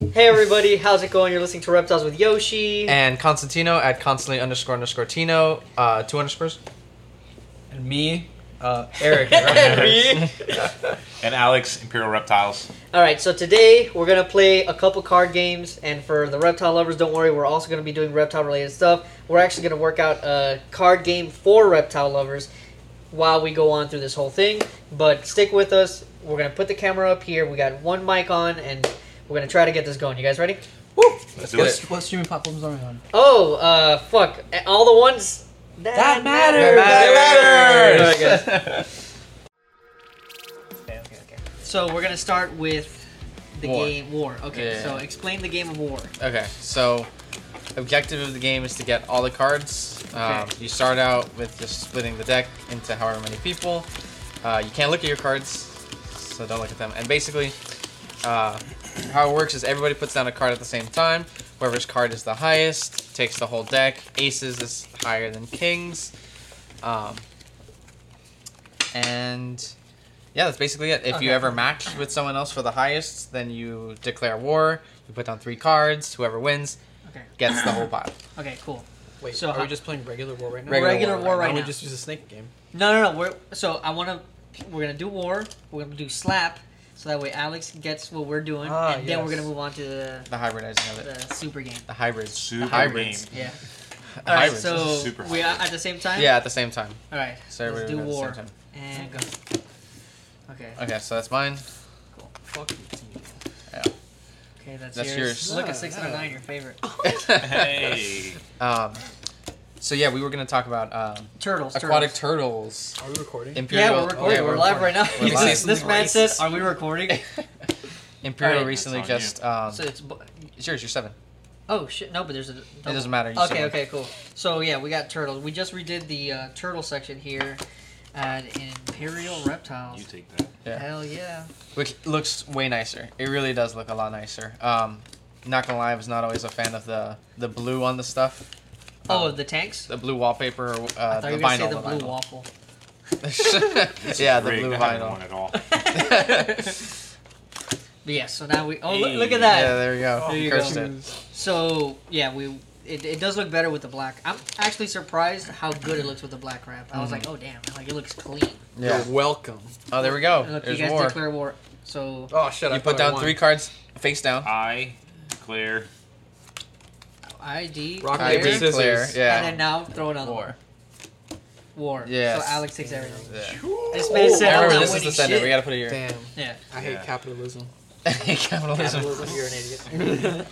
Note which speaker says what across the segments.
Speaker 1: Hey everybody, how's it going? You're listening to Reptiles with Yoshi.
Speaker 2: and Constantino at constantly underscore underscore Tino, uh, two underscores.
Speaker 3: And me, uh, Eric.
Speaker 1: Henry.
Speaker 4: and Alex Imperial Reptiles.
Speaker 1: All right, so today we're gonna play a couple card games, and for the reptile lovers, don't worry, we're also gonna be doing reptile related stuff. We're actually gonna work out a card game for reptile lovers while we go on through this whole thing. But stick with us. We're gonna put the camera up here. We got one mic on, and we're gonna try to get this going. You guys ready?
Speaker 4: Let's do
Speaker 3: what,
Speaker 4: it.
Speaker 3: what streaming platforms are we on?
Speaker 1: Oh, uh, fuck! All the ones that,
Speaker 3: matter.
Speaker 2: That matters.
Speaker 1: There we go. Okay, okay, okay. So we're gonna start with the
Speaker 2: War.
Speaker 1: game war. Okay,
Speaker 2: Yeah.
Speaker 1: so explain the game of war.
Speaker 2: Okay, so objective of the game is to get all the cards. Um,
Speaker 1: Okay.
Speaker 2: you start out with just splitting the deck into however many people. Uh, you can't look at your cards, so don't look at them. And basically, uh, how it works is everybody puts down a card at the same time. Whoever's card is the highest takes the whole deck. Aces is higher than kings. Um, and yeah, that's basically it. If
Speaker 1: Okay.
Speaker 2: you ever match with someone else for the highest, then you declare war. You put down three cards. Whoever wins
Speaker 1: Okay.
Speaker 2: gets the whole pile.
Speaker 1: Okay. Cool.
Speaker 3: Wait,
Speaker 1: So
Speaker 3: so are
Speaker 1: how-
Speaker 3: we just playing regular war right now?
Speaker 2: Regular
Speaker 1: Regular war, war right
Speaker 3: Why don't
Speaker 1: now.
Speaker 3: We just use a snake game.
Speaker 1: No, no, no. We're so I want to. We're gonna do war. We're gonna do slap. So that way Alex gets what we're doing,
Speaker 3: Ah,
Speaker 1: and then we're
Speaker 3: yes.
Speaker 1: gonna move on to the,
Speaker 2: The hybridizing of it.
Speaker 1: the super game.
Speaker 2: The hybrids.
Speaker 4: Super
Speaker 2: the hybrids.
Speaker 4: game.
Speaker 1: Yeah.
Speaker 2: The
Speaker 1: All right.
Speaker 2: hybrids.
Speaker 1: So
Speaker 4: is super
Speaker 1: we are
Speaker 4: hybrid.
Speaker 1: at the same time.
Speaker 2: yeah, at the same time.
Speaker 1: All right.
Speaker 2: So
Speaker 1: let's
Speaker 2: everybody
Speaker 1: do
Speaker 2: would
Speaker 1: war
Speaker 2: at the same time.
Speaker 1: and go. Okay.
Speaker 2: Okay, so that's mine.
Speaker 1: Cool.
Speaker 3: Fuck you.
Speaker 1: Okay, that's,
Speaker 2: That's
Speaker 1: yours.
Speaker 2: yours.
Speaker 1: Look
Speaker 3: Yeah,
Speaker 1: at six out of
Speaker 3: Ah, yeah.
Speaker 1: nine, your favorite.
Speaker 4: Hey.
Speaker 2: um, so yeah, we were gonna talk about um,
Speaker 1: Turtles.
Speaker 2: aquatic
Speaker 1: turtles.
Speaker 2: turtles.
Speaker 3: Are we recording?
Speaker 1: Yeah,
Speaker 2: Imperial. Oh,
Speaker 1: we're recording.
Speaker 2: yeah,
Speaker 1: we're, live right
Speaker 2: recording.
Speaker 1: now.
Speaker 2: We're
Speaker 1: You
Speaker 2: live.
Speaker 1: see, This man
Speaker 3: Racist.
Speaker 1: said, "Are we recording?"
Speaker 2: Imperial
Speaker 1: Alright.
Speaker 2: recently
Speaker 4: That's on you.
Speaker 2: just. Um,
Speaker 1: so it's bu-
Speaker 2: it's yours. You're seven.
Speaker 1: oh shit. No, but there's a.
Speaker 2: It doesn't matter. you
Speaker 1: Okay,
Speaker 2: said-
Speaker 1: okay, cool. So yeah, we got turtles. We just redid the uh, turtle section here at Imperial Reptiles.
Speaker 4: You take that.
Speaker 2: Yeah.
Speaker 1: Hell yeah.
Speaker 2: which looks way nicer. It really does look a lot nicer. Um, not gonna lie, I was not always a fan of the the blue on the stuff.
Speaker 1: Oh,
Speaker 2: Um,
Speaker 1: the tanks.
Speaker 2: the blue
Speaker 1: I
Speaker 2: wallpaper, or, uh,
Speaker 1: thought
Speaker 2: the
Speaker 1: you were gonna say
Speaker 2: vinyl,
Speaker 1: the
Speaker 2: the
Speaker 1: blue
Speaker 2: vinyl.
Speaker 1: waffle.
Speaker 2: yeah, the
Speaker 4: Rigged.
Speaker 2: blue
Speaker 4: I haven't won
Speaker 2: vinyl.
Speaker 4: at all.
Speaker 2: yeah,
Speaker 1: But yeah, so now we. Oh, look,
Speaker 4: Hey.
Speaker 1: look at that.
Speaker 2: there you go.
Speaker 1: There
Speaker 2: Oh, You
Speaker 1: you
Speaker 2: cursed
Speaker 1: go.
Speaker 2: it.
Speaker 1: So yeah, we it, it does look better with the black. I'm actually surprised how good it looks with the black wrap. I was like, oh damn, like it looks clean.
Speaker 2: Yeah.
Speaker 3: You're welcome.
Speaker 2: Mm. Oh, there we go.
Speaker 1: Look,
Speaker 2: There's
Speaker 1: you guys
Speaker 2: war.
Speaker 1: declare war. So
Speaker 3: Oh shit! I
Speaker 2: You put
Speaker 3: thought I
Speaker 2: down
Speaker 3: won.
Speaker 2: three cards face down.
Speaker 4: I declare
Speaker 1: ID
Speaker 3: Rock,
Speaker 2: I
Speaker 3: paper,
Speaker 1: clear,
Speaker 3: scissors.
Speaker 2: declare.
Speaker 1: and then
Speaker 2: Yeah.
Speaker 1: now throw another war.
Speaker 2: War.
Speaker 1: War.
Speaker 2: Yes.
Speaker 1: So Alex takes everything.
Speaker 2: Yeah.
Speaker 1: This man said,
Speaker 2: I
Speaker 1: I'm
Speaker 2: remember
Speaker 1: not
Speaker 2: this is the
Speaker 1: winning
Speaker 2: sender.
Speaker 1: shit.
Speaker 2: We gotta put it here.
Speaker 3: Damn,
Speaker 1: yeah.
Speaker 3: I hate
Speaker 4: Yeah.
Speaker 3: capitalism.
Speaker 2: Capitalism.
Speaker 1: Capitalism, you're an idiot.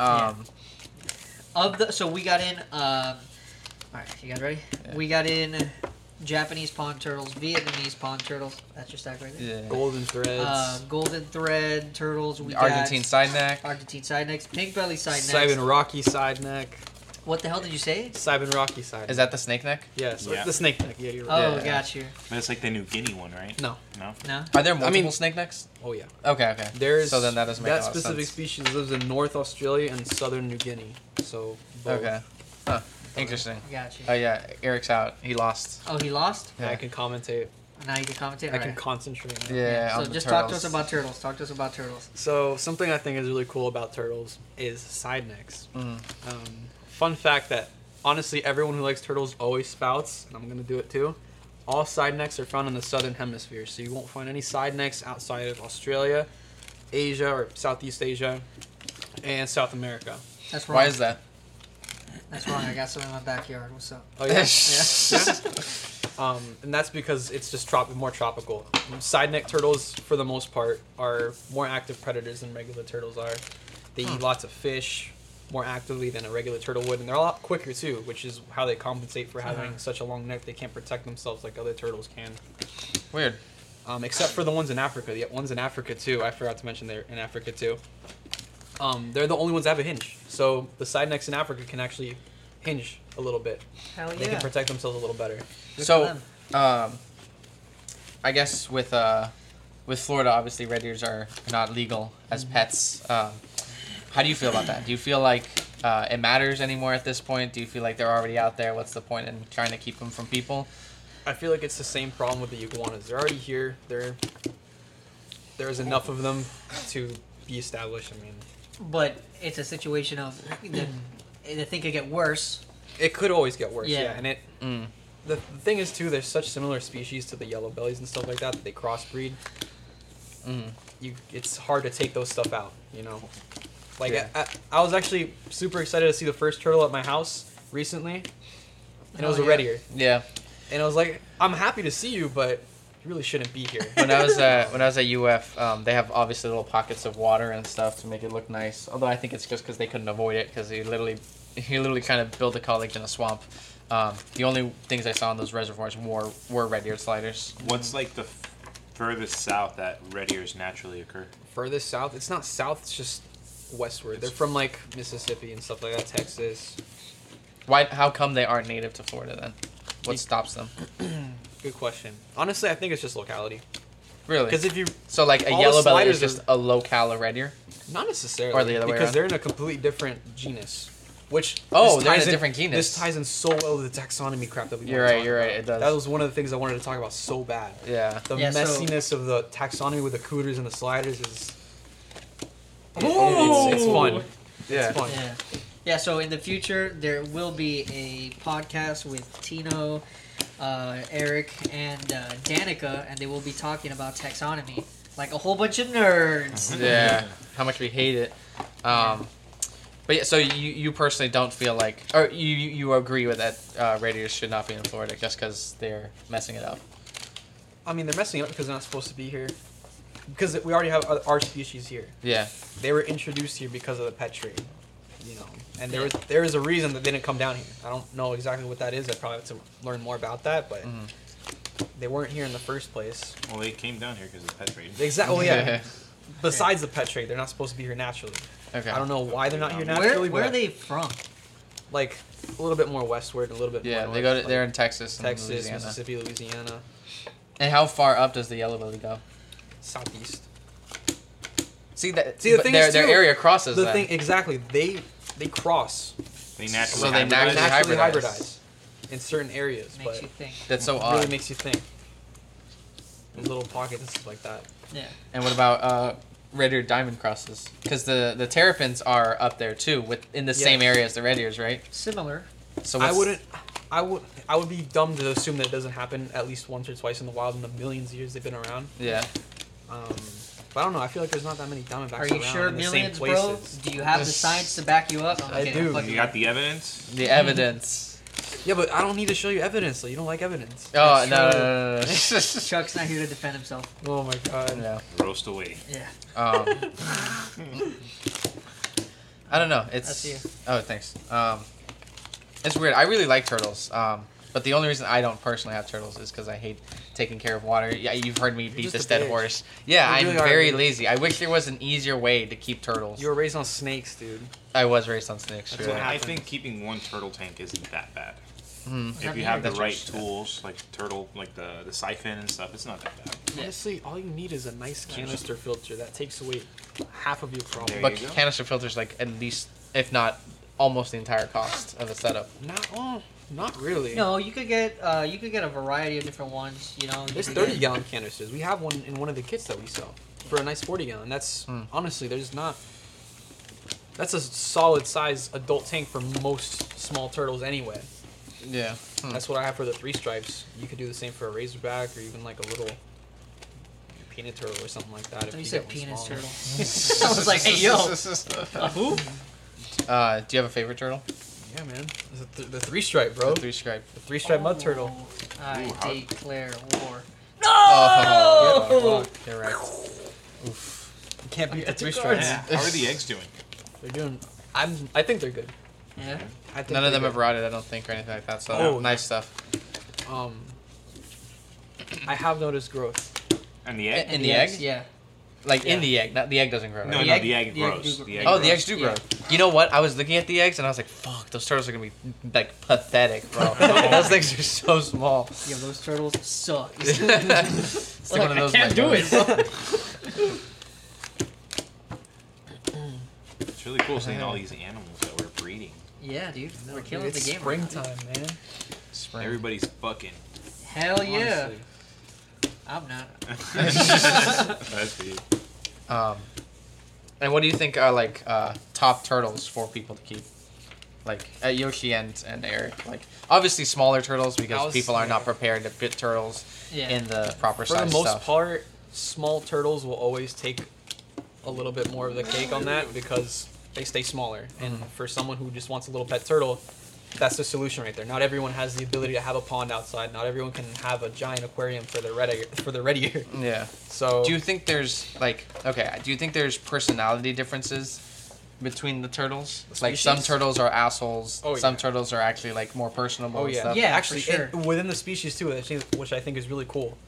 Speaker 2: Um,
Speaker 1: Of the so we got in. Um, all right, you guys ready?
Speaker 2: Yeah.
Speaker 1: We got in Japanese pond turtles, Vietnamese pond turtles. That's your stack right there.
Speaker 2: yeah.
Speaker 3: Golden threads.
Speaker 1: Uh, golden thread turtles. We
Speaker 2: Argentine
Speaker 1: got,
Speaker 2: side neck.
Speaker 1: Argentine side necks, pink belly side necks.
Speaker 3: Cybin Rocky side neck.
Speaker 1: What the hell did you say?
Speaker 3: Cybin Rocky side.
Speaker 2: Is that the snake neck?
Speaker 3: Yes.
Speaker 4: Yeah.
Speaker 3: The snake neck. Yeah, you're right.
Speaker 1: Oh,
Speaker 2: Yeah.
Speaker 1: got you.
Speaker 4: But it's like the New Guinea one, right?
Speaker 3: No.
Speaker 4: No.
Speaker 1: No.
Speaker 2: Are there multiple
Speaker 3: mean-
Speaker 2: snake necks?
Speaker 3: Oh yeah.
Speaker 2: Okay, okay.
Speaker 3: There's
Speaker 2: so then that doesn't make
Speaker 3: that
Speaker 2: a lot of
Speaker 3: specific
Speaker 2: sense.
Speaker 3: species lives in North Australia and Southern New Guinea. So both.
Speaker 2: Okay. Huh. Interesting.
Speaker 1: Got you.
Speaker 2: Oh yeah, Eric's out. He lost.
Speaker 1: Oh, he lost.
Speaker 3: And I can commentate.
Speaker 1: Now you can commentate.
Speaker 3: I
Speaker 1: right.
Speaker 3: can concentrate.
Speaker 2: Yeah.
Speaker 1: So
Speaker 2: on the
Speaker 1: just talk to
Speaker 2: turtles.
Speaker 1: us about turtles. Talk to us about turtles.
Speaker 3: So something I think is really cool about turtles is side necks.
Speaker 2: Mm.
Speaker 3: Um, fun fact that honestly everyone who likes turtles always spouts, and I'm gonna do it too. All side necks are found in the southern hemisphere, so you won't find any side necks outside of Australia, Asia or Southeast Asia, and South America.
Speaker 1: That's wrong.
Speaker 2: Why is that?
Speaker 1: That's wrong. I got some in my backyard. What's up?
Speaker 3: Oh yeah. Um, and that's because it's just trop- more tropical. Side neck turtles, for the most part, are more active predators than regular turtles are. They eat lots of fish more actively than a regular turtle would, and they're a lot quicker too, which is how they compensate for having such a long neck. They can't protect themselves like other turtles can.
Speaker 2: Weird.
Speaker 3: Um, except for the ones in Africa. The ones in Africa too. I forgot to mention they're in Africa too. Um, they're the only ones that have a hinge, so the side necks in Africa can actually hinge a little bit.
Speaker 1: Hell
Speaker 3: They can protect themselves a little better.
Speaker 1: Good
Speaker 2: so,
Speaker 1: for
Speaker 2: um, I guess with uh, with Florida, obviously red ears are not legal as
Speaker 1: Mm-hmm.
Speaker 2: pets. Um, how do you feel about that? Do you feel like uh, it matters anymore at this point? Do you feel like they're already out there? What's the point in trying to keep them from people?
Speaker 3: I feel like it's the same problem with the iguanas. They're already here. They're there's enough of them to be established. I mean,
Speaker 1: but it's a situation of the, the thing could get worse.
Speaker 3: It could always get worse. Yeah,
Speaker 1: Yeah.
Speaker 3: and it. The, the thing is too, there's such similar species to the yellow bellies and stuff like that that they crossbreed. You, it's hard to take those stuff out. You know, like
Speaker 2: Yeah.
Speaker 3: I, I, I was actually super excited to see the first turtle at my house recently, and it was
Speaker 1: Oh,
Speaker 3: a
Speaker 1: yeah.
Speaker 3: red ear,
Speaker 2: Yeah.
Speaker 3: and I was like, I'm happy to see you, but you really shouldn't be here.
Speaker 2: When I was at when I was at UF, um, they have obviously little pockets of water and stuff to make it look nice. Although I think it's just because they couldn't avoid it because you literally you literally kind of build a college in a swamp. Um, the only things I saw in those reservoirs were were red eared sliders.
Speaker 4: What's like the f- furthest south that red ears naturally occur?
Speaker 3: Furthest south, it's not south, it's just westward. They're from like Mississippi and stuff like that, Texas.
Speaker 2: Why? How come they aren't native to Florida then? What stops them?
Speaker 3: Good question. Honestly, I think it's just locality.
Speaker 2: Really?
Speaker 3: Because if you
Speaker 2: So like a
Speaker 3: All the
Speaker 2: yellow belly is
Speaker 3: sliders
Speaker 2: just a locale red ear.
Speaker 3: Not necessarily.
Speaker 2: Or the other way
Speaker 3: because
Speaker 2: around.
Speaker 3: they're in a completely different genus. Which
Speaker 2: Oh,
Speaker 3: this
Speaker 2: they're in
Speaker 3: ties
Speaker 2: a different genus.
Speaker 3: This ties in so well to the taxonomy crap that we.
Speaker 2: You're
Speaker 3: wanna
Speaker 2: right,
Speaker 3: talk
Speaker 2: you're right,
Speaker 3: about.
Speaker 2: it does.
Speaker 3: That was one of the things I wanted to talk about so bad.
Speaker 2: Yeah.
Speaker 3: The
Speaker 1: Yeah, so-
Speaker 3: messiness of the taxonomy with the cooters and the sliders is. it-
Speaker 1: Ooh.
Speaker 3: it's, it's fun.
Speaker 2: Yeah.
Speaker 3: It's fun.
Speaker 1: Yeah. Yeah, so in the future, there will be a podcast with Tino, uh, Eric, and uh, Danica, and they will be talking about taxonomy. Like a whole bunch of nerds.
Speaker 3: Uh-huh.
Speaker 2: Yeah. How much we hate it. Um, but yeah, so you, you personally don't feel like, or you you you agree with that uh, radios should not be in Florida just because they're messing it up.
Speaker 3: I mean, they're messing it up because they're not supposed to be here. Because we already have our- our species here.
Speaker 2: Yeah.
Speaker 3: They were introduced here because of the pet trade, you know. And there was there is a reason that they didn't come down here. I don't know exactly what that is. I probably have to learn more about that, but
Speaker 2: Mm-hmm.
Speaker 3: they weren't here in the first place.
Speaker 4: Well, they came down here because of the pet trade.
Speaker 3: Exactly. Oh yeah. Besides the pet trade, they're not supposed to be here naturally.
Speaker 2: okay.
Speaker 3: I don't know why they're not here naturally.
Speaker 1: Where, where
Speaker 3: but
Speaker 1: are they from?
Speaker 3: Like a little bit more westward, a little bit.
Speaker 2: Yeah,
Speaker 3: more
Speaker 2: they
Speaker 3: north,
Speaker 2: go to,
Speaker 3: like
Speaker 2: they're in Texas, and
Speaker 3: Texas,
Speaker 2: Louisiana.
Speaker 3: Mississippi, Louisiana,
Speaker 2: And how far up does the yellow belly go?
Speaker 3: southeast.
Speaker 2: See that?
Speaker 3: See, the
Speaker 2: but
Speaker 3: thing
Speaker 2: their,
Speaker 3: is,
Speaker 2: their
Speaker 3: too,
Speaker 2: area crosses
Speaker 3: the
Speaker 2: that.
Speaker 3: thing exactly they they cross
Speaker 4: They naturally.
Speaker 2: So they
Speaker 4: hybridized.
Speaker 2: Actually
Speaker 3: naturally
Speaker 2: hybridize.
Speaker 3: hybridize. in certain areas,
Speaker 1: Makes
Speaker 3: but
Speaker 1: you think.
Speaker 2: That's so
Speaker 3: really
Speaker 2: odd.
Speaker 3: makes you think. In little pockets and stuff like that.
Speaker 1: Yeah.
Speaker 2: And what about uh, red eared diamond crosses? Because the the terrapins are up there too, with in the
Speaker 3: Yeah.
Speaker 2: same area as the red ears, right?
Speaker 1: Similar.
Speaker 2: So
Speaker 3: I
Speaker 2: what's-
Speaker 3: wouldn't. I would. I would be dumb to assume that it doesn't happen at least once or twice in the wild in the millions of years they've been around.
Speaker 2: Yeah.
Speaker 3: Um, but I don't know. I feel like there's not that many diamondbacks
Speaker 1: Are you
Speaker 3: around
Speaker 1: sure
Speaker 3: in the
Speaker 1: millions,
Speaker 3: same
Speaker 1: bro?
Speaker 3: places.
Speaker 1: Do you have the
Speaker 2: Just-
Speaker 1: science to back you up? No, I'm
Speaker 3: I
Speaker 1: kidding. I'm
Speaker 3: do.
Speaker 1: fucking
Speaker 4: You got the evidence?
Speaker 2: The
Speaker 3: Mm-hmm.
Speaker 2: evidence.
Speaker 3: Yeah, but I don't need to show you evidence. So you don't like evidence.
Speaker 2: Oh
Speaker 1: That's
Speaker 2: no, no,
Speaker 1: true.
Speaker 2: no, no,
Speaker 1: with you. Chuck's not here to defend himself.
Speaker 3: Oh my god.
Speaker 2: no, no.
Speaker 4: Roast away.
Speaker 1: Yeah.
Speaker 2: Um, I don't know. It's
Speaker 1: That's you.
Speaker 2: oh, thanks. Um, it's weird. I really like turtles. Um, but the only reason I don't personally have turtles is because I hate taking care of water. Yeah, you've heard me beat
Speaker 3: just
Speaker 2: this
Speaker 3: a
Speaker 2: dead
Speaker 3: bitch.
Speaker 2: horse. Yeah,
Speaker 3: You
Speaker 2: I'm
Speaker 3: really are a
Speaker 2: very
Speaker 3: bitch.
Speaker 2: lazy. I wish there was an easier way to keep turtles.
Speaker 3: You were raised on snakes, dude.
Speaker 2: I was raised on snakes.
Speaker 3: That's
Speaker 2: sure.
Speaker 3: what
Speaker 4: I
Speaker 3: happens.
Speaker 4: think keeping one turtle tank isn't that bad.
Speaker 1: that
Speaker 3: Mm,
Speaker 4: If you
Speaker 1: the
Speaker 4: have the
Speaker 2: average?
Speaker 4: right tools, like turtle, like the, the siphon and stuff, it's not that bad.
Speaker 1: Yeah.
Speaker 3: Honestly, all you need is a nice canister filter that takes away half of your
Speaker 4: There
Speaker 3: problem.
Speaker 2: But
Speaker 4: you go.
Speaker 2: canister filters like at least, if not almost the entire cost of a setup.
Speaker 3: Not oh, not really.
Speaker 1: No, you could get uh, you could get a variety of different ones. You know, You
Speaker 3: There's
Speaker 1: could
Speaker 3: 30
Speaker 1: get-
Speaker 3: gallon canisters. We have one in one of the kits that we sell for a nice 40 gallon. That's
Speaker 2: Hmm.
Speaker 3: honestly, there's not. That's a solid size adult tank for most small turtles anyway.
Speaker 2: Yeah.
Speaker 3: That's what I have for the three stripes. You could do the same for a razorback or even like a little peanut turtle or something like that. If
Speaker 1: Oh,
Speaker 3: you
Speaker 1: you said
Speaker 3: get one
Speaker 1: penis
Speaker 3: smaller.
Speaker 1: turtle. I was like, hey yo, a who?
Speaker 2: Uh, do you have a favorite turtle?
Speaker 3: Yeah, man. The, th- the three stripe, bro.
Speaker 2: The
Speaker 3: The
Speaker 2: three stripe.
Speaker 3: three stripe
Speaker 1: Oh.
Speaker 3: mud turtle.
Speaker 1: I
Speaker 4: Ooh, how-
Speaker 1: declare war.
Speaker 2: Oh,
Speaker 1: Oh!
Speaker 2: fuck, you're right.
Speaker 3: You can't beat the
Speaker 1: got two
Speaker 3: three stripes.
Speaker 1: cards.
Speaker 4: How are the eggs doing?
Speaker 3: They're doing. I'm. I think they're good.
Speaker 1: Yeah.
Speaker 3: I think
Speaker 2: None of
Speaker 3: they're
Speaker 2: them
Speaker 3: good.
Speaker 2: have rotted, I don't think, or anything like that. So
Speaker 3: Oh,
Speaker 2: nice stuff.
Speaker 3: Um. I have noticed growth.
Speaker 4: And the egg?
Speaker 2: In the egg?
Speaker 1: Yeah.
Speaker 2: Like in
Speaker 3: Yeah.
Speaker 2: the egg, not the egg doesn't grow.
Speaker 4: No,
Speaker 2: right?
Speaker 4: no, the egg grows.
Speaker 1: do
Speaker 4: The
Speaker 1: grow.
Speaker 4: egg
Speaker 2: oh,
Speaker 4: grows.
Speaker 2: the eggs do grow.
Speaker 1: Yeah.
Speaker 2: You know what? I was looking at the eggs and I was like, "Fuck, those turtles are gonna be like pathetic, bro. those things are so small."
Speaker 1: Yeah, those turtles suck.
Speaker 2: Stick one of those in my nose.
Speaker 4: It's really cool seeing all these animals that we're breeding.
Speaker 1: yeah, dude. We're
Speaker 3: Dude,
Speaker 1: killing
Speaker 3: it's
Speaker 1: the game. right now.
Speaker 3: Springtime, man.
Speaker 2: Spring.
Speaker 4: Everybody's fucking.
Speaker 1: Hell yeah.
Speaker 3: Honestly.
Speaker 1: I'm not.
Speaker 4: That's weird.
Speaker 2: Um, And what do you think are like uh, top turtles for people to keep? Like at Yoshi and, and Eric, like obviously smaller turtles because
Speaker 3: was-
Speaker 2: people are not
Speaker 3: yeah.
Speaker 2: prepared to fit turtles
Speaker 1: Yeah.
Speaker 2: in the proper
Speaker 3: For the
Speaker 2: size
Speaker 3: most
Speaker 2: stuff.
Speaker 3: part, small turtles will always take a little bit more of the cake on that because they stay smaller. And for someone who just wants a little pet turtle, that's the solution right there. Not everyone has the ability to have a pond outside. Not everyone can have a giant aquarium for their red ear, for their red ear.
Speaker 2: yeah.
Speaker 3: So
Speaker 2: Do you think there's like okay? Do you think there's personality differences between the turtles? Like some
Speaker 3: Species?
Speaker 2: turtles are assholes.
Speaker 3: Oh,
Speaker 2: Some
Speaker 3: yeah.
Speaker 2: turtles are actually like more personable.
Speaker 3: Oh
Speaker 2: and
Speaker 3: yeah,
Speaker 2: stuff.
Speaker 1: Yeah, for
Speaker 3: Actually,
Speaker 1: sure.
Speaker 3: and within the species too, which I think- which I think is really cool.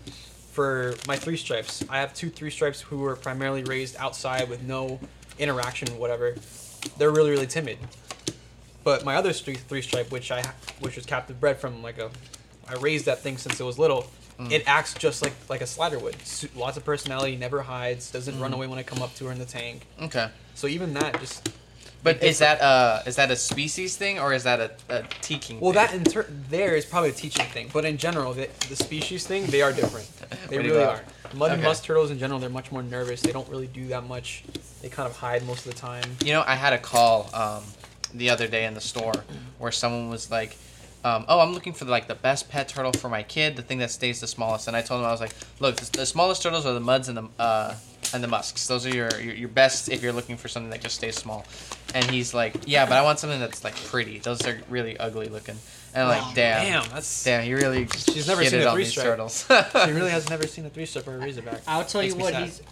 Speaker 3: For my three stripes, I have two three stripes who were primarily raised outside with no interaction, whatever. They're really really timid. But my other three, three stripe, which I ha- which was captive bred from like a, I raised that thing since it was little.
Speaker 2: Mm.
Speaker 3: It acts just like like a slider would. Su- lots of personality, never hides, doesn't
Speaker 2: Mm.
Speaker 3: run away when I come up to her in the tank.
Speaker 2: Okay.
Speaker 3: So even that just
Speaker 2: But is that uh is that a species thing or is that a, a teaching?
Speaker 3: Well,
Speaker 2: thing?
Speaker 3: that in tur- there is probably a teaching thing, but in general, the, the species thing, they are different. They
Speaker 2: What do you
Speaker 3: really
Speaker 2: got?
Speaker 3: are. Mud and
Speaker 2: Okay.
Speaker 3: musk turtles in general, they're much more nervous. They don't really do that much. They kind of hide most of the time.
Speaker 2: You know, I had a call um, the other day in the store where someone was like, um, "Oh, I'm looking for like the best pet turtle for my kid, the thing that stays the smallest." And I told him I was like, "Look, the, the smallest turtles are the muds and the uh, and the musks. Those are your, your your best if you're looking for something that just stays small." And he's like, "Yeah, but I want something that's like pretty. Those are really ugly looking." And I'm like,
Speaker 1: Wow,
Speaker 2: "Damn,
Speaker 3: Damn, that's.
Speaker 2: damn, you really
Speaker 3: She's never seen
Speaker 2: shitted
Speaker 3: a
Speaker 2: on these
Speaker 3: three-stripe.
Speaker 2: turtles."
Speaker 3: She really has never seen a three strip or a razorback.
Speaker 1: I'll tell
Speaker 3: Makes
Speaker 1: you
Speaker 3: me
Speaker 1: what,
Speaker 3: sad.
Speaker 1: these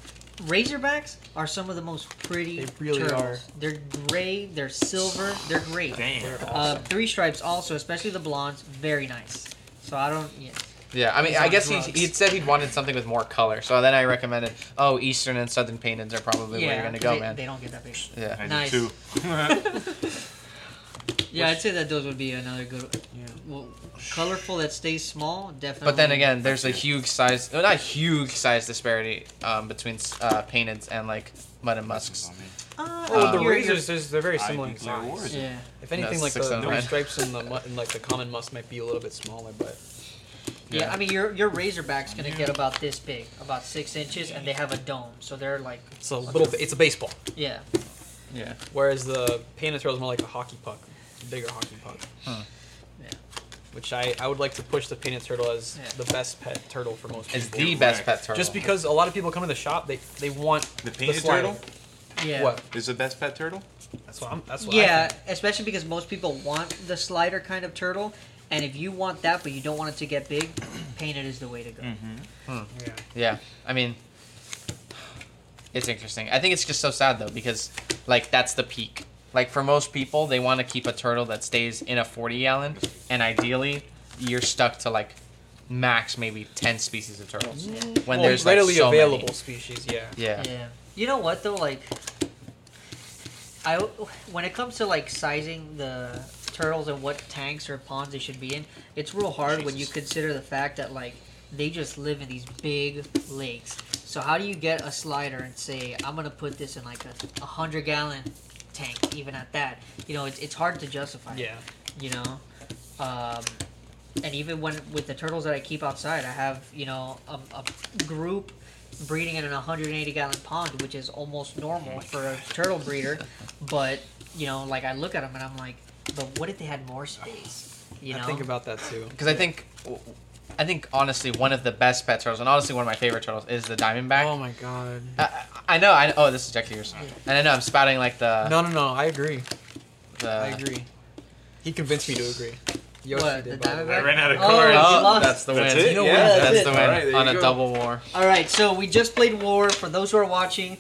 Speaker 1: Razorbacks are some of the most pretty
Speaker 3: They really
Speaker 1: turtles.
Speaker 3: are.
Speaker 1: They're gray, they're silver, they're great.
Speaker 4: Damn.
Speaker 3: They're
Speaker 1: Uh,
Speaker 3: awesome.
Speaker 1: three stripes also, especially the blondes, very nice. So I don't. Yeah.
Speaker 2: Yeah, I mean,
Speaker 1: He's
Speaker 2: I
Speaker 1: on
Speaker 2: guess he,
Speaker 1: drugs.
Speaker 2: he said he wanted something with more color, so then I recommended, oh, Eastern and Southern paintings are probably where
Speaker 1: yeah,
Speaker 2: you're gonna go,
Speaker 1: they,
Speaker 2: man.
Speaker 1: they don't get that big.
Speaker 2: yeah.
Speaker 4: I
Speaker 1: Nice.
Speaker 4: do too.
Speaker 1: Yeah, I'd say that those would be another good. Well, colorful that stays small, definitely.
Speaker 2: But then again, there's a huge size, well, not huge size disparity um, between uh, paintings and like mud and musks.
Speaker 1: uh,
Speaker 3: Oh, the
Speaker 1: you're-
Speaker 3: razors, there's, they're very
Speaker 4: I
Speaker 3: similar in
Speaker 4: think they're
Speaker 3: size.
Speaker 4: worse.
Speaker 1: Yeah.
Speaker 3: If anything,
Speaker 2: That's
Speaker 3: like
Speaker 2: six
Speaker 3: the
Speaker 2: out of
Speaker 3: three
Speaker 2: nine.
Speaker 3: stripes and the mu- and like the common musk might be a little bit smaller, but
Speaker 1: yeah,
Speaker 2: Yeah.
Speaker 1: I mean your your razorback's gonna get about this big, about six inches, and they have a dome, so they're like,
Speaker 3: it's a little. bit- It's a baseball.
Speaker 1: yeah.
Speaker 2: Yeah.
Speaker 3: Whereas the Panda Turtle is more like a hockey puck, It's a bigger hockey puck.
Speaker 1: Yeah.
Speaker 3: Which I, I would like to push the Painted Turtle as
Speaker 1: Yeah.
Speaker 3: the best pet turtle for most
Speaker 2: It's
Speaker 3: people.
Speaker 2: the best pet turtle.
Speaker 3: Just because a lot of people come in the shop, they they want
Speaker 4: The painted
Speaker 3: slime.
Speaker 4: turtle
Speaker 1: Yeah.
Speaker 3: What?
Speaker 4: is the best pet turtle.
Speaker 3: That's what I'm. That's what. I
Speaker 1: Yeah,
Speaker 3: think.
Speaker 1: especially because most people want the slider kind of turtle, and if you want that but you don't want it to get big, painted is the way to go.
Speaker 2: Mm.
Speaker 3: yeah.
Speaker 2: Yeah, I mean, it's interesting. I think it's just so sad though because like that's the peak. Like for most people, they want to keep a turtle that stays in a forty gallon, and ideally, you're stuck to like max maybe ten species of turtles when
Speaker 3: Well,
Speaker 2: there's like,
Speaker 3: readily
Speaker 2: so many.
Speaker 3: available species. Yeah.
Speaker 2: Yeah.
Speaker 1: Yeah. You know what though, like, I when it comes to like sizing the turtles and what tanks or ponds they should be in, it's real hard when you consider the fact that like they just live in these big lakes. So how do you get a slider and say I'm gonna put this in like a, a hundred gallon tank? Even at that, you know, it's it's hard to justify.
Speaker 3: Yeah.
Speaker 1: you know um, and even when with the turtles that i keep outside i have you know a, a group breeding in an 180 gallon pond which is almost normal for a turtle breeder but you know like i look at them and i'm like but what if they had more space you know
Speaker 3: I think about that too.
Speaker 2: Because I think, I think honestly, one of the best pet turtles, and honestly one of my favorite turtles, is the diamondback.
Speaker 3: Oh my god.
Speaker 2: I, I I know. I oh, this is Jack yours. And I know I'm spouting like the.
Speaker 3: No, no, no. I agree.
Speaker 2: the
Speaker 3: I agree. He convinced me to agree. Yoshi
Speaker 1: what, the
Speaker 3: did. by the way.
Speaker 1: Diamondback?
Speaker 4: I ran out of
Speaker 1: Oh,
Speaker 4: cards.
Speaker 1: you
Speaker 2: Oh,
Speaker 1: lost.
Speaker 2: that's the
Speaker 4: That's
Speaker 2: win.
Speaker 4: it?
Speaker 2: You know
Speaker 3: Yeah,
Speaker 2: what?
Speaker 1: that's it.
Speaker 2: that's the win
Speaker 4: All right, there
Speaker 2: on
Speaker 4: you
Speaker 2: a
Speaker 4: go.
Speaker 2: double war.
Speaker 1: All right, so we just played War. For those who are watching,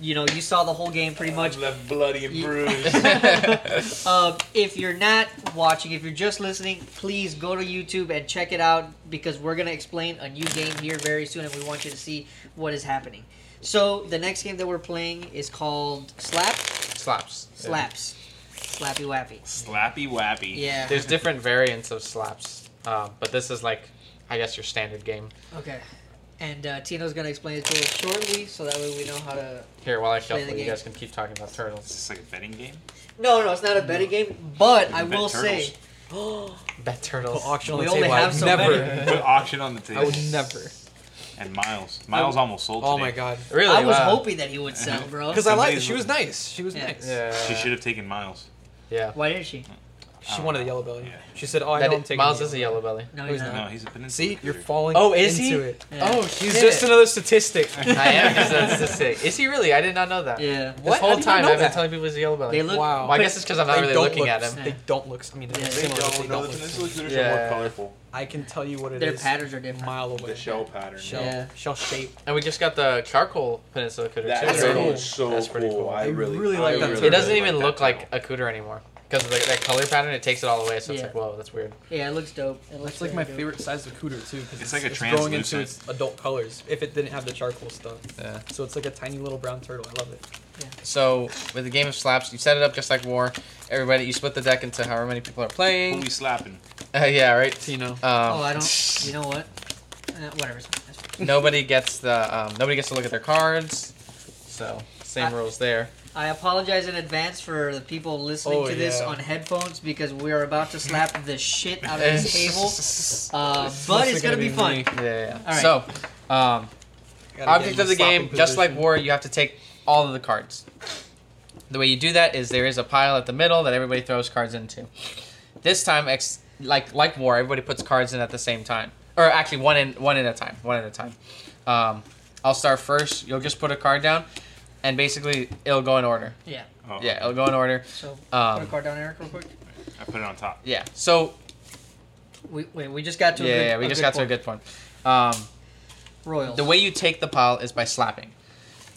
Speaker 1: you know you saw the whole game pretty much.
Speaker 4: left bloody and
Speaker 1: Ye-
Speaker 4: bruised.
Speaker 1: Um, if you're not watching, if you're just listening, please go to YouTube and check it out because we're gonna explain a new game here very soon, and we want you to see what is happening. So the next game that we're playing is called Slap
Speaker 2: Slaps.
Speaker 1: Slaps, Slappy Wappy.
Speaker 4: Slappy wappy.
Speaker 1: Yeah.
Speaker 2: There's different variants of slaps, um, but this is like, I guess, your standard game.
Speaker 1: okay. And uh, Tino's gonna explain it to us shortly, so that way we know how to.
Speaker 2: Here, while
Speaker 1: Play
Speaker 2: I
Speaker 1: the
Speaker 2: shuffle, you
Speaker 1: game.
Speaker 2: guys can keep talking about
Speaker 4: Is
Speaker 2: turtles.
Speaker 4: this like a betting game?
Speaker 1: No, no, it's not a betting game, but
Speaker 4: can
Speaker 1: I
Speaker 4: bet
Speaker 1: will say,
Speaker 2: Bet turtles.
Speaker 3: Put auction on
Speaker 1: We
Speaker 3: the
Speaker 1: only
Speaker 3: table. I
Speaker 1: have
Speaker 3: would
Speaker 1: so
Speaker 3: never.
Speaker 1: many.
Speaker 4: Put auction on the
Speaker 3: I
Speaker 4: table.
Speaker 3: would never.
Speaker 4: and Miles. Miles almost sold.
Speaker 3: Oh
Speaker 4: today.
Speaker 3: my god.
Speaker 2: Really?
Speaker 1: I was
Speaker 2: Wow.
Speaker 1: hoping that he would sell, bro.
Speaker 3: Because I liked
Speaker 4: Somebody's
Speaker 3: it. She was nice. She was
Speaker 1: Yeah.
Speaker 3: nice.
Speaker 2: Yeah.
Speaker 4: She should have taken Miles.
Speaker 2: Yeah.
Speaker 1: Why didn't she?
Speaker 3: She wanted the yellow belly.
Speaker 4: Yeah.
Speaker 3: She said, "Oh, I
Speaker 2: That
Speaker 3: don't
Speaker 2: is-
Speaker 3: take
Speaker 2: Miles is a yellow belly.
Speaker 1: No,
Speaker 3: he's
Speaker 1: he's
Speaker 3: not.
Speaker 1: not.
Speaker 4: No, he's a peninsula.
Speaker 3: See, you're
Speaker 4: Peter.
Speaker 3: falling.
Speaker 2: Oh, is
Speaker 3: into
Speaker 2: he?
Speaker 3: It.
Speaker 1: Yeah.
Speaker 2: Oh, he's
Speaker 3: He's just another statistic.
Speaker 2: I am just a statistic. Is he really? I did not know that.
Speaker 1: Yeah.
Speaker 2: This
Speaker 3: What? How
Speaker 2: whole
Speaker 3: do you not
Speaker 2: time
Speaker 3: know
Speaker 2: I've been
Speaker 3: that?
Speaker 2: telling people he's a yellow belly.
Speaker 1: They look.
Speaker 3: Wow.
Speaker 2: Well, I guess it's because I'm not
Speaker 3: They
Speaker 2: really
Speaker 3: don't
Speaker 2: looking
Speaker 3: look-
Speaker 2: at him.
Speaker 3: They don't look. I mean, they're
Speaker 1: Yeah.
Speaker 4: They
Speaker 3: similar, but
Speaker 4: don't. No,
Speaker 3: they don't
Speaker 4: the
Speaker 3: look
Speaker 4: peninsula
Speaker 3: similar.
Speaker 4: exhibits
Speaker 2: Yeah.
Speaker 4: are more colorful.
Speaker 3: I can tell you what it is.
Speaker 1: Their patterns are
Speaker 3: a
Speaker 1: different.
Speaker 3: mile away.
Speaker 4: The shell pattern.
Speaker 3: Shell,
Speaker 1: Yeah.
Speaker 3: shell shape.
Speaker 2: And we just got the charcoal peninsula cooter.
Speaker 4: That
Speaker 2: too,
Speaker 4: is
Speaker 2: right?
Speaker 3: cool.
Speaker 4: so
Speaker 2: That's pretty cool.
Speaker 4: I
Speaker 3: I
Speaker 4: really,
Speaker 3: really
Speaker 4: I
Speaker 3: like that
Speaker 4: really
Speaker 3: too.
Speaker 2: It doesn't
Speaker 4: really
Speaker 2: even
Speaker 4: like
Speaker 2: look
Speaker 4: that
Speaker 2: like
Speaker 4: too.
Speaker 2: a cooter anymore because of the, that color pattern. It takes it all away, so it's
Speaker 1: Yeah.
Speaker 2: like, whoa, that's weird.
Speaker 1: Yeah, it looks dope. It looks
Speaker 3: That's like my
Speaker 1: really dope.
Speaker 3: favorite size of cooter too. 'cause
Speaker 4: It's like a
Speaker 3: growing into
Speaker 4: translucent-
Speaker 3: its adult colors. If it didn't have the charcoal stuff,
Speaker 2: Yeah.
Speaker 3: so it's like a tiny little brown turtle. I love it.
Speaker 2: So with the game of slaps, you set it up just like war. Everybody, you split the deck into however many people are
Speaker 4: Who
Speaker 2: playing.
Speaker 4: we slapping?
Speaker 2: Uh, yeah, right.
Speaker 3: You know.
Speaker 1: Oh, I
Speaker 2: Um,
Speaker 1: don't. You know what? Uh, whatever.
Speaker 2: nobody gets the um, nobody gets to look at their cards. So same
Speaker 1: I-
Speaker 2: rules there.
Speaker 1: I apologize in advance for the people listening
Speaker 3: Oh,
Speaker 1: to this
Speaker 3: yeah.
Speaker 1: on headphones because we are about to slap the shit out of this table. Uh, but it's gonna be fun.
Speaker 2: Yeah. yeah, yeah.
Speaker 1: Alright.
Speaker 2: So um, object of the game, just like war, you have to take all of the cards. The way you do that is there is a pile at the middle that everybody throws cards into. This time, ex- like like war, everybody puts cards in at the same time, or actually one in one at a time, one at a time. Um, I'll start first. You'll just put a card down, and basically it'll go in order.
Speaker 1: Yeah.
Speaker 4: Oh,
Speaker 2: Yeah, it'll go in order.
Speaker 1: So put
Speaker 2: Um,
Speaker 1: a card down, Eric, real quick.
Speaker 4: I put it on top.
Speaker 2: Yeah. So
Speaker 1: We wait. We just got to.
Speaker 2: yeah,
Speaker 1: a good,
Speaker 2: yeah, we just got to a good point. Um,
Speaker 1: Royal.
Speaker 2: The way you take the pile is by slapping.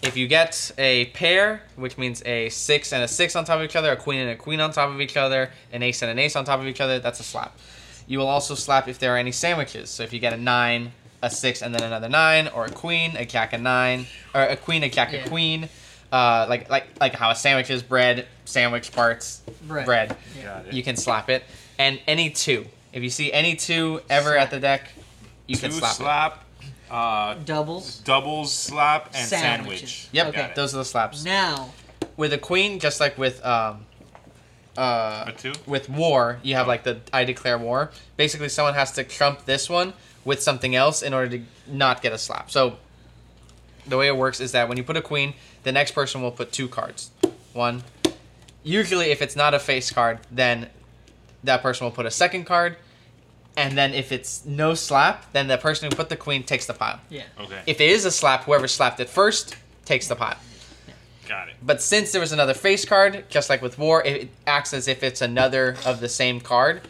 Speaker 2: If you get a pair, which means a six and a six on top of each other, a queen and a queen on top of each other, an ace and an ace on top of each other, that's a slap. You will also slap if there are any sandwiches. So if you get a nine, a six, and then another nine, or a queen, a cack, a nine, or a queen, a cack,
Speaker 1: Yeah.
Speaker 2: a queen, uh, like like like how a sandwich is bread, sandwich parts,
Speaker 1: bread.
Speaker 2: bread.
Speaker 4: Got it.
Speaker 2: You can slap it, and any two. If you see any two ever at the deck, you
Speaker 4: Two
Speaker 2: can slap, it.
Speaker 4: slap, uh,
Speaker 1: Doubles.
Speaker 4: doubles slap, and
Speaker 1: Sandwiches.
Speaker 4: sandwich.
Speaker 2: Yep,
Speaker 1: Okay.
Speaker 4: Got it.
Speaker 2: those are the slaps.
Speaker 1: Now.
Speaker 2: with a queen, just like with um, uh,
Speaker 4: A two?
Speaker 2: with war, you have like the I declare war. Basically, someone has to trump this one with something else in order to not get a slap. So the way it works is that when you put a queen, the next person will put two cards. One. Usually, if it's not a face card, then that person will put a second card. And then if it's no slap, then the person who put the queen takes the pile.
Speaker 1: Yeah.
Speaker 4: Okay.
Speaker 2: If it is a slap, whoever slapped it first takes the pile.
Speaker 4: Got it.
Speaker 2: But since there was another face card, just like with War, it acts as if it's another of the same card,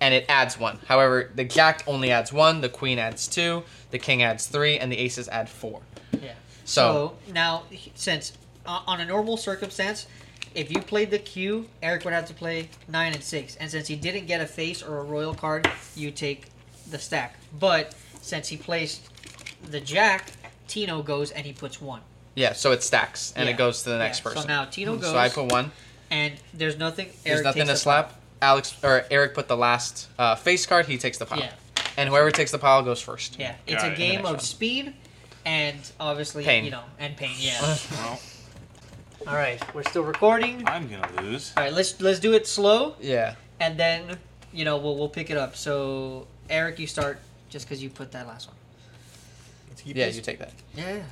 Speaker 2: and it adds one. However, the Jack only adds one, the Queen adds two, the King adds three, and the Aces add four.
Speaker 1: Yeah.
Speaker 2: So-
Speaker 1: So, now, since uh, on a normal circumstance, if you played the Q, Eric would have to play nine and six, and since he didn't get a face or a royal card, you take the stack. But since he placed the Jack, Tino goes and he puts one.
Speaker 2: Yeah, so it stacks and
Speaker 1: Yeah.
Speaker 2: it goes to the next
Speaker 1: Yeah,
Speaker 2: person.
Speaker 1: So now Tino goes,
Speaker 2: So I put one.
Speaker 1: and there's nothing.
Speaker 2: There's
Speaker 1: Eric
Speaker 2: nothing
Speaker 1: takes
Speaker 2: to
Speaker 1: the
Speaker 2: slap. Alex or Eric put the last uh, face card. He takes the
Speaker 1: pile.
Speaker 2: pile,
Speaker 1: Yeah,
Speaker 2: and whoever takes the pile goes first.
Speaker 1: yeah. It's
Speaker 4: Got
Speaker 1: a
Speaker 4: it.
Speaker 1: game
Speaker 2: Next
Speaker 1: of
Speaker 2: one.
Speaker 1: speed, and obviously
Speaker 2: Pain.
Speaker 1: you know, and pain. Yeah. All
Speaker 4: Well,
Speaker 1: right, we're still recording. All
Speaker 4: I'm gonna lose.
Speaker 1: right, let's let's do it slow.
Speaker 2: Yeah.
Speaker 1: and then you know we'll we'll pick it up. So Eric, you start just because you put that last one.
Speaker 2: Yeah, you take that.
Speaker 1: Yeah.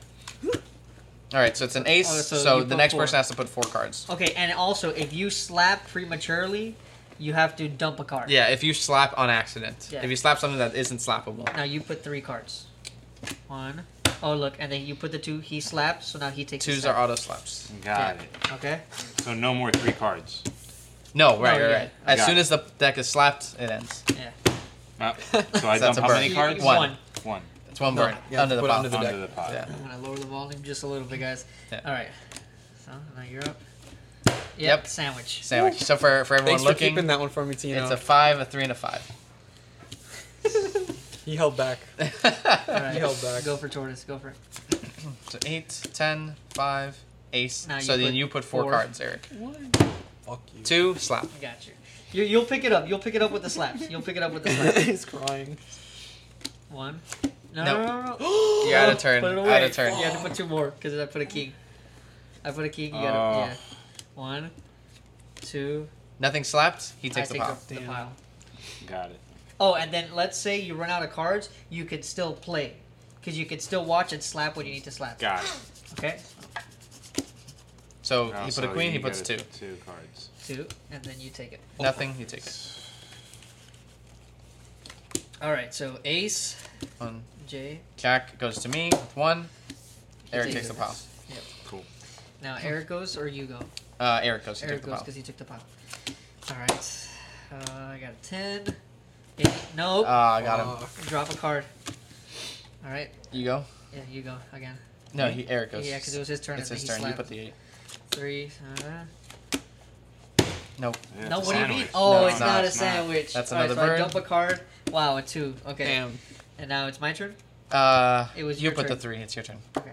Speaker 2: All right, so it's an ace.
Speaker 1: Oh, so
Speaker 2: so
Speaker 1: you
Speaker 2: the
Speaker 1: put
Speaker 2: next
Speaker 1: four.
Speaker 2: person has to put four cards.
Speaker 1: Okay, and also if you slap prematurely, you have to dump a card.
Speaker 2: Yeah, if you slap on accident.
Speaker 1: Yeah.
Speaker 2: If you slap something that isn't slappable.
Speaker 1: Now you put three cards. One. Oh look, and then you put the two. He slapped, so now he takes. the
Speaker 2: Twos
Speaker 1: stab.
Speaker 2: are auto slaps.
Speaker 4: Got
Speaker 1: Yeah.
Speaker 4: it.
Speaker 1: Okay.
Speaker 4: So no more three cards.
Speaker 2: No, right,
Speaker 1: No,
Speaker 2: right,
Speaker 1: yeah.
Speaker 2: right. As
Speaker 4: Got
Speaker 2: soon
Speaker 4: it.
Speaker 2: as the deck is slapped, it ends.
Speaker 1: Yeah.
Speaker 4: Uh, so
Speaker 2: So
Speaker 4: I
Speaker 2: that's
Speaker 4: dump
Speaker 2: a
Speaker 4: how
Speaker 2: burn.
Speaker 4: many cards?
Speaker 1: One.
Speaker 4: One.
Speaker 2: It's one
Speaker 3: No,
Speaker 2: burn
Speaker 3: you have
Speaker 2: under
Speaker 3: to
Speaker 2: the
Speaker 3: put it
Speaker 2: pile.
Speaker 3: under the
Speaker 4: Onto
Speaker 3: deck.
Speaker 4: the pot.
Speaker 2: yeah.
Speaker 1: I'm gonna lower the volume just a little bit, guys.
Speaker 2: Yeah.
Speaker 1: All right. So now you're up. Yep.
Speaker 2: Yep.
Speaker 1: Sandwich.
Speaker 2: Sandwich. So for, for everyone
Speaker 3: Thanks for
Speaker 2: looking,
Speaker 3: keeping that one for me, Tino.
Speaker 2: it's a five, a three, and a five.
Speaker 3: he held back.
Speaker 1: All right.
Speaker 3: You held back.
Speaker 1: Go for tortoise. Go for it.
Speaker 2: So eight, ten, five, ace.
Speaker 1: Now
Speaker 2: so
Speaker 1: you
Speaker 2: then
Speaker 1: put
Speaker 2: you put four,
Speaker 1: four.
Speaker 2: cards, Eric.
Speaker 3: Fuck you.
Speaker 2: Two, slap.
Speaker 1: I got you. you. You'll pick it up. You'll pick it up with the slaps. You'll pick it up with the slaps.
Speaker 3: He's crying.
Speaker 1: One. No,
Speaker 2: Nope.
Speaker 1: no, no, no.
Speaker 2: You had a turn.
Speaker 1: Put it
Speaker 2: Out
Speaker 1: away.
Speaker 2: of turn.
Speaker 1: You have to put two more because I put a king. I put a king. You got
Speaker 4: Oh.
Speaker 1: yeah. One, two.
Speaker 2: Nothing slapped. He takes
Speaker 1: I
Speaker 2: the
Speaker 1: take
Speaker 2: pile.
Speaker 1: up the
Speaker 3: Damn.
Speaker 1: pile.
Speaker 4: Got it.
Speaker 1: Oh, and then let's say you run out of cards, you can still play because you could still watch it slap what you need to slap.
Speaker 4: Got it.
Speaker 1: Okay,
Speaker 2: So
Speaker 4: Oh,
Speaker 2: he put
Speaker 4: so
Speaker 2: a queen,
Speaker 4: you
Speaker 2: he puts
Speaker 4: gotta-
Speaker 2: two.
Speaker 4: Two cards.
Speaker 1: two, and then you take it.
Speaker 2: Nothing, he takes it.
Speaker 1: All right, so ace,
Speaker 2: One.
Speaker 1: J.
Speaker 2: Jack goes to me with one. Eric
Speaker 1: takes
Speaker 2: takes the
Speaker 1: it.
Speaker 2: pile.
Speaker 4: Cool.
Speaker 1: Now Eric goes or you go.
Speaker 2: Uh, Eric goes. He
Speaker 1: Eric
Speaker 2: took the
Speaker 1: goes
Speaker 2: pile.
Speaker 1: because he took the pile. All right, uh, I got a ten. Eight. No,
Speaker 2: Ah, I got
Speaker 4: Uh,
Speaker 2: him.
Speaker 3: Fuck.
Speaker 1: drop a card. All right,
Speaker 2: You go.
Speaker 1: yeah, you go again.
Speaker 2: No,
Speaker 1: Me?
Speaker 2: he Eric goes.
Speaker 1: Yeah, because it was his turn.
Speaker 2: It's
Speaker 1: and he
Speaker 2: his turn. You
Speaker 1: slapped.
Speaker 2: put the eight.
Speaker 1: three. Uh,
Speaker 2: Nope.
Speaker 4: Yeah,
Speaker 1: no,
Speaker 4: it's a
Speaker 1: what do you mean?
Speaker 4: sandwich.
Speaker 1: Oh,
Speaker 2: No,
Speaker 1: it's,
Speaker 2: it's
Speaker 1: not,
Speaker 2: not,
Speaker 1: a
Speaker 4: it's not.
Speaker 1: sandwich.
Speaker 2: That's
Speaker 1: All right,
Speaker 2: another
Speaker 1: so
Speaker 2: bird.
Speaker 1: I dump a card. Wow, a two. Okay,
Speaker 3: Damn.
Speaker 1: and now it's my turn.
Speaker 2: Uh,
Speaker 1: It was
Speaker 2: you
Speaker 1: your
Speaker 2: put the
Speaker 1: turn.
Speaker 2: three. It's your turn.
Speaker 1: Okay.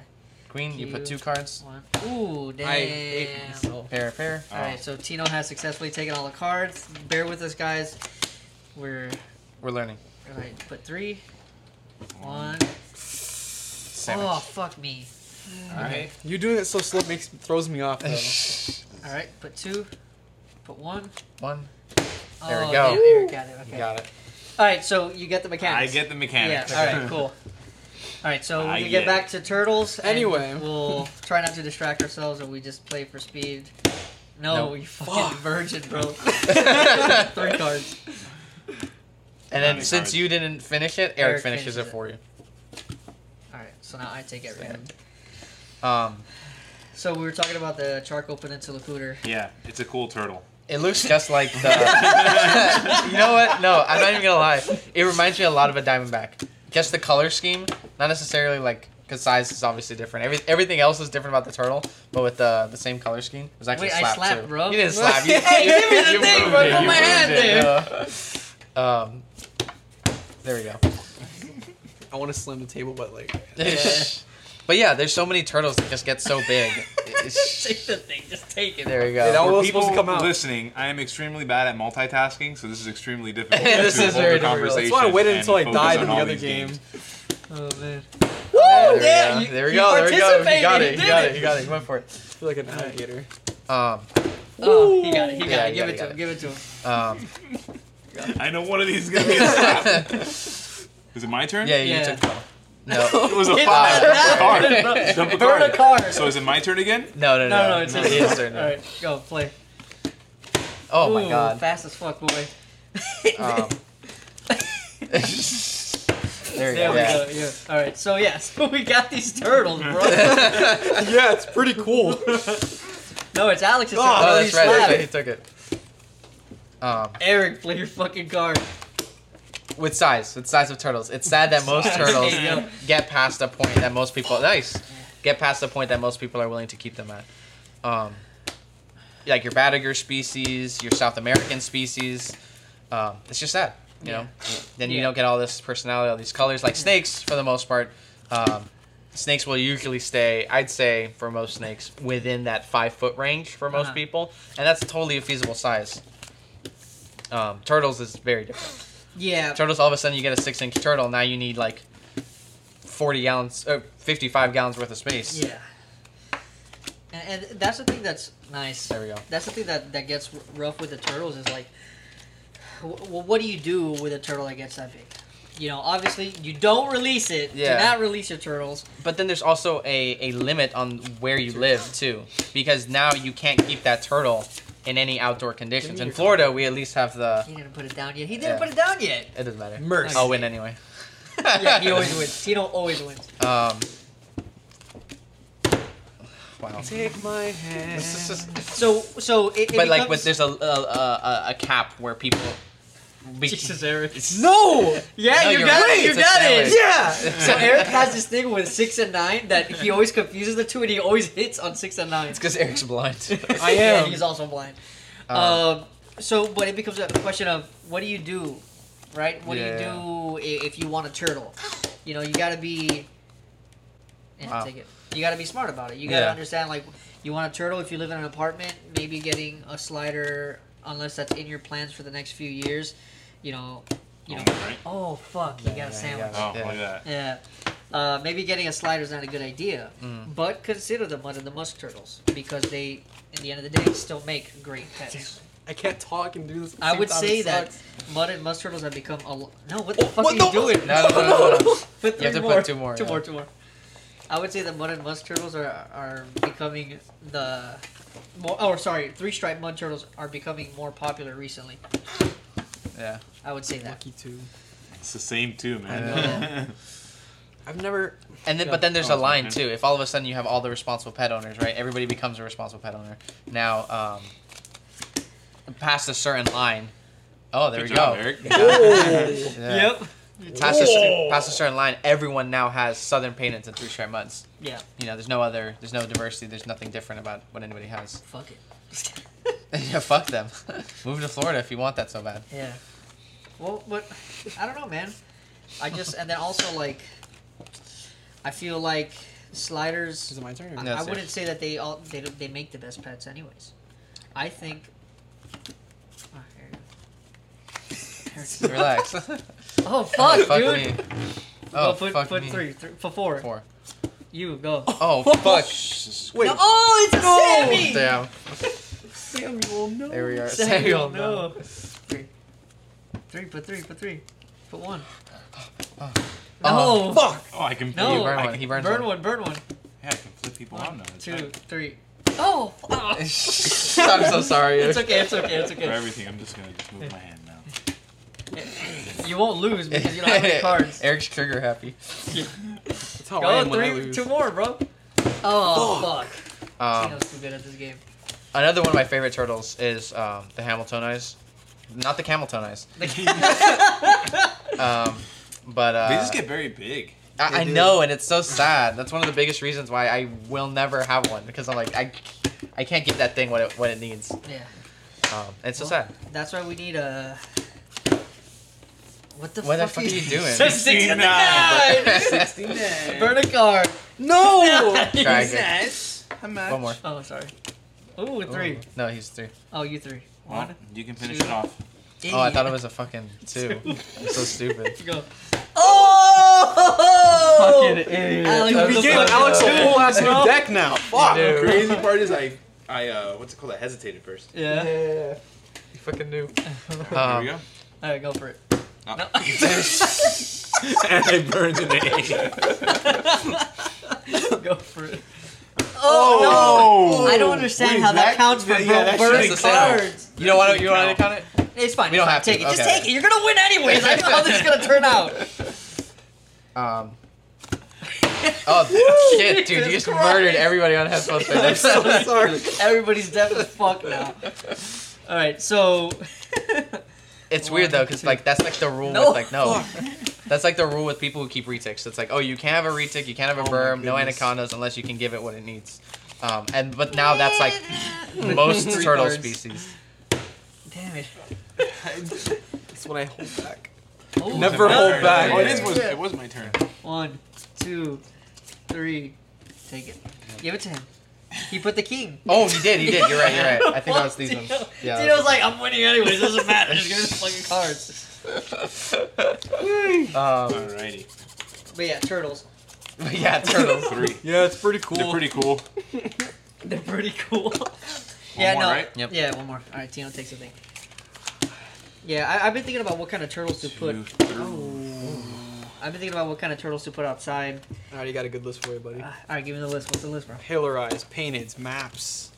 Speaker 2: Queen, you put
Speaker 1: You-
Speaker 2: two cards.
Speaker 1: One. Ooh, damn.
Speaker 3: I hate myself.
Speaker 2: Pair, pair.
Speaker 4: Oh.
Speaker 1: All right, so Tino has successfully taken all the cards. Bear with us, guys. We're
Speaker 2: We're learning.
Speaker 1: all right. Put three. One.
Speaker 2: Sandwich.
Speaker 1: Oh fuck me.
Speaker 4: All right.
Speaker 3: You doing it so slow makes throws me off. Though.
Speaker 1: All right, put two. Put one.
Speaker 2: One. There we
Speaker 1: oh,
Speaker 2: go.
Speaker 1: damn, Eric got it.
Speaker 2: You
Speaker 1: Okay.
Speaker 2: got it.
Speaker 1: All right, so you get the mechanics.
Speaker 4: I get the
Speaker 1: Yeah.
Speaker 4: mechanics.
Speaker 1: All right. Cool. All right. So
Speaker 4: I
Speaker 1: we can
Speaker 4: get
Speaker 1: get
Speaker 4: it.
Speaker 1: back to turtles. and
Speaker 3: Anyway.
Speaker 1: we'll try not to distract ourselves, or we just play for speed. No,
Speaker 2: Nope.
Speaker 1: you fucking
Speaker 3: Fuck.
Speaker 1: virgin, bro. Three cards.
Speaker 2: And then
Speaker 4: Nine
Speaker 2: since
Speaker 4: cards.
Speaker 2: you didn't finish it, Eric,
Speaker 1: Eric
Speaker 2: finishes,
Speaker 1: finishes
Speaker 2: it
Speaker 1: it.
Speaker 2: for you.
Speaker 1: All right. So now I take everything.
Speaker 2: Um,
Speaker 1: So we were talking about the charcoal peninsula cooter.
Speaker 4: Yeah, it's a cool turtle.
Speaker 2: it looks just like the. you know what? No, I'm not even gonna lie. It reminds me a lot of a Diamondback. Just the color scheme, not necessarily like because size is obviously different. Every, everything else is different about the turtle, but with the the same color scheme, it was actually
Speaker 1: Wait, I
Speaker 2: slap
Speaker 1: slapped,
Speaker 2: too.
Speaker 1: bro.
Speaker 2: You didn't slap. You,
Speaker 1: Hey, give me the
Speaker 2: you
Speaker 1: thing,
Speaker 2: moved
Speaker 1: bro.
Speaker 2: it,
Speaker 1: Put
Speaker 2: Oh, you
Speaker 1: my
Speaker 2: moved
Speaker 1: hand
Speaker 2: it,
Speaker 1: there.
Speaker 2: yeah. um, there we go.
Speaker 3: I want to slam the table, but like
Speaker 1: Yeah.
Speaker 2: but yeah, there's so many turtles that just get so big. It's-
Speaker 1: Take the thing. Just take it.
Speaker 2: there you go.
Speaker 3: It
Speaker 4: For
Speaker 3: Well, it's
Speaker 4: people
Speaker 3: supposed to come out.
Speaker 4: listening, I am extremely bad at multitasking, so this is extremely difficult.
Speaker 2: This
Speaker 4: to
Speaker 2: is
Speaker 4: hold
Speaker 2: very
Speaker 4: a
Speaker 2: difficult.
Speaker 4: conversation.
Speaker 3: that's why I waited
Speaker 4: and
Speaker 3: until I
Speaker 4: focus
Speaker 3: died
Speaker 4: on
Speaker 3: in the
Speaker 4: all
Speaker 3: other
Speaker 4: these
Speaker 3: game.
Speaker 4: games.
Speaker 1: Oh man.
Speaker 2: Woo! There
Speaker 1: yeah,
Speaker 2: we
Speaker 1: you-
Speaker 2: go. There we
Speaker 1: you
Speaker 2: go. There we go. You got
Speaker 1: participated,
Speaker 2: it.
Speaker 1: you
Speaker 2: You got
Speaker 1: did
Speaker 2: it.
Speaker 1: it.
Speaker 2: You got it. You went for it.
Speaker 3: I feel like an alligator.
Speaker 2: Um,
Speaker 1: Oh, he got it. He got it.
Speaker 2: Yeah, you
Speaker 1: Give
Speaker 2: got
Speaker 1: it
Speaker 2: it,
Speaker 1: to
Speaker 2: got
Speaker 1: him. Give it to him.
Speaker 2: um,
Speaker 4: I know one of these is gonna be. A... is it my turn?
Speaker 2: yeah, you
Speaker 1: Yeah.
Speaker 2: took the No.
Speaker 4: It was a
Speaker 1: It's
Speaker 4: five.
Speaker 1: not
Speaker 4: Card.
Speaker 1: happening,
Speaker 4: Jump a
Speaker 1: Burn a
Speaker 4: card.
Speaker 1: card.
Speaker 4: So is it my turn again?
Speaker 2: No, no, no.
Speaker 1: no, no, it's
Speaker 2: no,
Speaker 1: his
Speaker 2: his
Speaker 1: All
Speaker 2: turn.
Speaker 1: right, go play.
Speaker 2: Oh my
Speaker 1: Ooh,
Speaker 2: god.
Speaker 1: Fast as fuck, boy.
Speaker 2: Um, there
Speaker 1: there
Speaker 2: we go.
Speaker 1: we
Speaker 2: Yeah.
Speaker 1: go. Yeah. All right. So yeah, so we got these turtles, bro.
Speaker 3: yeah, it's pretty cool.
Speaker 1: no, it's Alex's turn.
Speaker 2: Oh,
Speaker 1: Oh,
Speaker 2: that's
Speaker 1: he
Speaker 2: right. That's
Speaker 1: slapped.
Speaker 2: right. He took it. Um,
Speaker 1: Eric, play your fucking card.
Speaker 2: with size, with size of turtles. It's sad that most turtles
Speaker 1: There you go.
Speaker 2: get past a point that most people nice get past the point that most people are willing to keep them at. Um, like your Badager species, your South American species. Um, it's just sad, you know. Then you
Speaker 1: Yeah.
Speaker 2: don't get all this personality, all these colors. Like snakes, for the most part, um, snakes will usually stay. I'd say for most snakes within that five foot range for most
Speaker 1: Uh-huh.
Speaker 2: people, and that's totally a feasible size. Um, turtles is very different
Speaker 1: Yeah.
Speaker 2: turtles all of a sudden you get a six inch turtle now you need like 40 gallons or 55 gallons worth of space
Speaker 1: Yeah. And, and that's the thing that's nice.
Speaker 2: there we go
Speaker 1: That's the thing that that gets r- rough with the turtles is like, w- what do you do with a turtle that gets that big? You know, obviously you don't release it.
Speaker 2: Yeah.
Speaker 1: Do not release your turtles.
Speaker 2: but then there's also a, a limit on where you live too because now you can't keep that turtle in any outdoor conditions in florida we at least have the
Speaker 1: He didn't put it down yet. He
Speaker 2: Yeah.
Speaker 1: didn't put it down yet.
Speaker 2: it doesn't matter
Speaker 3: Mercy.
Speaker 2: i'll win anyway
Speaker 1: yeah, he always wins. Tino always wins.
Speaker 2: um wow
Speaker 3: Take my hand.
Speaker 2: This is just-
Speaker 1: So, so it, it
Speaker 2: but like but
Speaker 1: becomes-
Speaker 2: there's a, a, a, a cap where people we,
Speaker 1: Jesus, Eric.
Speaker 3: No.
Speaker 1: Yeah,
Speaker 2: No,
Speaker 1: you
Speaker 2: you're
Speaker 1: got
Speaker 2: right,
Speaker 1: it. You
Speaker 2: it's a
Speaker 1: got it.
Speaker 2: sandwich.
Speaker 3: Yeah.
Speaker 1: So Eric has this thing with six and nine that he always confuses the two, and he always hits on six and nine.
Speaker 2: because eric's blind
Speaker 3: I
Speaker 1: Yeah,
Speaker 3: am.
Speaker 1: he's also blind.
Speaker 2: Um,
Speaker 1: Um, so, but it becomes a question of what do you do, right? What
Speaker 2: Yeah.
Speaker 1: do you do i- if you want a turtle? You know, you got to be. And
Speaker 2: Wow.
Speaker 1: take it. You got to be smart about it. You got to
Speaker 2: Yeah.
Speaker 1: understand, like, you want a turtle if you live in an apartment. Maybe getting a slider, unless that's in your plans for the next few years. You know, you know.
Speaker 4: Oh, right.
Speaker 1: Oh fuck! You got a sandwich.
Speaker 2: yeah.
Speaker 4: Oh, look at that.
Speaker 1: Yeah. Uh, maybe getting a slider is not a good idea,
Speaker 2: Mm.
Speaker 1: but consider them one of the musk turtles because they, in the end of the day, still make great pets.
Speaker 3: I can't talk and do this. At the
Speaker 1: I
Speaker 3: same
Speaker 1: would
Speaker 3: time.
Speaker 1: say
Speaker 3: It
Speaker 1: that
Speaker 3: sucks.
Speaker 1: mud and mud turtles have become a. Lo- no, what the
Speaker 3: Oh,
Speaker 1: fuck
Speaker 3: what
Speaker 1: are
Speaker 3: the-
Speaker 1: you doing?
Speaker 2: No, no, no, no, no, no.
Speaker 1: Put
Speaker 2: You
Speaker 1: three
Speaker 2: have to put
Speaker 1: more.
Speaker 2: two more,
Speaker 1: Two
Speaker 2: yeah.
Speaker 1: more. Two more. I would say the mud and musk turtles are are becoming the. More, oh, sorry. Three striped mud turtles are becoming more popular recently.
Speaker 2: Yeah.
Speaker 1: I would say that.
Speaker 3: Lucky too.
Speaker 4: It's the same too,
Speaker 1: I
Speaker 4: man.
Speaker 3: I've never.
Speaker 2: And then,
Speaker 3: Yeah.
Speaker 2: but then there's
Speaker 4: Oh,
Speaker 2: a line
Speaker 4: okay.
Speaker 2: too. If all of a sudden you have all the responsible pet owners, right? Everybody becomes a responsible pet owner. Now, um, past a certain line. Oh, there
Speaker 4: Good
Speaker 2: we
Speaker 4: job,
Speaker 2: go.
Speaker 4: Eric.
Speaker 3: Oh.
Speaker 2: Yeah. Past a, cer- past a certain line, everyone now has Southern Paintings and Three Stripe Muds.
Speaker 1: Yeah.
Speaker 2: You know, there's no other, there's no diversity. There's nothing different about what anybody has.
Speaker 1: Fuck it.
Speaker 2: yeah, fuck them. Move to Florida if you want that so bad.
Speaker 1: Yeah. Well, but I don't know, man. I just and then also like, I feel like sliders.
Speaker 3: Is it my turn?
Speaker 1: I,
Speaker 2: No,
Speaker 1: I
Speaker 2: it's
Speaker 1: wouldn't say that they all they don't- they make the best pets, anyways. I think. Oh, here you go.
Speaker 2: Relax.
Speaker 1: oh fuck,
Speaker 2: fuck
Speaker 1: dude!
Speaker 2: me.
Speaker 1: Oh,
Speaker 2: Oh,
Speaker 1: put
Speaker 2: fuck
Speaker 1: put
Speaker 2: me.
Speaker 1: three, three for four.
Speaker 2: Four.
Speaker 1: You go.
Speaker 2: Oh, fuck.
Speaker 3: Wait.
Speaker 1: No- oh, it's Sammy.
Speaker 2: Damn.
Speaker 3: Samuel, no.
Speaker 2: There we are.
Speaker 1: Samuel,
Speaker 2: Samuel,
Speaker 1: no. Three. Three. Put three. Put three. Put one.
Speaker 2: Oh,
Speaker 1: no.
Speaker 3: Fuck.
Speaker 4: Oh, I can.
Speaker 1: No.
Speaker 2: He burned
Speaker 4: I
Speaker 2: one.
Speaker 4: can,
Speaker 2: He burned
Speaker 1: Burn
Speaker 2: one.
Speaker 1: one. Burn one.
Speaker 4: Yeah, I can flip people on now. It's
Speaker 1: Two,
Speaker 4: fine.
Speaker 1: three. Oh, fuck.
Speaker 2: I'm so sorry.
Speaker 1: It's okay, it's okay, it's
Speaker 4: For
Speaker 1: okay.
Speaker 4: everything, I'm just gonna just move my hand now.
Speaker 1: You won't lose because you don't have any cards.
Speaker 2: Eric's trigger happy.
Speaker 3: That's how I
Speaker 1: Go
Speaker 3: am when I
Speaker 1: three,
Speaker 3: lose.
Speaker 1: two more, bro. Oh, fuck.
Speaker 2: Um,
Speaker 1: Tino's too good at this game.
Speaker 2: another one of my favorite turtles is um, the Hamilton eyes, not the Camelton eyes. Um, but uh,
Speaker 4: they just get very big.
Speaker 2: I, I
Speaker 3: They do.
Speaker 2: know, and it's so sad. That's one of the biggest reasons why I will never have one because I'm like I, I can't give that thing what it what it needs.
Speaker 1: yeah,
Speaker 2: Um, it's so
Speaker 1: Well,
Speaker 2: sad.
Speaker 1: that's why we need a. What the
Speaker 2: What the
Speaker 1: fuck,
Speaker 2: fuck are you doing?
Speaker 1: 69! Burn a card.
Speaker 3: No.
Speaker 2: Try again. One more.
Speaker 1: Oh, sorry. Ooh, three.
Speaker 2: Ooh. No, he's three.
Speaker 1: Oh, you three.
Speaker 4: Well,
Speaker 1: One.
Speaker 4: you can finish
Speaker 1: two.
Speaker 4: it off.
Speaker 2: Oh, I thought it was a fucking two. I'm so stupid.
Speaker 1: Go.
Speaker 2: Oh!
Speaker 1: Fucking idiot. Alex,
Speaker 2: That's
Speaker 1: we
Speaker 2: a
Speaker 1: gave
Speaker 2: fucking
Speaker 1: Alex a
Speaker 2: idiot.
Speaker 1: whole ass round.
Speaker 3: deck now. Fuck.
Speaker 2: You do.
Speaker 5: crazy part is I, I uh, what's it called? I hesitated first.
Speaker 1: Yeah.
Speaker 3: Yeah. You fucking knew.
Speaker 4: Here we
Speaker 2: Um,
Speaker 4: go.
Speaker 1: Alright, go for it.
Speaker 4: Oh.
Speaker 1: No.
Speaker 4: and I burned an egg.
Speaker 1: go for it.
Speaker 4: Oh!
Speaker 1: I don't understand
Speaker 5: Wait,
Speaker 1: how that,
Speaker 5: that-
Speaker 1: counts for
Speaker 5: yeah, that
Speaker 1: both burning
Speaker 2: shouldn't count.
Speaker 1: cards.
Speaker 2: you don't want to. You want to count it?
Speaker 1: It's fine.
Speaker 2: We
Speaker 1: it's
Speaker 2: don't
Speaker 1: fine.
Speaker 2: have to,
Speaker 1: take it. Just
Speaker 2: okay.
Speaker 1: take it. You're gonna win anyways. I know how this is gonna turn out.
Speaker 2: Um. Oh shit, dude! You
Speaker 1: Jesus
Speaker 2: just
Speaker 1: Christ.
Speaker 2: murdered everybody on headphones.
Speaker 1: I'm so
Speaker 2: That's-
Speaker 1: sorry. Everybody's deaf as fuck now. All right, so
Speaker 2: It's weird though, because like that's like the rule
Speaker 1: No.
Speaker 2: with like no, that's like the rule with people who keep retics. It's like oh, you can't have a retic, you can't have a berm, no
Speaker 3: Oh goodness.
Speaker 2: anacondas unless you can give it what it needs. Um, and but now that's like most
Speaker 1: Three
Speaker 2: turtle
Speaker 1: birds.
Speaker 2: species.
Speaker 1: damn it.
Speaker 3: That's when I hold back.
Speaker 1: Oh,
Speaker 3: Never
Speaker 1: no.
Speaker 3: hold back.
Speaker 4: Oh, it, is, was, it was my turn.
Speaker 1: One, two, three. Take it. Give it to him. He put the king.
Speaker 2: Oh, you did, you did. You're right, you're right. I think that was these
Speaker 1: Tino-
Speaker 2: ones. Yeah. that
Speaker 1: Tino's like, I'm winning anyways. Doesn't matter. Just give me the fucking cards.
Speaker 2: was- Um,
Speaker 4: Alrighty.
Speaker 1: But yeah, turtles.
Speaker 2: yeah, turtles.
Speaker 4: Three.
Speaker 3: Yeah, it's pretty cool.
Speaker 4: They're pretty cool.
Speaker 1: They're pretty cool. yeah,
Speaker 4: more,
Speaker 1: no.
Speaker 4: right?
Speaker 2: Yep.
Speaker 1: Yeah, one more. All right, Tino takes a thing. Yeah, I, I've been thinking about what kind of turtles to put.
Speaker 4: Two, three.
Speaker 1: Oh. I've been thinking about what kind of turtles to put outside.
Speaker 3: I already got a good list for you, buddy.
Speaker 1: Uh, all right, give me the list. What's the list, bro?
Speaker 3: Hailer eyes, painteds, maps.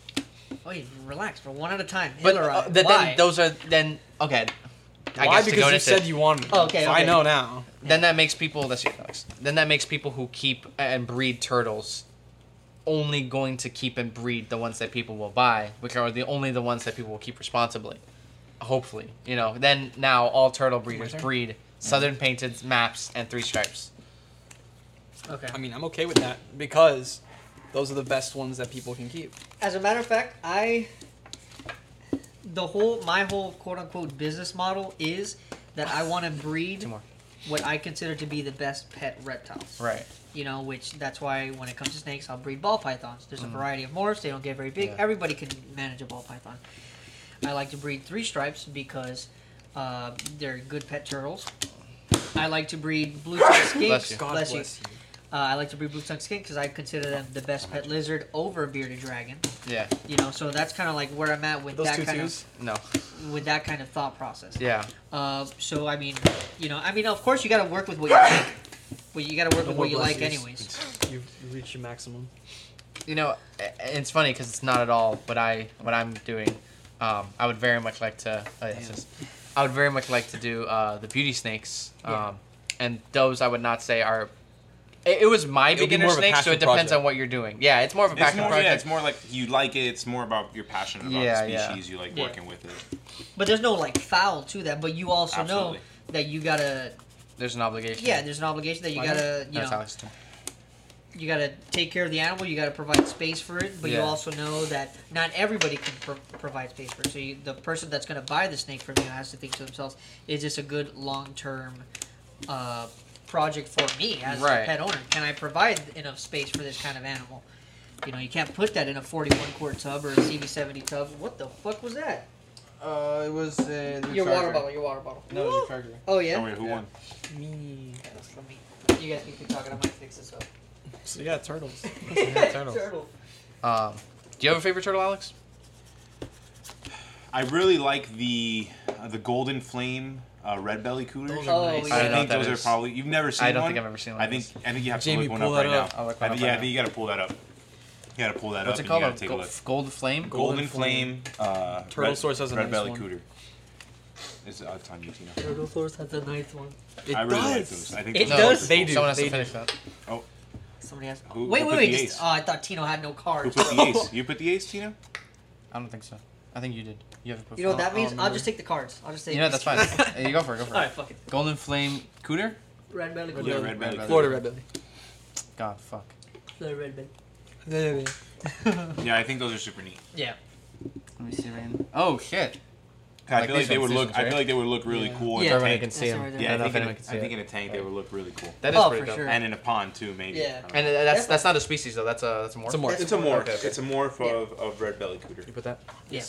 Speaker 1: Wait, relax, bro. One at a time.
Speaker 2: But
Speaker 1: Hiller
Speaker 2: uh,
Speaker 1: eye.
Speaker 2: th-
Speaker 1: Why?
Speaker 2: then those are then okay. I
Speaker 3: Why?
Speaker 2: guess to go
Speaker 3: Because you
Speaker 2: into-
Speaker 3: said you wanted.
Speaker 1: Oh, okay,
Speaker 3: So I
Speaker 1: okay.
Speaker 3: know now.
Speaker 2: Then that makes people. That's your dogs. Then that makes people who keep and breed turtles only going to keep and breed the ones that people will buy, which are the only the ones that people will keep responsibly. Hopefully, you know. Then now all turtle breeders
Speaker 3: turn?
Speaker 2: breed southern painted maps and three stripes.
Speaker 1: okay.
Speaker 3: I mean, I'm okay with that because those are the best ones that people can keep.
Speaker 1: As a matter of fact, I the whole my whole quote unquote business model is that I want to breed
Speaker 2: Two more.
Speaker 1: what I consider to be the best pet reptiles.
Speaker 2: Right.
Speaker 1: You know, which that's why when it comes to snakes, I'll breed ball pythons. There's a variety of morphs; they don't get very big.
Speaker 2: Yeah.
Speaker 1: Everybody can manage a ball python. I like to breed three stripes because uh, they're good pet turtles. I like to breed blue-tailed skinks.
Speaker 2: you.
Speaker 3: God
Speaker 1: Bless
Speaker 3: bless,
Speaker 1: you.
Speaker 3: you.
Speaker 1: Uh, I like to breed blue tongue skin because I consider them the best pet lizard over bearded dragon.
Speaker 2: Yeah.
Speaker 1: You know, so that's kind of like where I'm at with
Speaker 3: Those
Speaker 1: that
Speaker 3: two
Speaker 1: kind
Speaker 3: twos?
Speaker 2: No.
Speaker 1: of with that kind of thought process.
Speaker 2: Yeah.
Speaker 1: Uh, so I mean, you know, I mean, of course you got to work with what you like. Well, you got to work
Speaker 3: No
Speaker 1: with
Speaker 3: more
Speaker 1: what you like,
Speaker 3: blessings.
Speaker 1: anyways.
Speaker 3: You've you've reached your maximum.
Speaker 2: You know, a- a- it's funny because it's not at all what I what I'm doing. Um, I would very much like to. Uh, it's just- I would very much like to do uh, the beauty snakes, um,
Speaker 1: Yeah.
Speaker 2: and those I would not say are. It, it was my
Speaker 3: It'll be
Speaker 2: beginner
Speaker 3: more of a
Speaker 2: snake, so
Speaker 3: passion
Speaker 2: it depends
Speaker 3: project.
Speaker 2: on what you're doing. Yeah, it's more of a
Speaker 4: It's
Speaker 2: passion
Speaker 4: more,
Speaker 2: project.
Speaker 4: yeah, it's more like you like it. It's more about your passion about
Speaker 2: Yeah,
Speaker 4: the
Speaker 2: yeah.
Speaker 4: species. You like
Speaker 1: Yeah.
Speaker 4: working with it.
Speaker 1: But there's no like foul to that. But you also know
Speaker 4: Absolutely.
Speaker 1: that you gotta,
Speaker 2: There's an obligation.
Speaker 1: yeah, there's an obligation that you
Speaker 2: Why
Speaker 1: gotta, you
Speaker 2: That's
Speaker 1: know,
Speaker 2: Alex.
Speaker 1: you gotta take care of the animal. You gotta provide space for it. But you
Speaker 2: Yeah.
Speaker 1: also know that not everybody can pro- provide space for it. So you, the person that's gonna buy the snake from you has to think to themselves: Is this a good long term? Uh, project for me as a
Speaker 2: Right.
Speaker 1: pet owner can i provide enough space for this kind of animal you know you can't put that in a 41 quart tub or a cb70 tub what the fuck was that
Speaker 2: Uh, it was uh,
Speaker 1: your water bottle your water bottle
Speaker 2: charger.
Speaker 1: oh yeah
Speaker 4: Oh, wait, who
Speaker 2: Yeah.
Speaker 4: won?
Speaker 3: Me.
Speaker 1: Let me. You guys keep talking. I might fix this up.
Speaker 3: So yeah, turtles. turtles.
Speaker 1: Turtle.
Speaker 2: Um, do you have a favorite turtle, Alex?
Speaker 4: I really like the uh, the golden flame uh, red belly coolers.
Speaker 3: Those are
Speaker 1: Oh,
Speaker 3: nice.
Speaker 1: yeah.
Speaker 2: I
Speaker 4: I,
Speaker 2: don't know what
Speaker 4: think
Speaker 2: that is.
Speaker 4: those are probably you've never seen.
Speaker 2: I don't
Speaker 4: one?
Speaker 2: think I've ever seen one
Speaker 4: I
Speaker 2: of
Speaker 4: think
Speaker 2: those.
Speaker 4: I think you have
Speaker 3: Jamie,
Speaker 4: to look one
Speaker 3: pull
Speaker 4: up
Speaker 3: that
Speaker 4: right
Speaker 3: up.
Speaker 4: now.
Speaker 2: I'll look
Speaker 4: I
Speaker 2: one
Speaker 4: think-
Speaker 2: up
Speaker 4: yeah,
Speaker 2: right
Speaker 4: I think you got to pull that up. You got to pull that
Speaker 2: What's
Speaker 4: up.
Speaker 2: it called?
Speaker 4: And
Speaker 2: A
Speaker 4: you gotta take
Speaker 2: go-
Speaker 4: a look.
Speaker 2: gold flame.
Speaker 3: Gold-
Speaker 4: Golden
Speaker 3: Golden
Speaker 4: flame. Uh,
Speaker 3: Turtle
Speaker 4: red,
Speaker 3: source has a
Speaker 4: red
Speaker 3: nice
Speaker 4: belly
Speaker 3: one.
Speaker 4: cooter. It's, uh, it's on YouTube now.
Speaker 1: Turtle Force has a nice one.
Speaker 3: It
Speaker 4: I really like
Speaker 3: does.
Speaker 4: those. I think
Speaker 1: It
Speaker 4: those
Speaker 1: No,
Speaker 4: are
Speaker 1: does.
Speaker 4: cool.
Speaker 3: they do.
Speaker 2: Someone has
Speaker 3: they
Speaker 2: to
Speaker 3: do.
Speaker 2: finish that.
Speaker 4: Oh,
Speaker 1: Somebody has.
Speaker 4: Who-
Speaker 1: wait,
Speaker 4: who
Speaker 1: wait,
Speaker 4: put
Speaker 1: wait.
Speaker 4: the
Speaker 1: just-
Speaker 4: ace?
Speaker 3: uh,
Speaker 1: oh, I thought Tino had no
Speaker 4: who
Speaker 1: cards.
Speaker 4: put the ace? You put the ace, Tina?
Speaker 2: I don't think so. I think you did. You have to put.
Speaker 1: You know what that
Speaker 3: I'll
Speaker 1: means? I'll
Speaker 3: remember.
Speaker 1: just take the cards. I'll just take.
Speaker 2: You know that's fine. Hey, you go for it. Go for it.
Speaker 1: All right, fuck it.
Speaker 2: Golden flame cooter.
Speaker 1: Red belly. Red
Speaker 3: Red
Speaker 1: belly.
Speaker 4: Yeah,
Speaker 3: belly.
Speaker 4: red belly.
Speaker 2: Red
Speaker 4: cooter.
Speaker 3: Florida red belly.
Speaker 2: God fuck.
Speaker 1: The red belly.
Speaker 4: Yeah, I think those are super neat.
Speaker 1: Yeah.
Speaker 2: Let me see right now. Oh shit.
Speaker 4: I
Speaker 2: Like
Speaker 4: feel like
Speaker 2: these
Speaker 4: they
Speaker 2: ones,
Speaker 4: would
Speaker 2: these
Speaker 4: look.
Speaker 2: ones,
Speaker 4: I
Speaker 2: right?
Speaker 4: feel like they would look really
Speaker 3: Yeah.
Speaker 4: cool in
Speaker 1: Yeah.
Speaker 4: a
Speaker 2: Everyone
Speaker 4: tank.
Speaker 2: can see
Speaker 1: That's right
Speaker 2: them.
Speaker 1: there.
Speaker 4: Yeah, I
Speaker 2: not
Speaker 4: think, in a,
Speaker 2: everyone
Speaker 4: I
Speaker 2: can see
Speaker 4: think
Speaker 2: it.
Speaker 4: in a tank they would look really cool,
Speaker 2: That is
Speaker 1: Oh,
Speaker 2: pretty
Speaker 1: for
Speaker 2: dope.
Speaker 1: sure.
Speaker 4: and in a pond too, maybe.
Speaker 1: Yeah.
Speaker 4: I don't
Speaker 2: And
Speaker 4: know.
Speaker 2: uh, that's
Speaker 1: That's-
Speaker 2: that's not a species though. That's a that's a morph.
Speaker 3: It's a morph.
Speaker 4: it's a morph.
Speaker 2: Okay, okay.
Speaker 4: It's a morph
Speaker 1: Yeah.
Speaker 4: of, of red belly cooter.
Speaker 2: You put that.
Speaker 1: Yeah.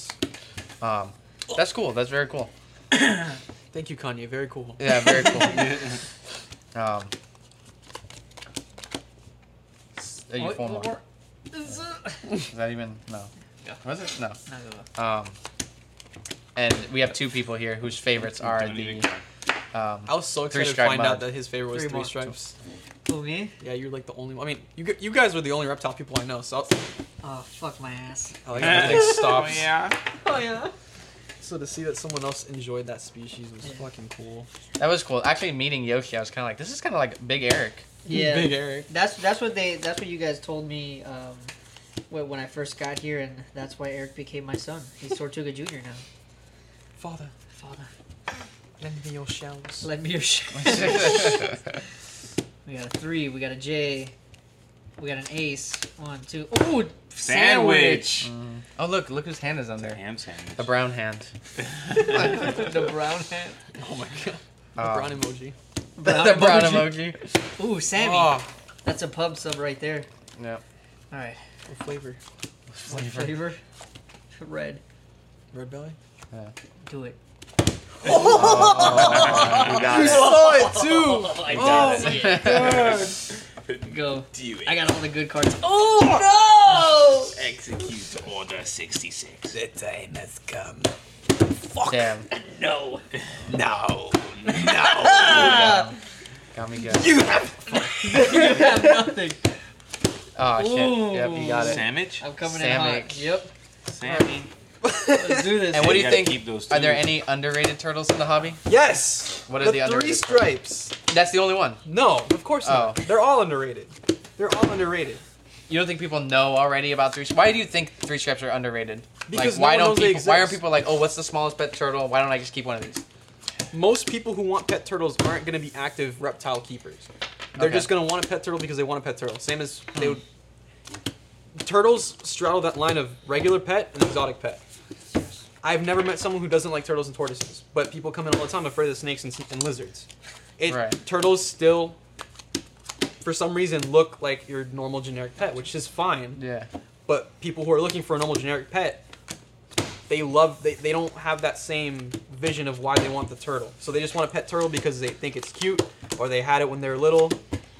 Speaker 2: Um, that's cool. That's very cool.
Speaker 3: Thank you, Kanye. Very cool.
Speaker 2: Yeah, very cool. um, s- uh, you
Speaker 1: Wait,
Speaker 2: four
Speaker 1: one
Speaker 2: more.
Speaker 1: more. Is it-
Speaker 2: Is that even no?
Speaker 1: Yeah.
Speaker 2: Was it no?
Speaker 1: No, no, no.
Speaker 2: Um, and we have two people here whose favorites are
Speaker 4: Don't
Speaker 2: the
Speaker 4: even count.
Speaker 2: um,
Speaker 3: I was so
Speaker 2: Three
Speaker 3: excited to
Speaker 2: stripe
Speaker 3: find
Speaker 2: mod.
Speaker 3: out that his favorite was
Speaker 1: Three
Speaker 3: three,
Speaker 1: more.
Speaker 3: stripes.
Speaker 1: Who me?
Speaker 3: Yeah, you're like the only one. I mean, you gu- you guys were the only reptile people I know. So I'll-
Speaker 1: Oh, fuck my ass.
Speaker 3: I like that everything stops.
Speaker 4: Oh, yeah.
Speaker 1: Oh yeah.
Speaker 3: So to see that someone else enjoyed that species was
Speaker 1: Yeah.
Speaker 3: fucking cool.
Speaker 2: that was cool. Actually, meeting Yoshi, I was kind of like, this is kind of like Big Eric.
Speaker 1: Yeah.
Speaker 3: Big Eric.
Speaker 1: That's that's what they that's what you guys told me um, wh- when I first got here, and that's why Eric became my son. He's Tortuga Junior now.
Speaker 3: Father,
Speaker 1: Father,
Speaker 3: lend me your shells.
Speaker 1: lend me your shit. We got a three. We got a J. We got an ace. One, two. Ooh,
Speaker 4: Sandwich.
Speaker 2: oh look, look whose hand is on there.
Speaker 4: Ham sandwich.
Speaker 2: The brown hand.
Speaker 1: sandwich. the brown hand.
Speaker 3: Oh my god.
Speaker 2: Um,
Speaker 3: Brown emoji.
Speaker 2: the brown emoji.
Speaker 1: Ooh, Sammy.
Speaker 3: Oh,
Speaker 1: That's a pub sub right there.
Speaker 2: Yeah.
Speaker 1: All right.
Speaker 3: what flavor?
Speaker 1: What flavor? Red.
Speaker 3: Red belly.
Speaker 1: Do it.
Speaker 4: I got it.
Speaker 3: Oh, saw it too.
Speaker 1: I
Speaker 4: got
Speaker 3: Oh.
Speaker 1: it. Go.
Speaker 4: Do it.
Speaker 1: I got all the good cards. Oh
Speaker 4: Execute order 66. The time has come.
Speaker 2: Damn.
Speaker 1: no!
Speaker 4: No. No.
Speaker 2: Got me good.
Speaker 4: you have
Speaker 1: No. Ah! you have nothing.
Speaker 2: Oh shit. Yep, you got it.
Speaker 4: sandwich.
Speaker 1: I'm coming in hot.
Speaker 2: Samick.
Speaker 1: Yep.
Speaker 4: Sammy.
Speaker 1: Let's do this.
Speaker 2: And what do
Speaker 4: You
Speaker 2: you
Speaker 4: gotta
Speaker 2: think?
Speaker 4: keep those
Speaker 2: Are there
Speaker 4: two.
Speaker 2: any underrated turtles in the hobby?
Speaker 3: Yes.
Speaker 2: What are
Speaker 3: the
Speaker 2: the underrated
Speaker 3: three
Speaker 2: ones?
Speaker 3: stripes?
Speaker 2: That's the only one.
Speaker 3: No, of course not.
Speaker 2: Oh.
Speaker 3: They're all underrated. They're all underrated.
Speaker 2: You don't think people know already about three? Why do you think three stripes are underrated?
Speaker 3: Because
Speaker 2: like, why
Speaker 3: no one
Speaker 2: don't
Speaker 3: knows they
Speaker 2: people? Why are
Speaker 3: exist.
Speaker 2: people like, oh, what's the smallest pet turtle? Why don't I just keep one of these?
Speaker 3: Most people who want pet turtles aren't going to be active reptile keepers. They're
Speaker 2: Okay.
Speaker 3: just going to want a pet turtle because they want a pet turtle. Same as they would. Turtles straddle that line of regular pet and exotic pet. I've never met someone who doesn't like turtles and tortoises, but people come in all the time afraid of snakes and, s- and lizards. It,
Speaker 2: Right.
Speaker 3: Turtles still, for some reason, look like your normal generic pet, which is fine.
Speaker 2: Yeah.
Speaker 3: but people who are looking for a normal generic pet they love they, they don't have that same vision of why they want the turtle so they just want a pet turtle because they think it's cute or they had it when they were little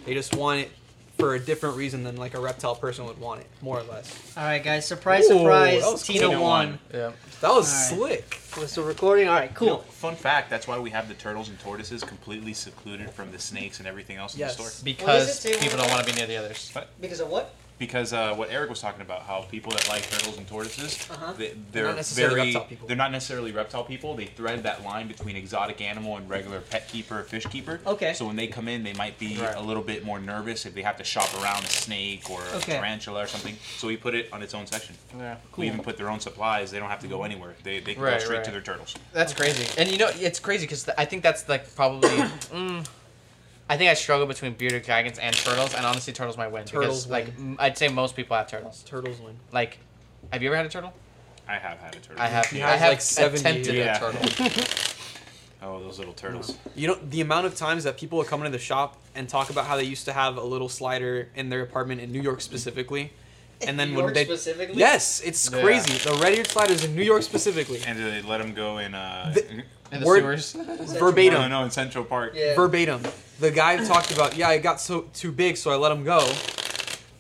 Speaker 3: they just want it for a different reason than like a reptile person would want it, more or less.
Speaker 1: All right, guys. Surprise,
Speaker 3: Ooh,
Speaker 1: surprise.
Speaker 3: that was
Speaker 1: Tina
Speaker 4: Tina
Speaker 1: won.
Speaker 4: won.
Speaker 2: Yeah.
Speaker 3: That was
Speaker 1: All
Speaker 3: slick.
Speaker 1: We're still recording. All right, cool.
Speaker 4: You know, fun fact, that's why we have the turtles and tortoises completely secluded from the snakes and everything else in
Speaker 3: Yes.
Speaker 4: the store.
Speaker 2: Because
Speaker 1: it do?
Speaker 2: people don't want to be near the others.
Speaker 1: Because of what?
Speaker 4: Because uh, what Eric was talking about, how people that like turtles and tortoises,
Speaker 1: Uh-huh.
Speaker 4: they,
Speaker 3: They're
Speaker 4: they're,
Speaker 3: not necessarily
Speaker 4: very,
Speaker 3: reptile people.
Speaker 4: they're not necessarily reptile people. They thread that line between exotic animal and regular pet keeper, fish keeper.
Speaker 1: Okay.
Speaker 4: So when they come in, they might be
Speaker 2: Right.
Speaker 4: a little bit more nervous if they have to shop around a snake or
Speaker 1: Okay.
Speaker 4: a tarantula or something. So we put it on its own section.
Speaker 2: Yeah.
Speaker 4: We even put their own supplies. They don't have to go anywhere. They, they can
Speaker 2: Right,
Speaker 4: go straight
Speaker 2: right.
Speaker 4: to their turtles.
Speaker 2: That's crazy. And you know, it's crazy because I think that's like probably. mm, I think I struggle between bearded dragons and turtles, and honestly, turtles might win.
Speaker 3: Turtles
Speaker 2: because, like, m- I'd say most people have turtles.
Speaker 3: Turtles win.
Speaker 2: Like, have you ever had a turtle?
Speaker 4: I have had a turtle.
Speaker 2: I have.
Speaker 3: He
Speaker 2: I
Speaker 3: has,
Speaker 2: have
Speaker 3: like, 70
Speaker 2: attempted
Speaker 4: Yeah.
Speaker 2: a turtle.
Speaker 4: Oh, those little turtles.
Speaker 3: You know the amount of times that people would come into the shop and talk about how they used to have a little slider in their apartment in New York specifically, and then
Speaker 1: New
Speaker 3: when
Speaker 1: York
Speaker 3: they
Speaker 1: specifically?
Speaker 3: yes, it's
Speaker 2: Yeah.
Speaker 3: crazy. The red-eared sliders in New York specifically,
Speaker 4: And they let them go in. Uh,
Speaker 3: The-
Speaker 2: In the
Speaker 3: Word-
Speaker 2: sewers.
Speaker 3: verbatim.
Speaker 4: No, no, in Central Park.
Speaker 1: Yeah.
Speaker 3: verbatim. The guy talked about, yeah, I got so too big, so I let him go.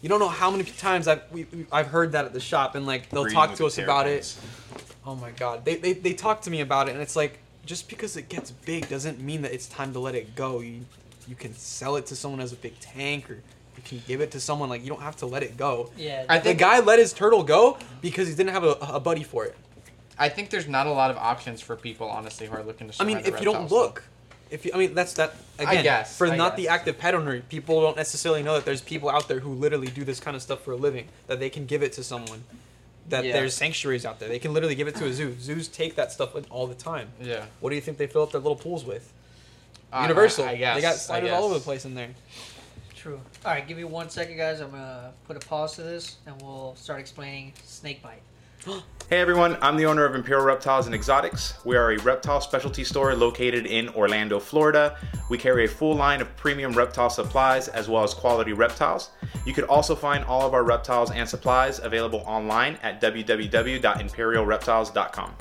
Speaker 3: You don't know how many times I've we, we- I've heard that at the shop, and like they'll
Speaker 4: Breeding
Speaker 3: talk
Speaker 4: with
Speaker 3: to
Speaker 4: the
Speaker 3: us about it.
Speaker 4: pterodactyls.
Speaker 3: Oh my god, they, they they talk to me about it, and it's like just because it gets big doesn't mean that it's time to let it go. You you can sell it to someone as a big tank, or you can give it to someone. Like you don't have to let it go.
Speaker 1: Yeah.
Speaker 2: I
Speaker 3: The
Speaker 2: think
Speaker 3: guy let his turtle go because he didn't have a, a buddy for it.
Speaker 2: I think there's not a lot of options for people, honestly, who are looking to.
Speaker 3: I mean,
Speaker 2: survive the
Speaker 3: if you don't
Speaker 2: reptiles, though.
Speaker 3: look, if you, I mean, that's that again
Speaker 2: guess,
Speaker 3: for
Speaker 2: I
Speaker 3: not the
Speaker 2: guess.
Speaker 3: active pet owner. People don't necessarily know that there's people out there who literally do this kind of stuff for a living. That they can give it to someone. That
Speaker 1: Yeah.
Speaker 3: there's sanctuaries out there. They can literally give it to a zoo. Zoos take that stuff in all the time.
Speaker 2: Yeah.
Speaker 3: What do you think they fill up their little pools with?
Speaker 2: I- I-
Speaker 3: Universal.
Speaker 2: I guess.
Speaker 3: They got
Speaker 2: I
Speaker 3: sliders all over the
Speaker 2: guess.
Speaker 3: place in there.
Speaker 1: True. All right, give me one second, guys. I'm gonna put a pause to this, and we'll start explaining snake bite.
Speaker 5: Hey everyone, I'm the owner of Imperial Reptiles and Exotics. We are a reptile specialty store located in Orlando, Florida. We carry a full line of premium reptile supplies as well as quality reptiles. You could also find all of our reptiles and supplies available online at www.imperialreptiles.com.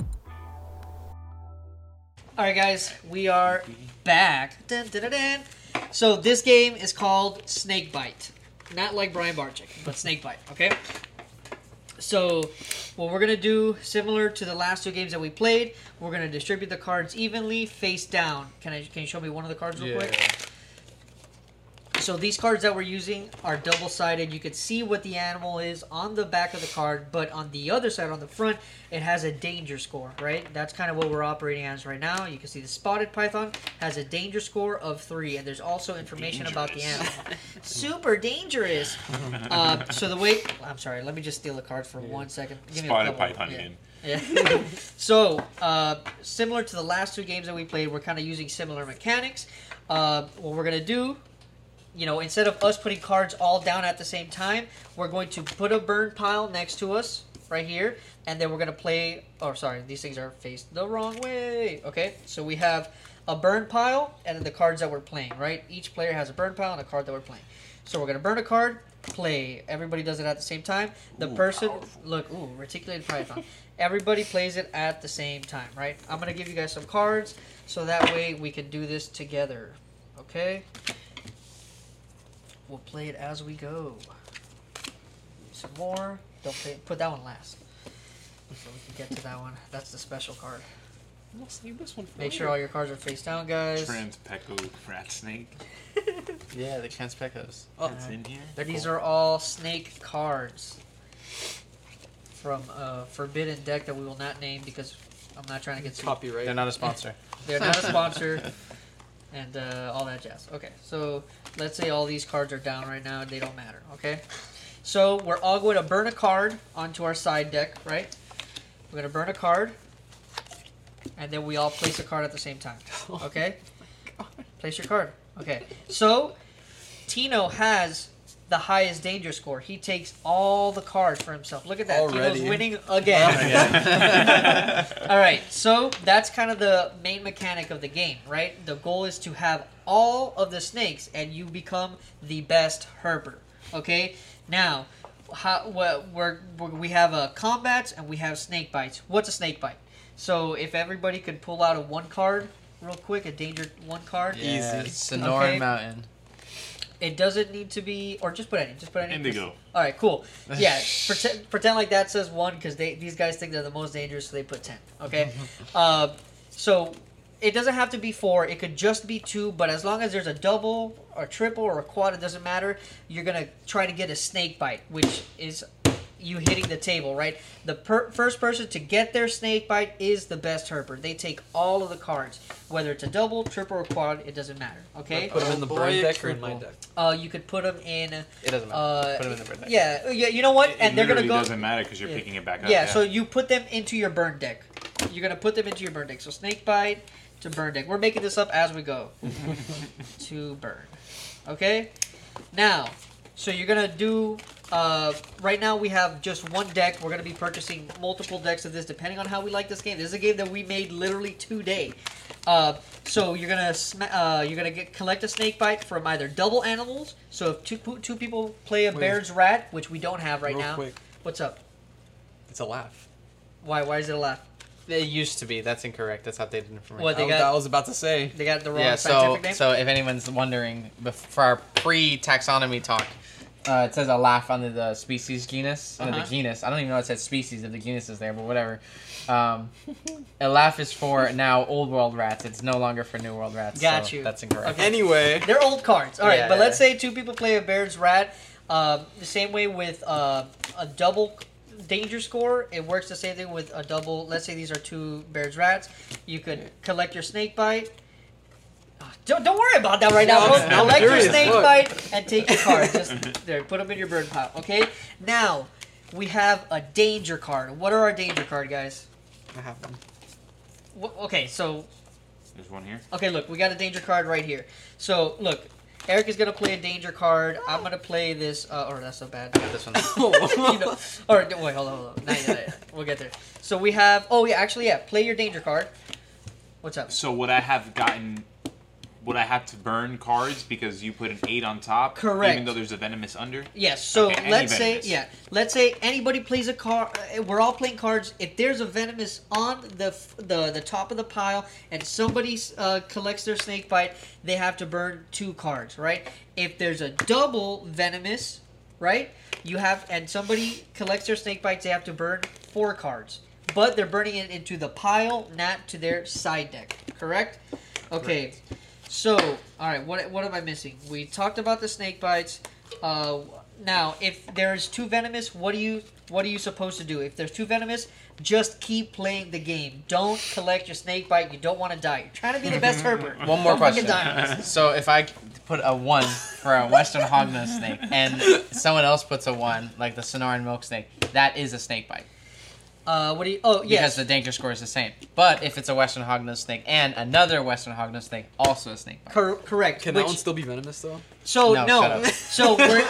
Speaker 1: All right, guys, we are back. Dun, dun, dun, dun. So this game is called Snake Bite, not like Brian Barczyk, but Snake Bite. Okay. So what we're gonna do, similar to the last two games that we played, we're gonna distribute the cards evenly, face down. Can I? Can you show me one of the cards real quick?
Speaker 2: Yeah.
Speaker 1: So these cards that we're using are double sided. You could see what the animal is on the back of the card, but on the other side, on the front, it has a danger score, right? That's kind of what we're operating as right now. You can see the spotted python has a danger score of three, and there's also information about the animal. Super dangerous. Uh, so the way I'm sorry, let me just steal a card for one second. Give me a
Speaker 4: Spotted
Speaker 1: couple.
Speaker 4: python
Speaker 1: Yeah.
Speaker 4: again.
Speaker 1: Yeah. so, uh, similar to the last two games that we played, we're kind of using similar mechanics. Uh, what we're going to do, you know, instead of us putting cards all down at the same time, we're going to put a burn pile next to us right here, and then we're going to play. Or, sorry, these things are faced the wrong way. Okay, so we have a burn pile and then the cards that we're playing, right? Each player has a burn pile and a card that we're playing. So, we're going to burn a card. Play. Everybody does it at the same time. The person, look, ooh, reticulated python. Everybody plays it at the same time, right? I'm gonna give you guys some cards so that way we can do this together. Okay? We'll play it as we go. Some more. Don't play, put that one last. So we can get to that one. That's the special card.
Speaker 3: I'll save this one for
Speaker 1: Make sure all your cards are face down, guys.
Speaker 4: Transpeco rat snake. Uh-huh.
Speaker 2: Yeah, the transpecos.
Speaker 3: Oh,
Speaker 4: It's in here.
Speaker 1: These are all snake cards from a forbidden deck that we will not name because I'm not trying to get sued.
Speaker 2: They're
Speaker 3: copyright.
Speaker 2: not a sponsor.
Speaker 1: They're not a sponsor. And uh, all that jazz. Okay, so let's say all these cards are down right now and they don't matter, okay? So we're all going to burn a card onto our side deck, right? We're going to burn a card. And then we all place a card at the same time, okay? place your card. Okay, so Tino has the highest danger score. He takes all the cards for himself. Look at that.
Speaker 3: Already.
Speaker 1: Tino's winning again. All right, so that's kind of the main mechanic of the game, right? The goal is to have all of the snakes, and you become the best herper. Okay, now, how, what we're, we're, we have uh, combats and we have snake bites. What's a snake bite? So if everybody could pull out a one card real quick, a danger one card.
Speaker 2: Sonoran
Speaker 1: Okay.
Speaker 2: Mountain.
Speaker 1: It doesn't need to be, or just put any, just put any.
Speaker 4: Indigo.
Speaker 1: All right, cool. Yeah, pretend, pretend like that says one because they these guys think they're the most dangerous, so they put ten. Okay, uh, so it doesn't have to be four. It could just be two, but as long as there's a double, or triple, or a quad, it doesn't matter. You're gonna try to get a snake bite, which is you hitting the table, right? The per- first person to get their snake bite is the best herper. They take all of the cards, whether it's a double, triple, or quad. It doesn't matter. Okay.
Speaker 3: Put them in the
Speaker 2: Boy,
Speaker 3: burn
Speaker 2: a
Speaker 3: deck or in my
Speaker 2: triple.
Speaker 3: deck.
Speaker 1: Uh, you could put them in.
Speaker 2: It doesn't matter.
Speaker 1: Uh,
Speaker 2: Put them in the burn deck.
Speaker 1: Yeah, yeah. You know what?
Speaker 4: It
Speaker 1: and they're gonna
Speaker 4: literally
Speaker 1: go.
Speaker 4: doesn't matter because you're
Speaker 1: Yeah.
Speaker 4: picking it back
Speaker 1: Yeah,
Speaker 4: up.
Speaker 1: So you put them into your burn deck. You're gonna put them into your burn deck. So snake bite to burn deck. We're making this up as we go. to burn. Okay. Now, so you're gonna do. Uh, right now we have just one deck. We're gonna be purchasing multiple decks of this, depending on how we like this game. This is a game that we made literally today. Uh, so you're gonna sma- uh, you're gonna get collect a snake bite from either double animals. So if two two people play a bear's rat, which we don't have right
Speaker 3: Real
Speaker 1: now.
Speaker 3: quick.
Speaker 1: What's up?
Speaker 3: It's a laugh.
Speaker 1: Why? Why is it a laugh?
Speaker 2: It used to be. That's incorrect. That's outdated information.
Speaker 1: What,
Speaker 3: I,
Speaker 1: they
Speaker 3: was-
Speaker 1: got-
Speaker 3: I Oh, was about to say.
Speaker 1: They got the wrong
Speaker 2: yeah. So
Speaker 1: scientific name.
Speaker 2: so if anyone's wondering, bef- for our pre-taxonomy talk, uh, it says a laugh under the species genus under
Speaker 1: Uh-huh.
Speaker 2: the genus. I don't even know it says species if the genus is there, but whatever. Um, a laugh is for now old world rats. It's no longer for new world rats.
Speaker 1: Got
Speaker 2: so
Speaker 1: you.
Speaker 2: That's incorrect.
Speaker 3: Anyway,
Speaker 1: They're old cards. All right,
Speaker 2: Yeah,
Speaker 1: but
Speaker 2: yeah,
Speaker 1: let's say two people play a Baird's Rat. Um, the same way with uh, a double danger score, it works the same thing with a double. Let's say these are two Baird's Rats. You could collect your snake bite. Ah, Don't, don't worry about that right now.
Speaker 3: Well, I'm-
Speaker 1: folks.
Speaker 3: I'm
Speaker 1: Collect your
Speaker 3: curious,
Speaker 1: snake
Speaker 3: look.
Speaker 1: bite and take your card. Just there, put them in your bird pile. Okay. Now we have a danger card. What are our danger card, guys?
Speaker 3: I have them.
Speaker 1: Wh- okay, so
Speaker 4: There's one here.
Speaker 1: Okay, look, we got a danger card right here. So look, Eric is gonna play a danger card. I'm gonna play this. Uh, or that's so bad.
Speaker 2: Got this one.
Speaker 1: you know, or wait, hold on, hold on. Not yet, not yet. We'll get there. So we have. Oh yeah, actually, yeah. Play your danger card. What's up?
Speaker 4: So would I have gotten? Would I have to burn cards because you put an eight on top?
Speaker 1: Correct.
Speaker 4: Even though there's a venomous under.
Speaker 1: Yes. So
Speaker 4: Okay, any
Speaker 1: let's say
Speaker 4: venomous.
Speaker 1: yeah. Let's say anybody plays a card. We're all playing cards. If there's a venomous on the f- the the top of the pile, and somebody uh, collects their snake bite, they have to burn two cards, right? If there's a double venomous, right? You have and somebody collects their snake bites, they have to burn four cards. But they're burning it into the pile, not to their side deck. Correct? Okay. So, all right, what what am I missing? We talked about the snake bites. Uh, now, if there's two venomous, what do you what are you supposed to do? If there's two venomous, just keep playing the game. Don't collect your snake bite. You don't want to die. You're trying to be the best herper.
Speaker 2: One more
Speaker 1: Don't fucking
Speaker 2: question.
Speaker 1: die on us.
Speaker 2: So if I put a one for a Western hognose snake, and someone else puts a one, like the Sonoran milk snake, that is a snake bite
Speaker 1: Uh, what do you? Oh,
Speaker 2: because
Speaker 1: yes.
Speaker 2: the danger score is the same. But if it's a Western hognose snake and another Western hognose snake, also a snake bite.
Speaker 1: Cor- correct.
Speaker 3: Can that
Speaker 1: Which,
Speaker 3: one still be venomous though?
Speaker 1: so
Speaker 2: No,
Speaker 1: no.
Speaker 2: shut up.
Speaker 1: so we're,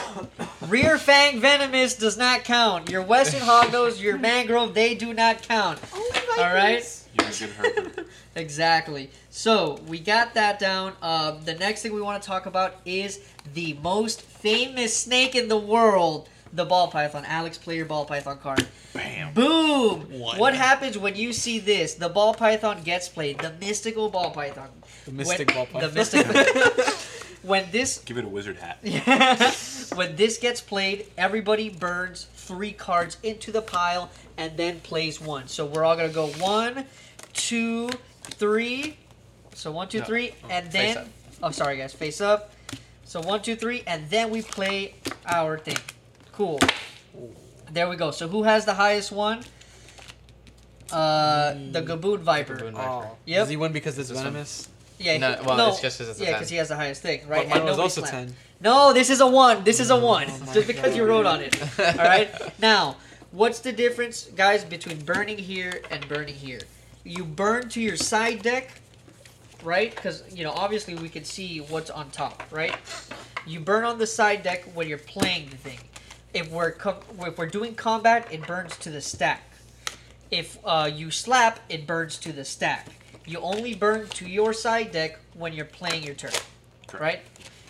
Speaker 1: rear fang venomous does not count. Your western hognose, your mangrove, they do not count. All right.
Speaker 4: You're a good herper.
Speaker 1: Exactly. So we got that down. Um, the next thing we want to talk about is the most famous snake in the world, the ball python. Alex, play your ball python card.
Speaker 4: Bam.
Speaker 1: Boom! What happens when you see this? The ball python gets played. The mystical ball python.
Speaker 3: The mystic ball python.
Speaker 1: The mystic. when this
Speaker 4: Give it a wizard hat.
Speaker 1: when this gets played, everybody burns three cards into the pile and then plays one. So we're all gonna go one, two, three. So one, two,
Speaker 2: No.
Speaker 1: three, and
Speaker 2: face
Speaker 1: then
Speaker 2: up.
Speaker 1: oh sorry guys, face up. So one, two, three, and then we play our thing. Cool. There we go. So who has the highest one? Uh, the
Speaker 3: Mm.
Speaker 1: Gaboon Viper.
Speaker 2: Gaboon.
Speaker 3: Oh,
Speaker 1: Yep.
Speaker 3: Does he win because it's
Speaker 2: This one.
Speaker 3: venomous?
Speaker 1: Yeah.
Speaker 2: No,
Speaker 1: he-
Speaker 2: well, it's just 'cause it's a
Speaker 1: yeah,
Speaker 2: 10.
Speaker 1: because he has the highest thing, right?
Speaker 3: But mine
Speaker 1: And
Speaker 3: was
Speaker 1: nobody
Speaker 3: also
Speaker 1: clapped.
Speaker 3: ten.
Speaker 1: No, this is a one. This is a one.
Speaker 3: my
Speaker 1: Just because you wrote on it. All right. Now, what's the difference, guys, between burning here and burning here? You burn to your side deck, right? Because you know, obviously, we can see what's on top, right? You burn on the side deck when you're playing the thing. If we're com- if we're doing combat, it burns to the stack. If uh, you slap, it burns to the stack. You only burn to your side deck when you're playing your turn,
Speaker 4: Correct.
Speaker 1: right?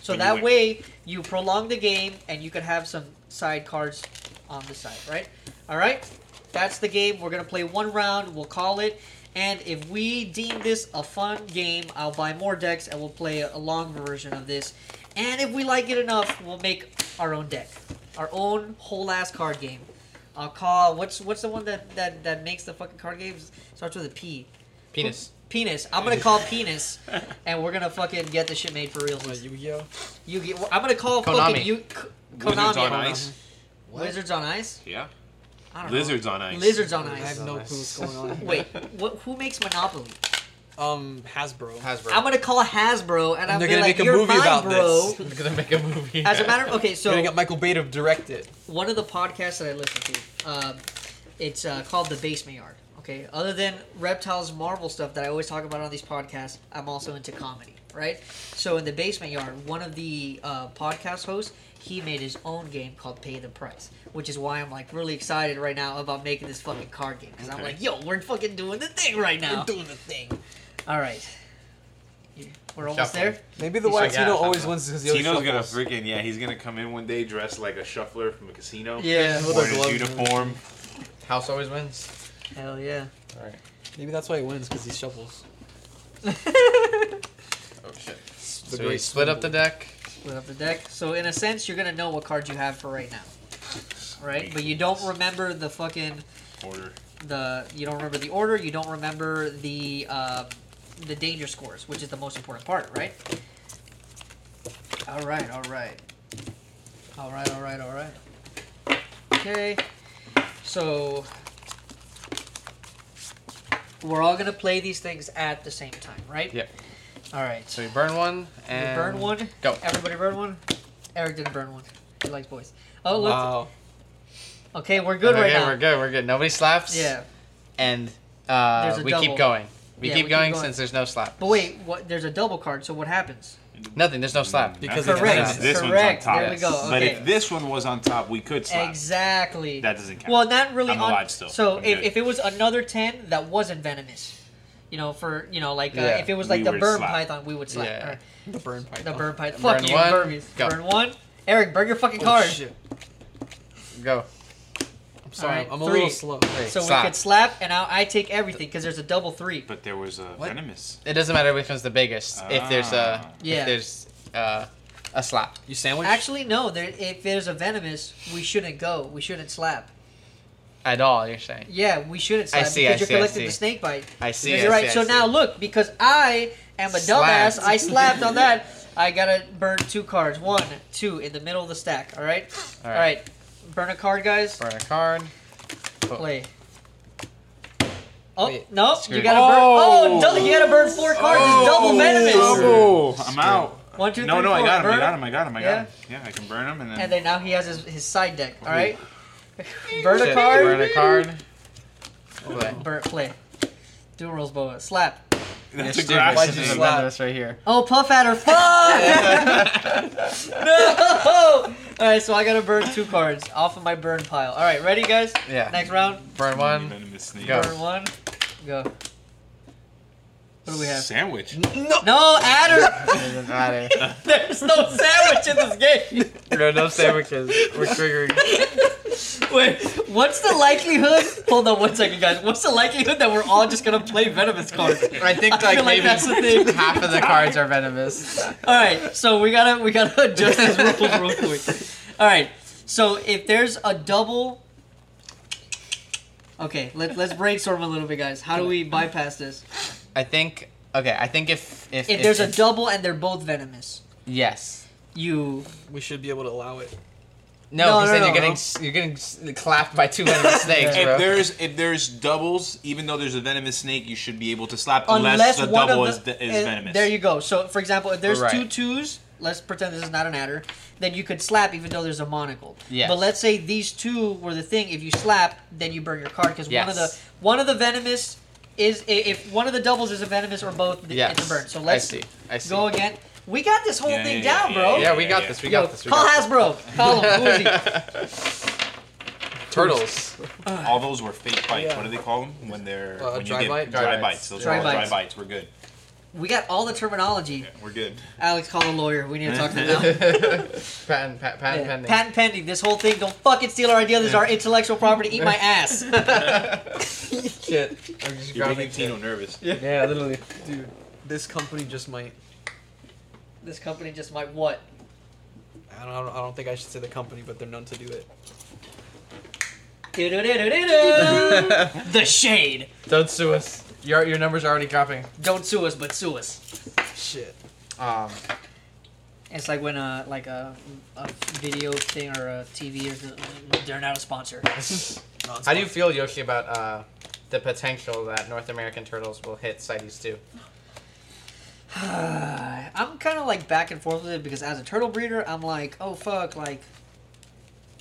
Speaker 1: So
Speaker 4: When you
Speaker 1: that
Speaker 4: win.
Speaker 1: way you prolong the game and you could have some side cards on the side, right? All right, that's the game. We're gonna play one round. We'll call it. And if we deem this a fun game, I'll buy more decks and we'll play a long version of this. And if we like it enough, we'll make our own deck, our own whole ass card game. I'll call what's what's the one that that that makes the fucking card games starts with a P.
Speaker 2: Penis.
Speaker 1: Penis. I'm gonna call penis, and we're gonna fucking get this shit made for real.
Speaker 3: Yu Gi Oh.
Speaker 1: You get. I'm gonna call
Speaker 2: Konami.
Speaker 1: fucking you. K-
Speaker 4: Wizards
Speaker 1: Konami.
Speaker 4: on Ice.
Speaker 1: Wizards on ice.
Speaker 4: Yeah.
Speaker 1: I don't know.
Speaker 4: Lizards on Ice.
Speaker 1: Uh-huh. Lizards on
Speaker 3: I
Speaker 1: ice.
Speaker 3: have no clue what's going on.
Speaker 1: Wait, what, who makes Monopoly?
Speaker 3: Um, Hasbro.
Speaker 2: Hasbro.
Speaker 1: I'm gonna call Hasbro, and I'm
Speaker 3: And they're
Speaker 1: gonna
Speaker 3: gonna
Speaker 1: like,
Speaker 3: make a
Speaker 1: "You're
Speaker 3: movie
Speaker 1: mine,
Speaker 3: about
Speaker 1: bro."
Speaker 3: this.
Speaker 2: We're gonna make a movie.
Speaker 1: As a matter, okay,
Speaker 3: We're
Speaker 1: so
Speaker 3: gonna get Michael Bay to direct it.
Speaker 1: one of the podcasts that I listen to, um, it's uh, called The Basement Yard. Okay, other than reptiles, Marvel stuff that I always talk about on these podcasts, I'm also into comedy, right? So in The Basement Yard, one of the uh, podcast hosts, he made his own game called Pay the Price, which is why I'm like really excited right now about making this fucking card game because I'm
Speaker 4: Okay.
Speaker 1: like, yo, we're fucking doing the thing right now.
Speaker 3: Doing the thing.
Speaker 1: All right, You- we're almost
Speaker 2: Shuffle.
Speaker 1: there.
Speaker 3: Maybe the
Speaker 2: He's like,
Speaker 3: Latino
Speaker 2: yeah,
Speaker 3: always
Speaker 2: Hasbro.
Speaker 3: wins because he always
Speaker 4: Tino's gonna
Speaker 3: shuffles.
Speaker 4: freaking yeah. He's gonna come in one day dressed like a shuffler from a casino.
Speaker 1: Yeah,
Speaker 3: with a
Speaker 4: Wearing his
Speaker 3: glove.
Speaker 4: uniform.
Speaker 2: House always wins.
Speaker 1: Hell yeah.
Speaker 2: All right.
Speaker 3: Maybe that's why he wins because he shuffles.
Speaker 2: Oh shit.
Speaker 3: The
Speaker 2: so you split up the deck.
Speaker 1: Split up the deck. So in a sense, you're gonna know what cards you have for right now, right? But you don't remember the fucking
Speaker 4: Order.
Speaker 1: the you don't remember the order. You don't remember the um, the danger scores, which is the most important part, right? All right, all right, all right, all right, all right. Okay, so we're all gonna play these things at the same time, right?
Speaker 2: Yeah.
Speaker 1: All right.
Speaker 2: So you burn one
Speaker 1: You
Speaker 2: and
Speaker 1: burn one.
Speaker 2: Go.
Speaker 1: Everybody burn one. Eric didn't burn one. He likes boys. Oh look.
Speaker 3: Wow.
Speaker 1: Okay, we're good
Speaker 2: okay,
Speaker 1: right now.
Speaker 2: We're good. We're good. Nobody slaps.
Speaker 1: Yeah,
Speaker 2: And
Speaker 1: There's
Speaker 2: uh,
Speaker 1: a
Speaker 2: we
Speaker 1: double.
Speaker 2: keep going. We
Speaker 1: Yeah,
Speaker 2: keep
Speaker 1: we keep
Speaker 2: going
Speaker 1: going.
Speaker 2: since there's no slap.
Speaker 1: but wait, what? There's a double card. So what happens?
Speaker 2: Nothing. There's no slap.
Speaker 3: Because
Speaker 4: Nothing.
Speaker 3: it's
Speaker 1: Correct.
Speaker 3: Yes.
Speaker 4: Mm, This
Speaker 1: Correct.
Speaker 4: one's on top.
Speaker 1: There we go. Okay.
Speaker 4: But if this one was on top, we could slap.
Speaker 1: Exactly.
Speaker 4: That doesn't count.
Speaker 1: Well, not really.
Speaker 4: I'm
Speaker 1: on-
Speaker 4: alive still.
Speaker 1: So
Speaker 4: I'm
Speaker 1: if,
Speaker 4: good.
Speaker 1: if it was another ten, that wasn't venomous. You know, for you know, like uh,
Speaker 2: Yeah.
Speaker 1: if it was like
Speaker 4: We
Speaker 1: the
Speaker 4: would
Speaker 1: burn
Speaker 4: slap.
Speaker 1: python, we would slap.
Speaker 2: Yeah.
Speaker 1: Alright.
Speaker 3: The burn pipe.
Speaker 1: The burn python.
Speaker 2: Burn
Speaker 1: Fuck you,
Speaker 2: one.
Speaker 1: burn,
Speaker 2: Go.
Speaker 1: burn one. Eric, burn your
Speaker 3: oh,
Speaker 1: fucking card.
Speaker 2: Go.
Speaker 3: I'm sorry.
Speaker 1: Alright,
Speaker 3: I'm a
Speaker 1: three.
Speaker 3: little slow.
Speaker 2: Wait,
Speaker 1: So
Speaker 2: slap.
Speaker 1: we could slap, and now I take everything because there's a double three.
Speaker 4: But there was a
Speaker 2: What?
Speaker 4: venomous.
Speaker 2: It doesn't matter which one's the biggest. If there's a
Speaker 4: Ah.
Speaker 1: Yeah.
Speaker 2: if there's uh, a slap.
Speaker 3: You sandwich?
Speaker 1: Actually, no. There, if there's a venomous, we shouldn't go. We shouldn't slap.
Speaker 2: At all, you're saying.
Speaker 1: Yeah, we shouldn't
Speaker 2: I
Speaker 1: slap
Speaker 2: see,
Speaker 1: because
Speaker 2: I
Speaker 1: you're
Speaker 2: see, I
Speaker 1: collecting
Speaker 2: see.
Speaker 1: the snake bite.
Speaker 2: I see.
Speaker 1: You're
Speaker 2: I
Speaker 1: right.
Speaker 2: see,
Speaker 1: so
Speaker 2: I
Speaker 1: now
Speaker 2: see.
Speaker 1: look, because I am a
Speaker 2: Slapped.
Speaker 1: dumbass, I slapped on that. I gotta burn two cards. One, two, in the middle of the stack. All right. All
Speaker 2: All
Speaker 1: right.
Speaker 2: right.
Speaker 1: Burn a card, guys.
Speaker 2: Burn a card.
Speaker 1: Play. Oh
Speaker 2: Wait,
Speaker 1: no!
Speaker 2: screw
Speaker 1: You
Speaker 2: it.
Speaker 1: gotta burn. Oh, double, you gotta burn four cards. It's double venomous.
Speaker 4: Oh! Double. Oh, I'm out.
Speaker 1: One, two,
Speaker 4: no,
Speaker 1: three,
Speaker 4: no, I
Speaker 1: four.
Speaker 4: got him. I
Speaker 1: Burn
Speaker 4: got him. I got him. I
Speaker 1: Yeah.
Speaker 4: got him. Yeah, I can burn him and then.
Speaker 1: And then now he has his, his side deck. All right. burn a
Speaker 2: Shit,
Speaker 1: card.
Speaker 2: Burn a card. Play.
Speaker 1: Bur- play. Dual rolls boa. Slap.
Speaker 4: that's
Speaker 2: You're
Speaker 4: a
Speaker 2: stupid.
Speaker 4: grass.
Speaker 3: Why'd
Speaker 2: This
Speaker 3: you
Speaker 2: is
Speaker 3: slap?
Speaker 2: venomous right here.
Speaker 1: Oh, Puff Adder. Fuck! no! Alright, so I gotta burn two cards off of my burn pile. Alright, ready, guys?
Speaker 2: Yeah.
Speaker 1: Next round.
Speaker 2: Burn one.
Speaker 4: Venomous snake.
Speaker 2: Go.
Speaker 1: Burn one. Go. What do we have?
Speaker 4: Sandwich.
Speaker 1: No, Adder!
Speaker 2: Doesn't matter.
Speaker 1: There's no sandwich in this game!
Speaker 2: There are no sandwiches. We're triggering.
Speaker 1: Wait, what's the likelihood? Hold on one second, guys. What's the likelihood that we're all just gonna play Venomous cards?
Speaker 2: I think
Speaker 1: I feel
Speaker 2: like
Speaker 1: like
Speaker 2: maybe
Speaker 1: that's the thing.
Speaker 2: half of the cards are venomous.
Speaker 1: All right, so we gotta we gotta adjust these rules real quick. All right, so if there's a double, okay, let let's brainstorm a little bit, guys. How do we bypass this?
Speaker 2: I think. Okay, I think if if,
Speaker 1: If there's a double and they're both venomous,
Speaker 2: yes.
Speaker 1: you
Speaker 3: We should be able to allow it.
Speaker 2: No,
Speaker 1: No,
Speaker 2: because
Speaker 1: no,
Speaker 2: then
Speaker 1: no,
Speaker 2: you're getting s you're getting s- clapped by two venomous snakes,
Speaker 4: If
Speaker 2: bro.
Speaker 4: there's if there's doubles, even though there's a venomous snake, you should be able to slap
Speaker 1: unless,
Speaker 4: unless, the
Speaker 1: one
Speaker 4: double
Speaker 1: of
Speaker 4: is,
Speaker 1: the,
Speaker 4: the, is
Speaker 1: eh,
Speaker 4: venomous.
Speaker 1: There you go. So for example, if there's
Speaker 2: Right.
Speaker 1: two twos, let's pretend this is not an adder, then you could slap even though there's a monocle.
Speaker 2: Yes.
Speaker 1: But let's say these two were the thing. If you slap, then you burn your card because one of the
Speaker 2: Yes.
Speaker 1: one of the venomous is i- if one of the doubles is a venomous or both, th-
Speaker 2: Yes.
Speaker 1: it's a burn. So let's
Speaker 2: I see. I see.
Speaker 1: go again. We got this whole
Speaker 4: Yeah,
Speaker 1: thing
Speaker 4: yeah,
Speaker 1: down,
Speaker 4: yeah,
Speaker 1: bro.
Speaker 2: yeah, we
Speaker 4: Yeah,
Speaker 2: got
Speaker 4: yeah.
Speaker 2: this. We
Speaker 1: Yo,
Speaker 2: got this. We
Speaker 1: call
Speaker 2: got
Speaker 1: Hasbro. Call him. Who is he?
Speaker 2: this. Turtles.
Speaker 4: All those were fake bites.
Speaker 3: Yeah.
Speaker 4: What do they call them when they're
Speaker 3: Uh,
Speaker 4: when
Speaker 3: dry
Speaker 4: you
Speaker 3: bite?
Speaker 4: get dry
Speaker 2: Dry
Speaker 4: bites?
Speaker 2: bites.
Speaker 4: Those
Speaker 1: Dry
Speaker 4: are all dry
Speaker 1: bites.
Speaker 4: bites. We're good.
Speaker 1: We got all the terminology.
Speaker 4: We're good.
Speaker 1: Alex, call a lawyer. We need to talk to him now.
Speaker 2: Patent, pat, patent
Speaker 1: Yeah.
Speaker 2: pending.
Speaker 1: Patent pending. This whole thing. Don't fucking steal our idea. This is our intellectual property. Eat my ass.
Speaker 2: Shit. I'm just
Speaker 4: You're
Speaker 2: grabbing
Speaker 4: making Tino
Speaker 2: shit.
Speaker 4: nervous.
Speaker 3: Yeah, literally. Dude, this company just might.
Speaker 1: this company just might what?
Speaker 3: I don't, I don't think I should say the company, but they're known to do it.
Speaker 1: Do-do-do-do-do-do. the shade.
Speaker 2: Don't sue us. Your your numbers are already dropping.
Speaker 1: Don't sue us, but sue us.
Speaker 3: Shit.
Speaker 2: Um,
Speaker 1: It's like when a like a, a video thing or a TV or they're not a sponsor.
Speaker 3: No, it's
Speaker 2: how do you
Speaker 3: fine.
Speaker 2: feel, Yoshi, about uh, the potential that North American turtles will hit CITES 2?
Speaker 1: I'm kind of like back and forth with it because as a turtle breeder, I'm like, oh fuck, like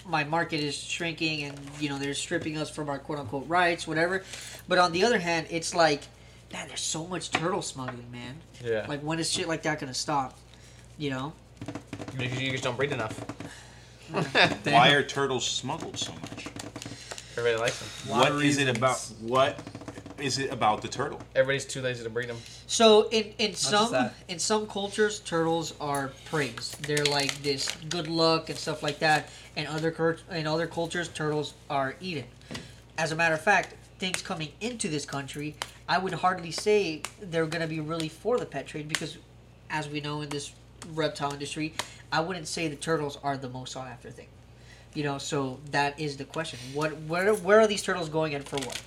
Speaker 1: my market is shrinking and you know they're stripping us from our quote unquote rights, whatever. But on the other hand, it's like, man, there's so much turtle smuggling, man.
Speaker 2: Yeah.
Speaker 1: Like when is shit like that gonna stop? You know?
Speaker 2: You, you just don't breed enough.
Speaker 4: Why are turtles smuggled so much?
Speaker 2: Everybody likes them.
Speaker 4: What
Speaker 3: Lot
Speaker 4: is
Speaker 3: of
Speaker 4: it
Speaker 3: reasons.
Speaker 4: about? What is it about the turtle?
Speaker 2: Everybody's too lazy to breed them.
Speaker 1: So in in some
Speaker 3: that.
Speaker 1: in some cultures, turtles are praised. They're like this good luck and stuff like that. And other cur- in other cultures, turtles are eaten. As a matter of fact, things coming into this country, I would hardly say they're going to be really for the pet trade because, as we know in this reptile industry, I wouldn't say the turtles are the most sought after thing. You know, so that is the question. What where where are these turtles going and for what?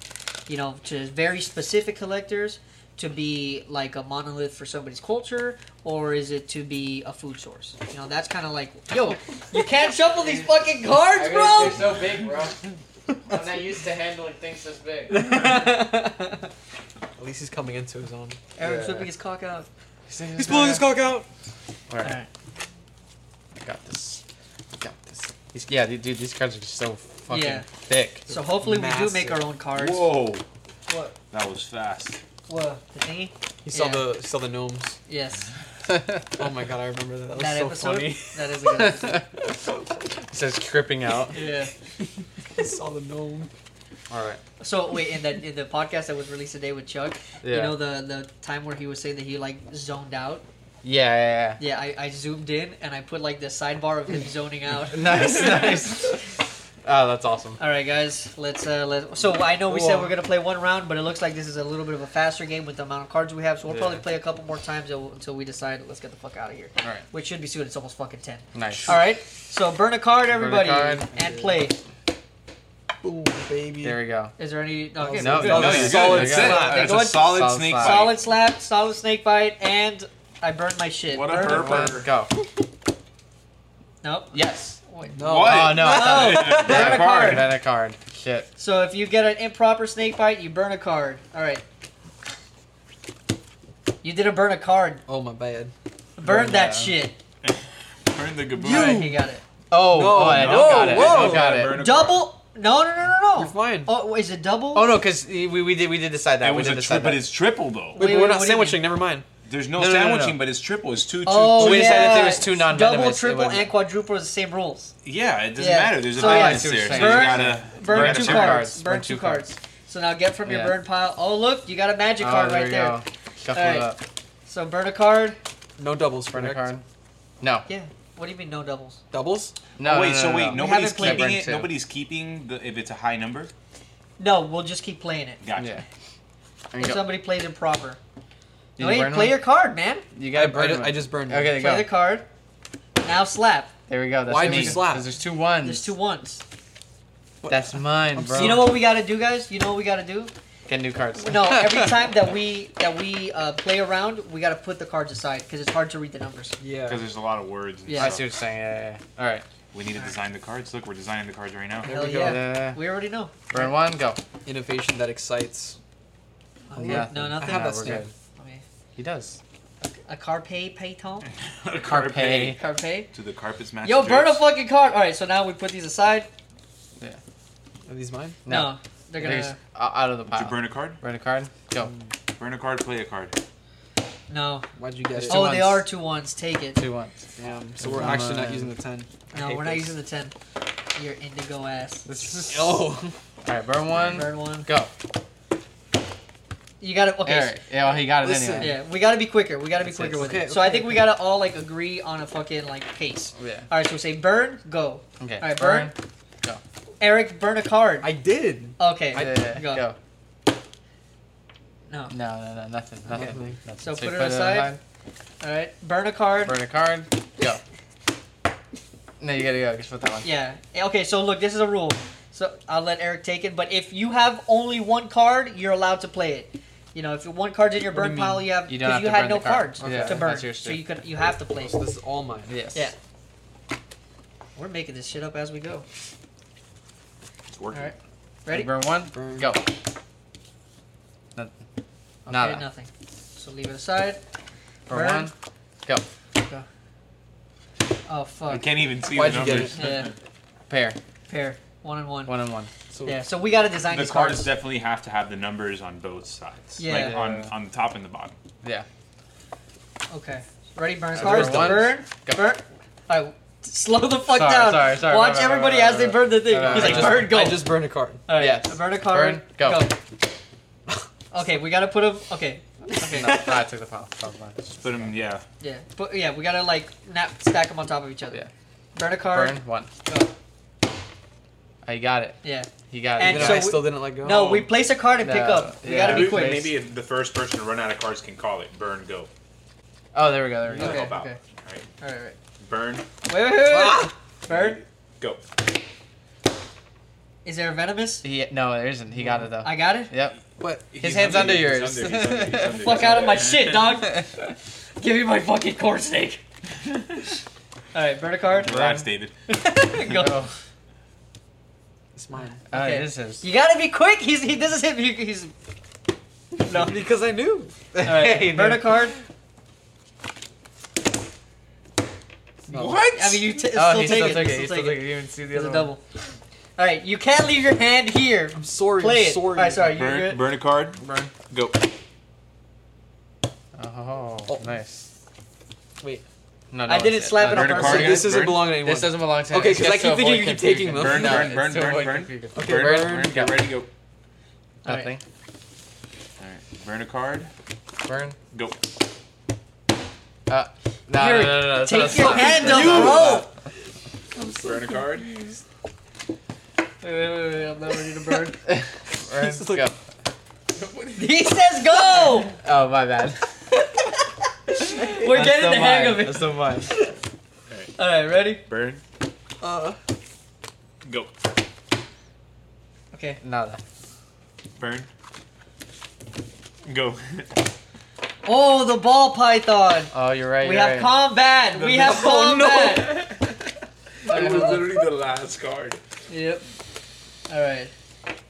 Speaker 1: You know, to very specific collectors, to be like a monolith for somebody's culture, or is it to be a food source? You know, that's kind of like yo, you can't shuffle these fucking cards, bro.
Speaker 2: so big, bro. I'm not used to handling things this big.
Speaker 3: At least he's coming into his own.
Speaker 1: Aaron's
Speaker 2: Yeah.
Speaker 1: whipping his cock out.
Speaker 3: He's pulling his cock out.
Speaker 2: All right.
Speaker 1: Alright.
Speaker 2: I got this. I got this. These, yeah, dude, dude, these cards are just so fucking
Speaker 1: Yeah.
Speaker 2: thick.
Speaker 1: So hopefully we do make
Speaker 3: Massive.
Speaker 1: our own cards.
Speaker 4: Whoa,
Speaker 1: What?
Speaker 4: that was fast.
Speaker 1: What? The thingy?
Speaker 3: He saw
Speaker 1: Yeah.
Speaker 3: the he saw the gnomes.
Speaker 1: Yes.
Speaker 3: Oh my god, I remember that. That
Speaker 1: That
Speaker 3: was so
Speaker 1: episode.
Speaker 3: funny.
Speaker 1: That is a good episode.
Speaker 2: It says cripping out.
Speaker 1: yeah.
Speaker 3: I saw the gnome.
Speaker 2: All right.
Speaker 1: So wait, in that in the podcast that was released today with Chuck, you
Speaker 2: Yeah.
Speaker 1: know the the time where he was saying that he like zoned out.
Speaker 2: Yeah, yeah,
Speaker 1: Yeah, I, I zoomed in and I put like the sidebar of him zoning out.
Speaker 2: yeah. Nice, nice. Oh, that's awesome.
Speaker 1: All right, guys, let's uh let. So I know we said
Speaker 2: Whoa.
Speaker 1: we're gonna play one round, but it looks like this is a little bit of a faster game with the amount of cards we have. So we'll
Speaker 2: Yeah.
Speaker 1: probably play a couple more times until until we decide let's get the fuck out of here.
Speaker 2: All right.
Speaker 1: Which should be soon. It's almost fucking ten.
Speaker 2: Nice.
Speaker 1: All right. So burn a card, everybody,
Speaker 2: card.
Speaker 1: and play.
Speaker 3: Ooh, baby.
Speaker 2: There we go.
Speaker 1: Is there any? Okay.
Speaker 2: No,
Speaker 1: we're good.
Speaker 2: no,
Speaker 4: No,
Speaker 2: That was
Speaker 4: you're
Speaker 2: a
Speaker 4: good.
Speaker 2: solid
Speaker 4: That's it.
Speaker 2: slap.
Speaker 1: Okay,
Speaker 4: That's
Speaker 1: go
Speaker 4: a
Speaker 1: ahead.
Speaker 4: solid
Speaker 2: Solid
Speaker 4: snake
Speaker 2: slap.
Speaker 4: bite.
Speaker 1: Solid slap, solid snake bite, and I burned my shit.
Speaker 4: What a
Speaker 1: Burn
Speaker 4: herp.
Speaker 1: burn.
Speaker 2: Let's go.
Speaker 1: Nope.
Speaker 2: Yes.
Speaker 1: Wait.
Speaker 3: No. uh,
Speaker 4: What?
Speaker 2: Oh no. I thought-
Speaker 1: No. Burn a
Speaker 2: card.
Speaker 1: card.
Speaker 2: Then a card. Shit.
Speaker 1: So if you get an improper snake bite, you burn a card. All right. You didn't burn a card.
Speaker 3: Oh my bad.
Speaker 1: Burn,
Speaker 2: Burn
Speaker 1: that
Speaker 2: that.
Speaker 1: shit.
Speaker 4: Burn the
Speaker 1: All right,
Speaker 4: gaboon.
Speaker 1: he got it.
Speaker 2: Oh,
Speaker 3: No,
Speaker 2: oh, I
Speaker 3: no.
Speaker 2: don't got it. I
Speaker 3: Whoa.
Speaker 2: don't got it.
Speaker 4: Burn a
Speaker 1: Double? No, no, no, no, no.
Speaker 3: You're fine.
Speaker 1: Oh, is it double?
Speaker 2: Oh no, because we, we did we did decide that.
Speaker 4: It was
Speaker 2: we
Speaker 4: a
Speaker 2: did
Speaker 4: triple,
Speaker 2: decide
Speaker 4: but
Speaker 2: that.
Speaker 4: it's triple though.
Speaker 3: Wait,
Speaker 1: Wait,
Speaker 3: but
Speaker 1: wait,
Speaker 3: we're
Speaker 1: what
Speaker 3: not
Speaker 1: do you
Speaker 3: sandwiching. Never mind.
Speaker 4: There's no,
Speaker 2: No, no, no, no,
Speaker 4: sandwiching,
Speaker 2: no.
Speaker 4: but it's triple. It's two, two,
Speaker 1: Oh,
Speaker 4: two.
Speaker 2: We
Speaker 1: yeah.
Speaker 2: decided there was two non-venomous,
Speaker 1: Double,
Speaker 2: it
Speaker 1: triple,
Speaker 2: wouldn't-
Speaker 1: and quadruple is the same rules.
Speaker 4: Yeah, it doesn't
Speaker 1: Yeah.
Speaker 4: matter. There's a
Speaker 1: So, yeah,
Speaker 4: balance
Speaker 2: two
Speaker 4: there. So
Speaker 2: same.
Speaker 4: you
Speaker 1: Burn-
Speaker 4: gotta
Speaker 1: Burn,
Speaker 2: Burn
Speaker 1: two,
Speaker 2: two
Speaker 1: cards.
Speaker 2: cards.
Speaker 1: Burn, two cards. So now get from your
Speaker 2: Yeah.
Speaker 1: burn pile. Oh look, you got a magic
Speaker 2: Oh,
Speaker 1: card
Speaker 2: there
Speaker 1: right
Speaker 2: we
Speaker 1: there.
Speaker 2: go. Shuffle
Speaker 1: Alright.
Speaker 2: it up.
Speaker 1: So burn a card.
Speaker 3: No doubles.
Speaker 2: Burn a
Speaker 3: correct?
Speaker 2: card. No.
Speaker 1: Yeah. What do you mean no doubles?
Speaker 3: Doubles.
Speaker 2: No.
Speaker 4: wait,
Speaker 2: no, no,
Speaker 4: so
Speaker 2: no,
Speaker 4: wait,
Speaker 2: no.
Speaker 4: nobody's
Speaker 1: haven't played
Speaker 4: keeping
Speaker 2: burn
Speaker 4: it.
Speaker 2: two.
Speaker 4: Nobody's keeping the if it's a high number.
Speaker 1: No, we'll just keep playing it.
Speaker 4: Gotcha.
Speaker 2: Yeah. There
Speaker 1: If
Speaker 2: you go.
Speaker 1: somebody plays improper.
Speaker 2: Did
Speaker 1: No,
Speaker 2: you
Speaker 1: wait,
Speaker 2: burn
Speaker 1: play
Speaker 2: one?
Speaker 1: your card, man.
Speaker 2: You
Speaker 3: I,
Speaker 2: gotta
Speaker 3: I,
Speaker 2: burn.
Speaker 3: just,
Speaker 2: one.
Speaker 3: I just burned.
Speaker 2: Okay, there you
Speaker 1: Play the
Speaker 2: go.
Speaker 1: card. Now slap.
Speaker 2: There we go. That's
Speaker 3: Why
Speaker 2: me.
Speaker 3: did you slap?
Speaker 2: 'Cause There's two ones.
Speaker 1: There's two ones.
Speaker 2: That's mine, bro.
Speaker 1: You know what we gotta do, guys? You know what we gotta do?
Speaker 2: Get new cards.
Speaker 1: No, every time that we that we uh, play around, we gotta put the cards aside because it's hard to read the numbers.
Speaker 4: Because
Speaker 3: Yeah.
Speaker 4: there's a lot of words. And
Speaker 1: Yeah.
Speaker 2: I
Speaker 4: yeah.
Speaker 2: see what you're saying. Yeah, yeah, yeah. All right.
Speaker 4: We need to design the cards. Look, we're designing the cards right now.
Speaker 1: Hell
Speaker 3: we go.
Speaker 1: yeah.
Speaker 2: Yeah.
Speaker 1: We already know.
Speaker 2: Burn one. Go.
Speaker 3: Innovation that excites.
Speaker 1: Oh,
Speaker 2: Yeah.
Speaker 1: look, No,
Speaker 3: I
Speaker 1: nothing.
Speaker 3: have
Speaker 2: No,
Speaker 3: that
Speaker 2: we're
Speaker 3: snake.
Speaker 2: good.
Speaker 1: Okay.
Speaker 2: He does.
Speaker 1: A carpe payton?
Speaker 2: Carpe.
Speaker 1: Carpe?
Speaker 4: To the carpets match.
Speaker 1: Yo,
Speaker 4: the
Speaker 1: burn a
Speaker 4: drapes.
Speaker 1: fucking card! Alright, so now we put these aside.
Speaker 3: Are these mine?
Speaker 1: No. they're gonna.
Speaker 2: There's- o- out of the
Speaker 4: Did
Speaker 2: pile.
Speaker 4: you burn a card?
Speaker 2: Burn a card. Go.
Speaker 4: Burn a card. Play a card.
Speaker 1: No.
Speaker 3: Why'd you get
Speaker 2: There's
Speaker 3: it?
Speaker 2: Two
Speaker 1: Oh,
Speaker 2: ones.
Speaker 1: they are two ones. Take it.
Speaker 2: Two ones.
Speaker 3: Damn. So we're actually not using the ten. I
Speaker 1: No,
Speaker 3: hate
Speaker 1: we're not
Speaker 3: this.
Speaker 1: using the 10. Your indigo ass.
Speaker 2: This is.
Speaker 3: Oh.
Speaker 2: All right. Burn one.
Speaker 1: Burn one.
Speaker 2: Go.
Speaker 1: You gotta. Okay.
Speaker 2: Eric. Yeah. Well, he got it
Speaker 3: Listen.
Speaker 2: anyway.
Speaker 1: Yeah, we gotta be quicker. We gotta be
Speaker 2: That's
Speaker 1: quicker
Speaker 2: it.
Speaker 1: with
Speaker 3: Okay,
Speaker 1: it. So I
Speaker 3: okay,
Speaker 1: think we gotta all like agree on a fucking like pace.
Speaker 2: Yeah.
Speaker 1: All right, so we say burn, go.
Speaker 2: Okay.
Speaker 1: All right, burn.
Speaker 2: Go.
Speaker 1: Eric, burn a card.
Speaker 3: I did.
Speaker 1: okay,
Speaker 2: Yeah, yeah, yeah.
Speaker 1: go.
Speaker 2: Go.
Speaker 1: No.
Speaker 2: No, no, no, nothing, nothing.
Speaker 3: Nothing.
Speaker 2: nothing.
Speaker 1: So put it aside. All right, burn a card.
Speaker 2: Burn a card. Go. No, you gotta go. Just put that one.
Speaker 1: Yeah. Okay, so look, this is a rule. So I'll let Eric take it, but if you have only one card, you're allowed to play it. You know, if one card's in your
Speaker 2: What do
Speaker 1: burn
Speaker 2: you
Speaker 1: pile,
Speaker 2: mean?
Speaker 1: you have
Speaker 2: You don't
Speaker 1: because
Speaker 2: have
Speaker 1: you,
Speaker 2: to
Speaker 1: had
Speaker 2: burn
Speaker 1: no
Speaker 2: the card.
Speaker 1: cards
Speaker 2: Okay,
Speaker 1: to
Speaker 2: that's
Speaker 1: burn,
Speaker 2: yours
Speaker 1: so
Speaker 2: too.
Speaker 1: you could you have to play.
Speaker 3: So this is all mine.
Speaker 2: Yes.
Speaker 1: Yeah. We're making this shit up as we go.
Speaker 4: It's working.
Speaker 1: All right, ready?
Speaker 2: Burn one. Go. No- Nada.
Speaker 1: Okay, nothing. So leave it aside.
Speaker 2: Burn,
Speaker 1: Burn.
Speaker 2: one. Go.
Speaker 1: Oh
Speaker 4: I
Speaker 1: fuck.
Speaker 4: can't even see
Speaker 2: Why'd
Speaker 4: the
Speaker 2: you get
Speaker 4: numbers.
Speaker 1: Yeah.
Speaker 2: Pair.
Speaker 1: Pair. One and one.
Speaker 2: One and one.
Speaker 3: So
Speaker 1: Yeah. So we gotta design
Speaker 4: The
Speaker 1: these cards.
Speaker 4: cards definitely have to have the numbers on both sides.
Speaker 1: Yeah.
Speaker 4: Like on,
Speaker 2: Yeah.
Speaker 4: on the top and the bottom.
Speaker 2: Yeah.
Speaker 1: Okay. Ready? Burn
Speaker 2: Uh,
Speaker 1: cards.
Speaker 2: burn
Speaker 1: Burn.
Speaker 2: one.
Speaker 1: burn.
Speaker 2: Go.
Speaker 1: All right. Slow the fuck
Speaker 2: Sorry,
Speaker 1: down.
Speaker 2: sorry, sorry.
Speaker 1: Watch
Speaker 2: Right, right,
Speaker 1: everybody
Speaker 2: right,
Speaker 1: as they
Speaker 2: right,
Speaker 1: burn the thing.
Speaker 2: right,
Speaker 1: He's
Speaker 2: right,
Speaker 1: like,
Speaker 2: right.
Speaker 1: burn, go.
Speaker 3: I just burned a card.
Speaker 1: All
Speaker 2: Yes.
Speaker 1: Burn a card.
Speaker 2: Burn, go.
Speaker 1: Okay, we gotta put a. Okay. Okay.
Speaker 2: No, no, I took the pile. That was mine.
Speaker 4: Just put them, um, yeah.
Speaker 1: Yeah. But yeah, we gotta like not stack them on top of each other.
Speaker 2: Yeah.
Speaker 1: Burn a card.
Speaker 2: Burn one.
Speaker 1: Go.
Speaker 2: I got it.
Speaker 1: Yeah.
Speaker 2: He got it.
Speaker 1: And
Speaker 3: Even
Speaker 1: so
Speaker 3: I
Speaker 1: we-
Speaker 3: still didn't let go.
Speaker 1: No, we place a card and pick
Speaker 2: No,
Speaker 1: up. We
Speaker 2: yeah.
Speaker 1: gotta be
Speaker 2: Maybe-
Speaker 1: quick.
Speaker 4: maybe
Speaker 5: the first person to run out of cards can call it. Burn, go.
Speaker 2: oh, there we go. There we go.
Speaker 1: Okay.
Speaker 5: help out.
Speaker 1: Okay.
Speaker 5: Alright.
Speaker 1: All right. Right.
Speaker 5: Burn,
Speaker 1: Wait, wait, wait, wait.
Speaker 2: Ah!
Speaker 3: Ah!
Speaker 1: Burn.
Speaker 5: go.
Speaker 1: Is there a venomous?
Speaker 2: He, no, there isn't. He got it though.
Speaker 1: I got it.
Speaker 2: Yep.
Speaker 3: But
Speaker 2: His hand's under,
Speaker 5: you,
Speaker 2: yours.
Speaker 5: he's under you, he's under you, he's under you.
Speaker 1: Fuck out of my shit, dog. Give me my fucking corn snake. All right, burn a card.
Speaker 4: Relax, David.
Speaker 1: Go.
Speaker 2: Oh,
Speaker 3: it's mine.
Speaker 2: oh,
Speaker 1: Okay.
Speaker 2: it is his.
Speaker 1: You gotta be quick. He's he. This is him. He, he's. No. All
Speaker 3: Because I knew.
Speaker 1: right. Burn a card.
Speaker 2: What?
Speaker 1: I mean, you t-
Speaker 2: oh,
Speaker 1: still take
Speaker 2: he still
Speaker 1: it.
Speaker 2: took it.
Speaker 1: Still
Speaker 2: He still
Speaker 1: take
Speaker 2: took
Speaker 1: it.
Speaker 2: it. You didn't see the
Speaker 1: It's
Speaker 2: other
Speaker 1: a
Speaker 2: one.
Speaker 1: double. All right, you can't leave your hand here.
Speaker 3: I'm sorry.
Speaker 1: Play
Speaker 3: I'm
Speaker 1: it.
Speaker 3: sorry.
Speaker 1: All right, sorry. You're
Speaker 4: Burn,
Speaker 1: good.
Speaker 4: burn a card.
Speaker 2: Burn.
Speaker 4: Go.
Speaker 2: Oh,
Speaker 3: Oh.
Speaker 2: nice.
Speaker 3: Wait.
Speaker 2: No,
Speaker 1: I
Speaker 2: no,
Speaker 1: didn't
Speaker 2: it's
Speaker 1: slap it on
Speaker 2: burn a
Speaker 1: purpose.
Speaker 2: card
Speaker 3: So
Speaker 2: again?
Speaker 3: this doesn't
Speaker 4: Burn.
Speaker 3: belong to anyone.
Speaker 2: This doesn't belong to him.
Speaker 3: Okay, 'cause
Speaker 2: It's
Speaker 3: I keep
Speaker 2: to
Speaker 3: thinking
Speaker 2: avoid
Speaker 3: you keep
Speaker 2: confusion.
Speaker 3: taking them.
Speaker 4: Burn,
Speaker 2: No,
Speaker 4: burn,
Speaker 2: it's
Speaker 4: burn,
Speaker 2: to
Speaker 4: burn,
Speaker 2: avoid
Speaker 4: burn.
Speaker 2: confusion.
Speaker 3: Okay,
Speaker 4: Burn,
Speaker 2: burn,
Speaker 4: burn,
Speaker 2: burn,
Speaker 4: get
Speaker 2: go.
Speaker 4: ready, go.
Speaker 1: All right.
Speaker 2: Nothing.
Speaker 4: Alright, burn a card.
Speaker 2: Burn.
Speaker 4: Go.
Speaker 2: Uh, no,
Speaker 1: Here,
Speaker 2: no, no, no, no.
Speaker 1: take
Speaker 2: that's
Speaker 1: your
Speaker 2: not-
Speaker 1: hand
Speaker 2: that's
Speaker 1: off
Speaker 2: not-
Speaker 1: the
Speaker 2: that's not-
Speaker 4: Burn a card.
Speaker 1: Wait, wait, wait, wait. I'm not ready to burn.
Speaker 3: He's
Speaker 2: Burn.
Speaker 3: like-
Speaker 2: Go.
Speaker 1: he says go.
Speaker 2: Oh, my bad.
Speaker 1: We're
Speaker 2: That's
Speaker 1: getting
Speaker 2: still
Speaker 1: the hang
Speaker 2: mine.
Speaker 1: of
Speaker 2: That's
Speaker 1: it.
Speaker 2: still mine.
Speaker 1: All right, ready?
Speaker 4: Burn.
Speaker 3: Uh,
Speaker 4: Go.
Speaker 1: Okay.
Speaker 2: Nada.
Speaker 4: Burn. Go.
Speaker 1: Oh, the ball python.
Speaker 2: Oh, you're right.
Speaker 1: We
Speaker 2: you're
Speaker 1: have
Speaker 2: right.
Speaker 1: combat. We have combat.
Speaker 5: It was literally the last card.
Speaker 1: Yep. All right.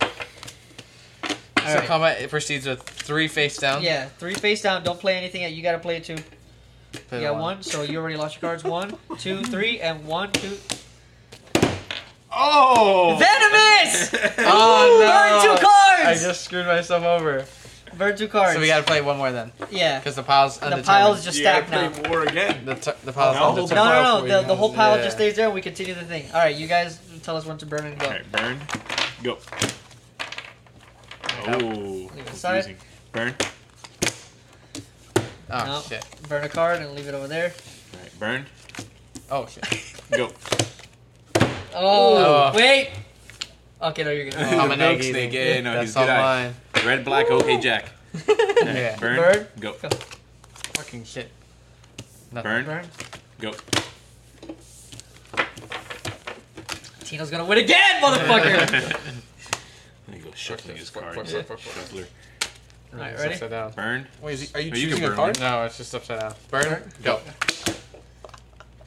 Speaker 1: All
Speaker 2: So
Speaker 1: right.
Speaker 2: combat it proceeds with three face down.
Speaker 1: Yeah, three face down. Don't play anything. yet. You gotta play two.
Speaker 2: Play
Speaker 1: you
Speaker 2: the
Speaker 1: got one. so you already lost your cards. One, two, three, and one, two.
Speaker 4: Oh!
Speaker 1: Venomous!
Speaker 2: Oh, no.
Speaker 1: Burn two cards!
Speaker 2: I just screwed myself over.
Speaker 1: Burn two cards.
Speaker 2: So we gotta play one more then,
Speaker 1: Yeah.
Speaker 2: because the pile's
Speaker 1: The
Speaker 2: undetermined.
Speaker 1: pile's just
Speaker 5: You gotta
Speaker 1: stacked
Speaker 5: play
Speaker 1: now.
Speaker 5: war again.
Speaker 2: the, t- the pile's
Speaker 4: No.
Speaker 2: undetermined.
Speaker 1: No, no,
Speaker 3: for
Speaker 1: no.
Speaker 3: you
Speaker 1: The, the whole pile
Speaker 2: Yeah.
Speaker 1: just stays there and we continue the thing. Alright, you guys tell us when to burn and go.
Speaker 4: Alright, burn. Go. Oh.
Speaker 1: it aside.
Speaker 4: confusing. Burn.
Speaker 2: Oh
Speaker 1: No.
Speaker 2: shit!
Speaker 1: Burn a card and leave it over there.
Speaker 4: Alright, burn.
Speaker 2: Oh shit!
Speaker 4: Go.
Speaker 1: Oh,
Speaker 3: Oh.
Speaker 2: Ooh.
Speaker 1: wait! Okay, no, you're good.
Speaker 4: Oh.
Speaker 2: I'm an egg
Speaker 4: milk
Speaker 2: eating.
Speaker 4: snake, yeah, yeah, no,
Speaker 2: That's
Speaker 4: he's
Speaker 2: all
Speaker 4: good eye.
Speaker 2: mine.
Speaker 4: Red, black, okay, jack. Alright,
Speaker 2: Yeah.
Speaker 4: Burn.
Speaker 1: Burn.
Speaker 4: Go.
Speaker 1: Go.
Speaker 2: Fucking shit! Nothing.
Speaker 4: Burn.
Speaker 1: Burn.
Speaker 4: Go.
Speaker 1: Tino's gonna win again, motherfucker!
Speaker 4: And he goes shuffling his
Speaker 2: Fuck, fuck,
Speaker 4: cards.
Speaker 2: fuck, fuck, fuck.
Speaker 4: Shuffler.
Speaker 1: Alright,
Speaker 2: It's
Speaker 1: ready?
Speaker 2: Upside down.
Speaker 4: Burn.
Speaker 3: wait, is he, are you
Speaker 4: Oh, you can
Speaker 3: choosing a
Speaker 4: burn
Speaker 3: card?
Speaker 2: No, it's just upside down. Burn. Go.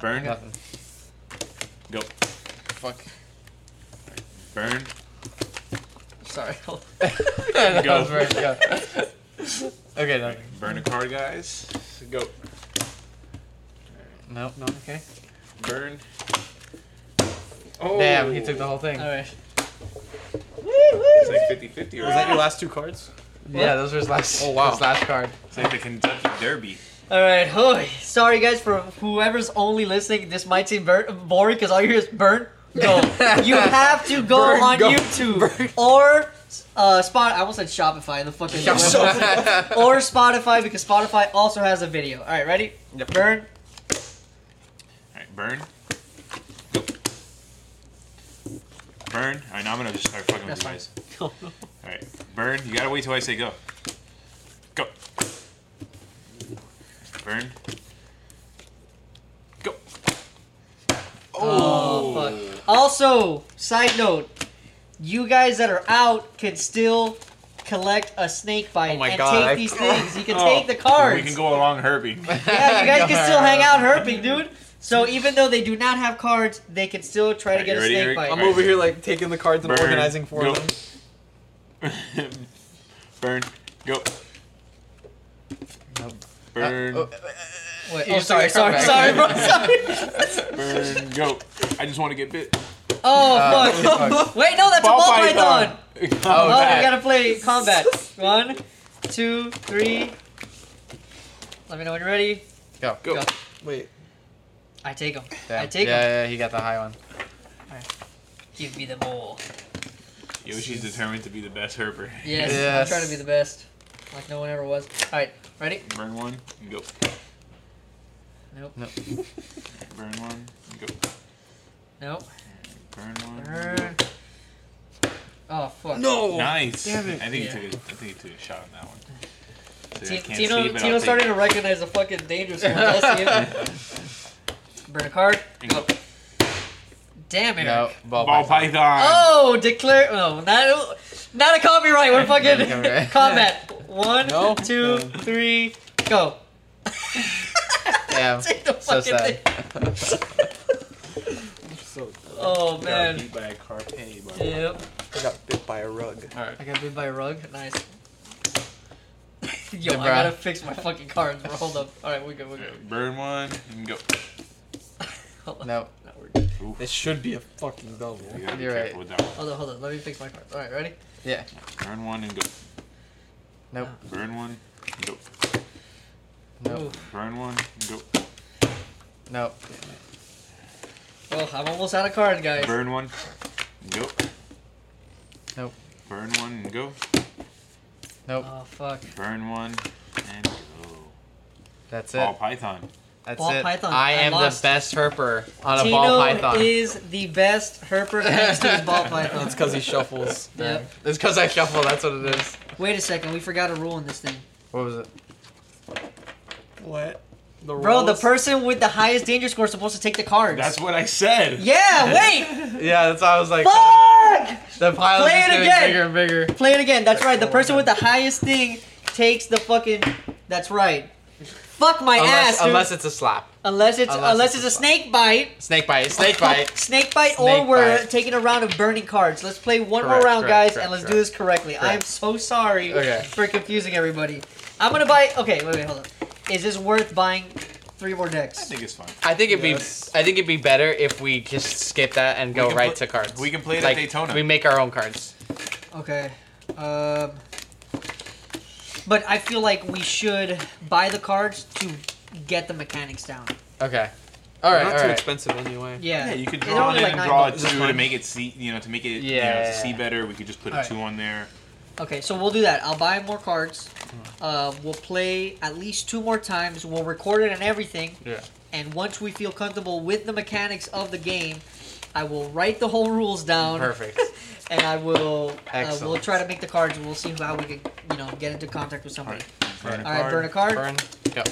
Speaker 4: Burn.
Speaker 2: Nothing.
Speaker 4: Go.
Speaker 2: Fuck.
Speaker 4: Burn.
Speaker 1: Sorry.
Speaker 2: That
Speaker 4: Go.
Speaker 2: was Burn. Go. okay, nothing.
Speaker 4: Burn a card, guys. Go.
Speaker 2: Nope. No. Okay.
Speaker 4: Burn. Oh.
Speaker 2: Damn, he took the whole thing.
Speaker 1: Alright.
Speaker 4: It's like 50 50 or
Speaker 3: Was that your last two cards?
Speaker 2: Yeah, those were his last.
Speaker 3: Oh, wow.
Speaker 2: His last card.
Speaker 4: It's like the Kentucky Derby.
Speaker 1: Alright, oh, sorry guys for whoever's only listening. This might seem bur- boring because all you hear is burn, go. you have to go
Speaker 3: Burn,
Speaker 1: on
Speaker 3: go.
Speaker 1: YouTube or uh, Spot. I almost said Shopify. The fucking or Spotify because Spotify also has a video. All right, ready? Burn.
Speaker 4: Alright, burn. Go. Burn. Alright, now I'm gonna just start fucking with you guys. Alright, burn. You gotta wait till I say go. Go. Burn. Go.
Speaker 1: Oh, Also, side note, you guys that are out can still collect a snake bite
Speaker 3: Oh my
Speaker 1: and
Speaker 3: God,
Speaker 1: take
Speaker 3: I-
Speaker 1: these things. You can
Speaker 4: Oh,
Speaker 1: take the cards.
Speaker 4: We can go along herping.
Speaker 1: Yeah, you guys can still hang
Speaker 2: Gar.
Speaker 1: out herping, dude. So even though they do not have cards, they can still try to
Speaker 4: Alright,
Speaker 1: get
Speaker 4: you
Speaker 1: a
Speaker 4: ready,
Speaker 1: snake
Speaker 4: Eric?
Speaker 1: bite.
Speaker 3: I'm
Speaker 4: Alright.
Speaker 3: over here like taking the cards and
Speaker 4: Burn.
Speaker 3: organizing for
Speaker 4: Go.
Speaker 3: them.
Speaker 4: Burn. Go.
Speaker 2: Nope.
Speaker 4: Burn.
Speaker 2: Uh, oh,
Speaker 1: Wait,
Speaker 2: You
Speaker 1: oh,
Speaker 2: just
Speaker 1: sorry,
Speaker 2: took
Speaker 1: sorry,
Speaker 2: a
Speaker 1: sorry, bro,
Speaker 2: card
Speaker 1: sorry.
Speaker 4: Burn. Go. I just want to get bit.
Speaker 1: Oh
Speaker 2: Uh,
Speaker 1: fuck! Wait, no, that's a
Speaker 4: Ball
Speaker 1: ball python.
Speaker 4: python.
Speaker 1: Oh,
Speaker 2: Oh,
Speaker 1: we
Speaker 2: that.
Speaker 1: gotta play combat. One, two, three. Let me know when you're ready.
Speaker 2: Go.
Speaker 4: Go.
Speaker 1: Go.
Speaker 3: Wait.
Speaker 1: I take them.
Speaker 2: Damn.
Speaker 1: I take
Speaker 2: yeah,
Speaker 1: them.
Speaker 2: yeah, he got the high one.
Speaker 1: Give me the ball.
Speaker 4: Yoshi's determined to be the best herper.
Speaker 1: Yes,
Speaker 2: Yes.
Speaker 1: I'm trying to be the best, like no one ever was. All right, ready?
Speaker 4: Burn one. Go.
Speaker 1: Nope.
Speaker 2: No.
Speaker 4: Burn one. Go.
Speaker 1: Nope.
Speaker 4: Burn one.
Speaker 1: Burn. Oh fuck.
Speaker 4: Go. Nice.
Speaker 3: Damn it.
Speaker 4: I think
Speaker 1: Yeah.
Speaker 4: he took. A, I think he took a shot on that one. So
Speaker 1: T-
Speaker 4: I can't
Speaker 1: Tino,
Speaker 4: see, but
Speaker 1: Tino's
Speaker 4: I'll
Speaker 1: starting
Speaker 4: take
Speaker 1: to recognize the fucking dangerous ones. I see him. Burn a card.
Speaker 4: it. Go.
Speaker 1: Damn it.
Speaker 2: No, ball,
Speaker 4: Ball
Speaker 2: python.
Speaker 4: python.
Speaker 1: Oh, declare. Oh, not, not a copyright. We're
Speaker 2: Yeah,
Speaker 1: fucking
Speaker 2: copyright.
Speaker 1: combat. One,
Speaker 3: No.
Speaker 1: two,
Speaker 3: Um.
Speaker 1: three, go.
Speaker 2: Damn.
Speaker 1: Take the
Speaker 2: So
Speaker 1: fucking
Speaker 2: sad.
Speaker 1: thing.
Speaker 3: So
Speaker 1: Oh,
Speaker 4: Got
Speaker 1: man.
Speaker 4: beat by a carpe. bro.
Speaker 1: Yep.
Speaker 3: I got bit by a rug.
Speaker 4: All right.
Speaker 1: I got bit by a rug. Nice. Yo,
Speaker 2: Yeah,
Speaker 1: I
Speaker 2: bruh.
Speaker 1: gotta fix my fucking cards. Bro. Hold up. Alright, we're good, we're good.
Speaker 4: Alright, Burn one and go.
Speaker 1: Hold on.
Speaker 2: No.
Speaker 1: No, we're good.
Speaker 4: Oof.
Speaker 3: This should be a fucking double.
Speaker 4: You gotta be
Speaker 2: You're
Speaker 4: careful
Speaker 2: right.
Speaker 4: with that one.
Speaker 1: Hold on, hold on. Let me fix my cards. Alright, ready?
Speaker 2: Yeah.
Speaker 4: Burn one and go.
Speaker 2: Nope.
Speaker 4: Burn one. and Go.
Speaker 2: Nope.
Speaker 1: Ooh.
Speaker 4: Burn one. and Go.
Speaker 2: Nope.
Speaker 1: Well, Oh, I'm almost out of cards, guys.
Speaker 4: Burn one. and Go.
Speaker 2: Nope.
Speaker 4: Burn one and go.
Speaker 2: Nope.
Speaker 1: Oh, fuck.
Speaker 4: Burn one and go.
Speaker 2: That's
Speaker 4: Ball
Speaker 2: it.
Speaker 4: python.
Speaker 2: That's
Speaker 1: Ball
Speaker 2: it.
Speaker 1: python.
Speaker 2: I
Speaker 1: I
Speaker 2: am the
Speaker 1: lost.
Speaker 2: best herper on a
Speaker 1: Tino
Speaker 2: ball python.
Speaker 1: is the best herper thanks to his ball python.
Speaker 3: It's because he shuffles.
Speaker 1: Yep.
Speaker 2: It's because I shuffle. That's what it is.
Speaker 1: Wait a second, we forgot a rule in this thing.
Speaker 2: What was it?
Speaker 3: What? The
Speaker 1: Bro, the
Speaker 3: rolls?
Speaker 1: person with the highest danger score is supposed to take the cards.
Speaker 4: That's what I said.
Speaker 1: yeah, wait!
Speaker 2: Yeah, that's why I was like,
Speaker 1: Fuck!
Speaker 2: the pile
Speaker 1: Play
Speaker 2: is
Speaker 1: it
Speaker 2: getting
Speaker 1: again!
Speaker 2: bigger and bigger.
Speaker 1: Play it again. That's right. The person with the highest thing takes the fucking. That's right. Fuck my ass.
Speaker 2: Unless,
Speaker 1: dude.
Speaker 2: unless it's a slap.
Speaker 1: unless it's
Speaker 2: unless
Speaker 1: unless, it's,
Speaker 2: it's a
Speaker 1: a snake bite.
Speaker 2: Snake bite. Snake bite.
Speaker 1: Snake bite, or
Speaker 2: Snake
Speaker 1: we're
Speaker 2: bite.
Speaker 1: taking a round of burning cards. Let's play one more
Speaker 2: Correct,
Speaker 1: round,
Speaker 2: correct,
Speaker 1: guys,
Speaker 2: correct,
Speaker 1: and let's do
Speaker 2: correct.
Speaker 1: this correctly. I'm
Speaker 2: Correct.
Speaker 1: so sorry
Speaker 2: Okay.
Speaker 1: for confusing everybody. I'm gonna buy. Okay, wait, wait, hold on. Is this worth buying three more
Speaker 4: I
Speaker 1: decks?
Speaker 4: think it's fine.
Speaker 2: I think it'd
Speaker 3: Yes.
Speaker 2: be I think it'd be better if we just skip that and go
Speaker 4: can
Speaker 2: right
Speaker 4: pl-
Speaker 2: to cards.
Speaker 4: we can play it at
Speaker 2: like,
Speaker 4: Daytona.
Speaker 2: We make our own cards.
Speaker 1: Okay. Um. But I feel like we should buy the cards to get the mechanics down.
Speaker 2: Okay. All
Speaker 3: They're
Speaker 2: right.
Speaker 3: not
Speaker 2: All
Speaker 3: too
Speaker 2: right.
Speaker 3: expensive anyway.
Speaker 1: Yeah.
Speaker 4: Yeah, you could
Speaker 1: They're
Speaker 4: draw it
Speaker 1: only
Speaker 4: in
Speaker 1: like
Speaker 4: and
Speaker 1: nine
Speaker 4: draw a
Speaker 1: bucks.
Speaker 3: This is
Speaker 4: two to
Speaker 3: fun.
Speaker 4: make it see, you know, to make it you know,
Speaker 2: Yeah.
Speaker 4: to see better. We could just put a
Speaker 1: Alright.
Speaker 4: two on there.
Speaker 1: Okay, so we'll do that. I'll buy more cards. Uh, we'll play at least two more times. We'll record it and everything.
Speaker 2: Yeah.
Speaker 1: And once we feel comfortable with the mechanics of the game, I will write the whole rules down.
Speaker 2: Perfect.
Speaker 1: And I will. Uh, we'll
Speaker 2: Excellent.
Speaker 1: try to make the cards. and We'll see how we can, you know, get into contact with somebody.
Speaker 4: Burn a
Speaker 1: All right,
Speaker 4: card.
Speaker 1: burn a card.
Speaker 2: Burn. Go.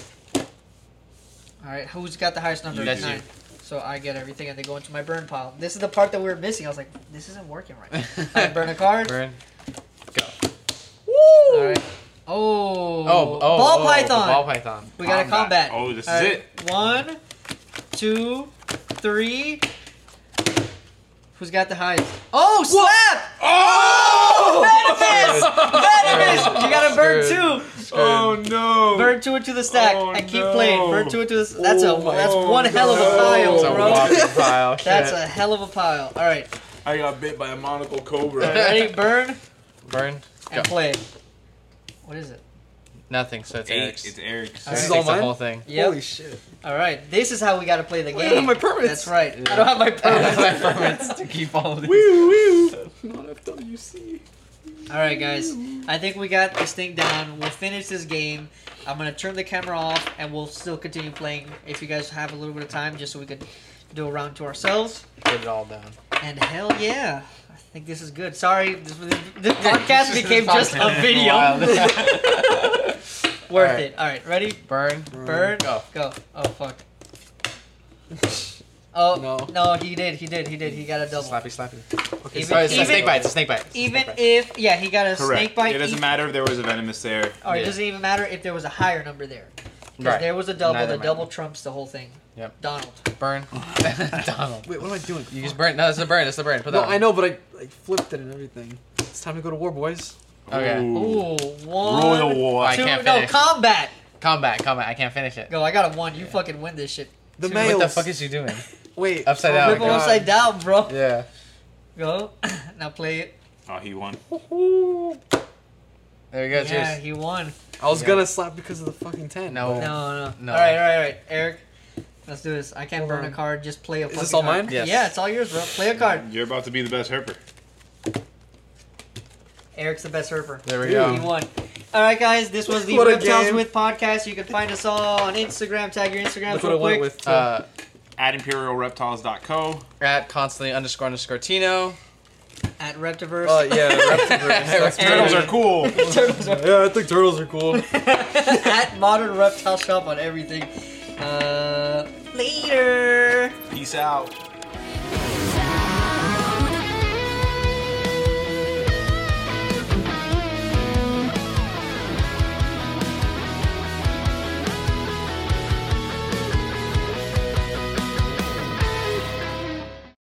Speaker 1: All right, who's got the highest number?
Speaker 2: You. That's
Speaker 1: Nine.
Speaker 2: you.
Speaker 1: So I get everything, and they go into my burn pile. This is the part that we were missing. I was like, this isn't working right. I burn a card.
Speaker 2: Burn. Go.
Speaker 1: All right. Oh.
Speaker 2: Oh. Oh.
Speaker 1: ball
Speaker 2: oh,
Speaker 1: python.
Speaker 2: Ball python.
Speaker 1: We got a combat.
Speaker 4: Combat. Oh, this is
Speaker 1: Alright, One, two, three. Who's got the highest? Oh, slap!
Speaker 4: Oh!
Speaker 1: Venomous! Venomous! You gotta burn
Speaker 2: Screwed.
Speaker 1: two.
Speaker 4: Oh no!
Speaker 1: Burn two into the stack
Speaker 4: Oh,
Speaker 1: and keep
Speaker 4: no.
Speaker 1: playing. Burn two into the. s- That's
Speaker 3: Oh,
Speaker 1: a
Speaker 3: my-
Speaker 1: that's one hell of a
Speaker 4: no.
Speaker 1: pile,
Speaker 2: It's a
Speaker 1: bro.
Speaker 2: walking pile.
Speaker 1: That's
Speaker 2: Shit.
Speaker 1: a hell of a pile. All right,
Speaker 4: I got bit by a monocle cobra.
Speaker 1: ready? Burn
Speaker 2: burn.
Speaker 1: and
Speaker 2: Go.
Speaker 1: play. What is it?
Speaker 2: Nothing. So it's
Speaker 4: Eric,
Speaker 2: Eric's.
Speaker 4: it's Eric's.
Speaker 1: Alright.
Speaker 2: This is
Speaker 3: all
Speaker 2: the
Speaker 3: mine?
Speaker 2: whole thing.
Speaker 1: Yep.
Speaker 3: Holy shit.
Speaker 1: All right, this is how we gotta play the
Speaker 3: I don't have
Speaker 1: game.
Speaker 3: my permits.
Speaker 1: That's right.
Speaker 2: Yeah.
Speaker 1: I don't have my permits.
Speaker 2: my permits to keep all of these.
Speaker 3: Woo woo. Not FWC.
Speaker 1: All right, guys. I think we got this thing down. We'll finish this game. I'm gonna turn the camera off, and we'll still continue playing if you guys have a little bit of time, just so we could do a round to ourselves.
Speaker 2: Get it all down.
Speaker 1: And hell yeah, I think this is good. Sorry, this, was- this podcast became just a
Speaker 2: Podcast.
Speaker 1: video.
Speaker 2: Wild.
Speaker 1: Worth
Speaker 2: All right.
Speaker 1: it. All right, ready?
Speaker 2: Burn.
Speaker 1: Burn.
Speaker 2: Go.
Speaker 1: Go. Oh fuck. Oh
Speaker 3: No.
Speaker 1: no, he did, he did, he did. He got a double.
Speaker 2: Slappy, slappy.
Speaker 3: Okay,
Speaker 1: Even-
Speaker 2: Oh, it's a
Speaker 1: even-
Speaker 2: snake bite. It's a snake bite.
Speaker 1: Even
Speaker 2: Snake bite.
Speaker 1: if yeah, he got a
Speaker 5: Correct.
Speaker 1: snake bite.
Speaker 5: it doesn't
Speaker 1: e-
Speaker 5: matter if there was a venomous there.
Speaker 1: Or it
Speaker 2: Yeah.
Speaker 1: doesn't even matter if there was a higher number there. 'Cause
Speaker 2: Right.
Speaker 1: There was a double.
Speaker 2: Neither
Speaker 1: the
Speaker 2: matter.
Speaker 1: double trumps the whole thing.
Speaker 2: Yep.
Speaker 1: Donald.
Speaker 2: burn, Donald.
Speaker 3: Wait, what am I doing?
Speaker 2: You just burn. No, it's the burn. It's the burn. Put that.
Speaker 3: no,
Speaker 2: one.
Speaker 3: I know, but I like flipped it and everything. It's time to go to war, boys.
Speaker 2: Okay.
Speaker 1: Ooh, one.
Speaker 4: Royal war.
Speaker 2: I
Speaker 1: two-
Speaker 2: can't
Speaker 1: no,
Speaker 2: finish.
Speaker 1: combat.
Speaker 2: Combat, combat. I can't finish it.
Speaker 1: Go, I got a one. You fucking win this shit.
Speaker 3: The
Speaker 1: Two.
Speaker 3: males.
Speaker 2: What the fuck is you doing?
Speaker 3: Wait.
Speaker 2: Upside down,
Speaker 1: Flip
Speaker 2: my
Speaker 1: it
Speaker 2: Oh, God.
Speaker 1: upside down, bro.
Speaker 2: Yeah.
Speaker 1: Go. now play it.
Speaker 4: Oh, he won.
Speaker 2: There we go.
Speaker 1: yeah,
Speaker 2: Cheers.
Speaker 1: he won.
Speaker 3: I was
Speaker 2: Yeah.
Speaker 3: gonna slap because of the fucking ten.
Speaker 2: No.
Speaker 1: No, no.
Speaker 2: No.
Speaker 1: All right, all right, all right. Eric, let's do this. I can't
Speaker 3: Hold
Speaker 1: burn
Speaker 3: on.
Speaker 1: a card. Just play a.
Speaker 3: Is
Speaker 1: fucking
Speaker 3: this all
Speaker 1: card.
Speaker 3: mine?
Speaker 2: Yes.
Speaker 1: Yeah, it's all yours, bro. Play a card.
Speaker 4: You're about to be the best herper.
Speaker 1: Eric's the best herper.
Speaker 2: There we
Speaker 1: Dude,
Speaker 2: go.
Speaker 1: He won. All right, guys. This was the
Speaker 3: What a
Speaker 1: Reptiles
Speaker 3: game.
Speaker 1: with podcast. You can find us all on Instagram. Tag your Instagram
Speaker 3: That's what I
Speaker 1: real quick.
Speaker 3: went with. Uh,
Speaker 2: Uh,
Speaker 4: At imperialreptiles.co.
Speaker 2: at constantly underscore underscore Tino.
Speaker 1: at Reptiverse.
Speaker 3: uh, yeah. Raptor
Speaker 4: Turtles are cool.
Speaker 3: yeah, I think turtles are cool.
Speaker 1: at Modern Reptile Shop on everything. Uh, later.
Speaker 4: Peace out.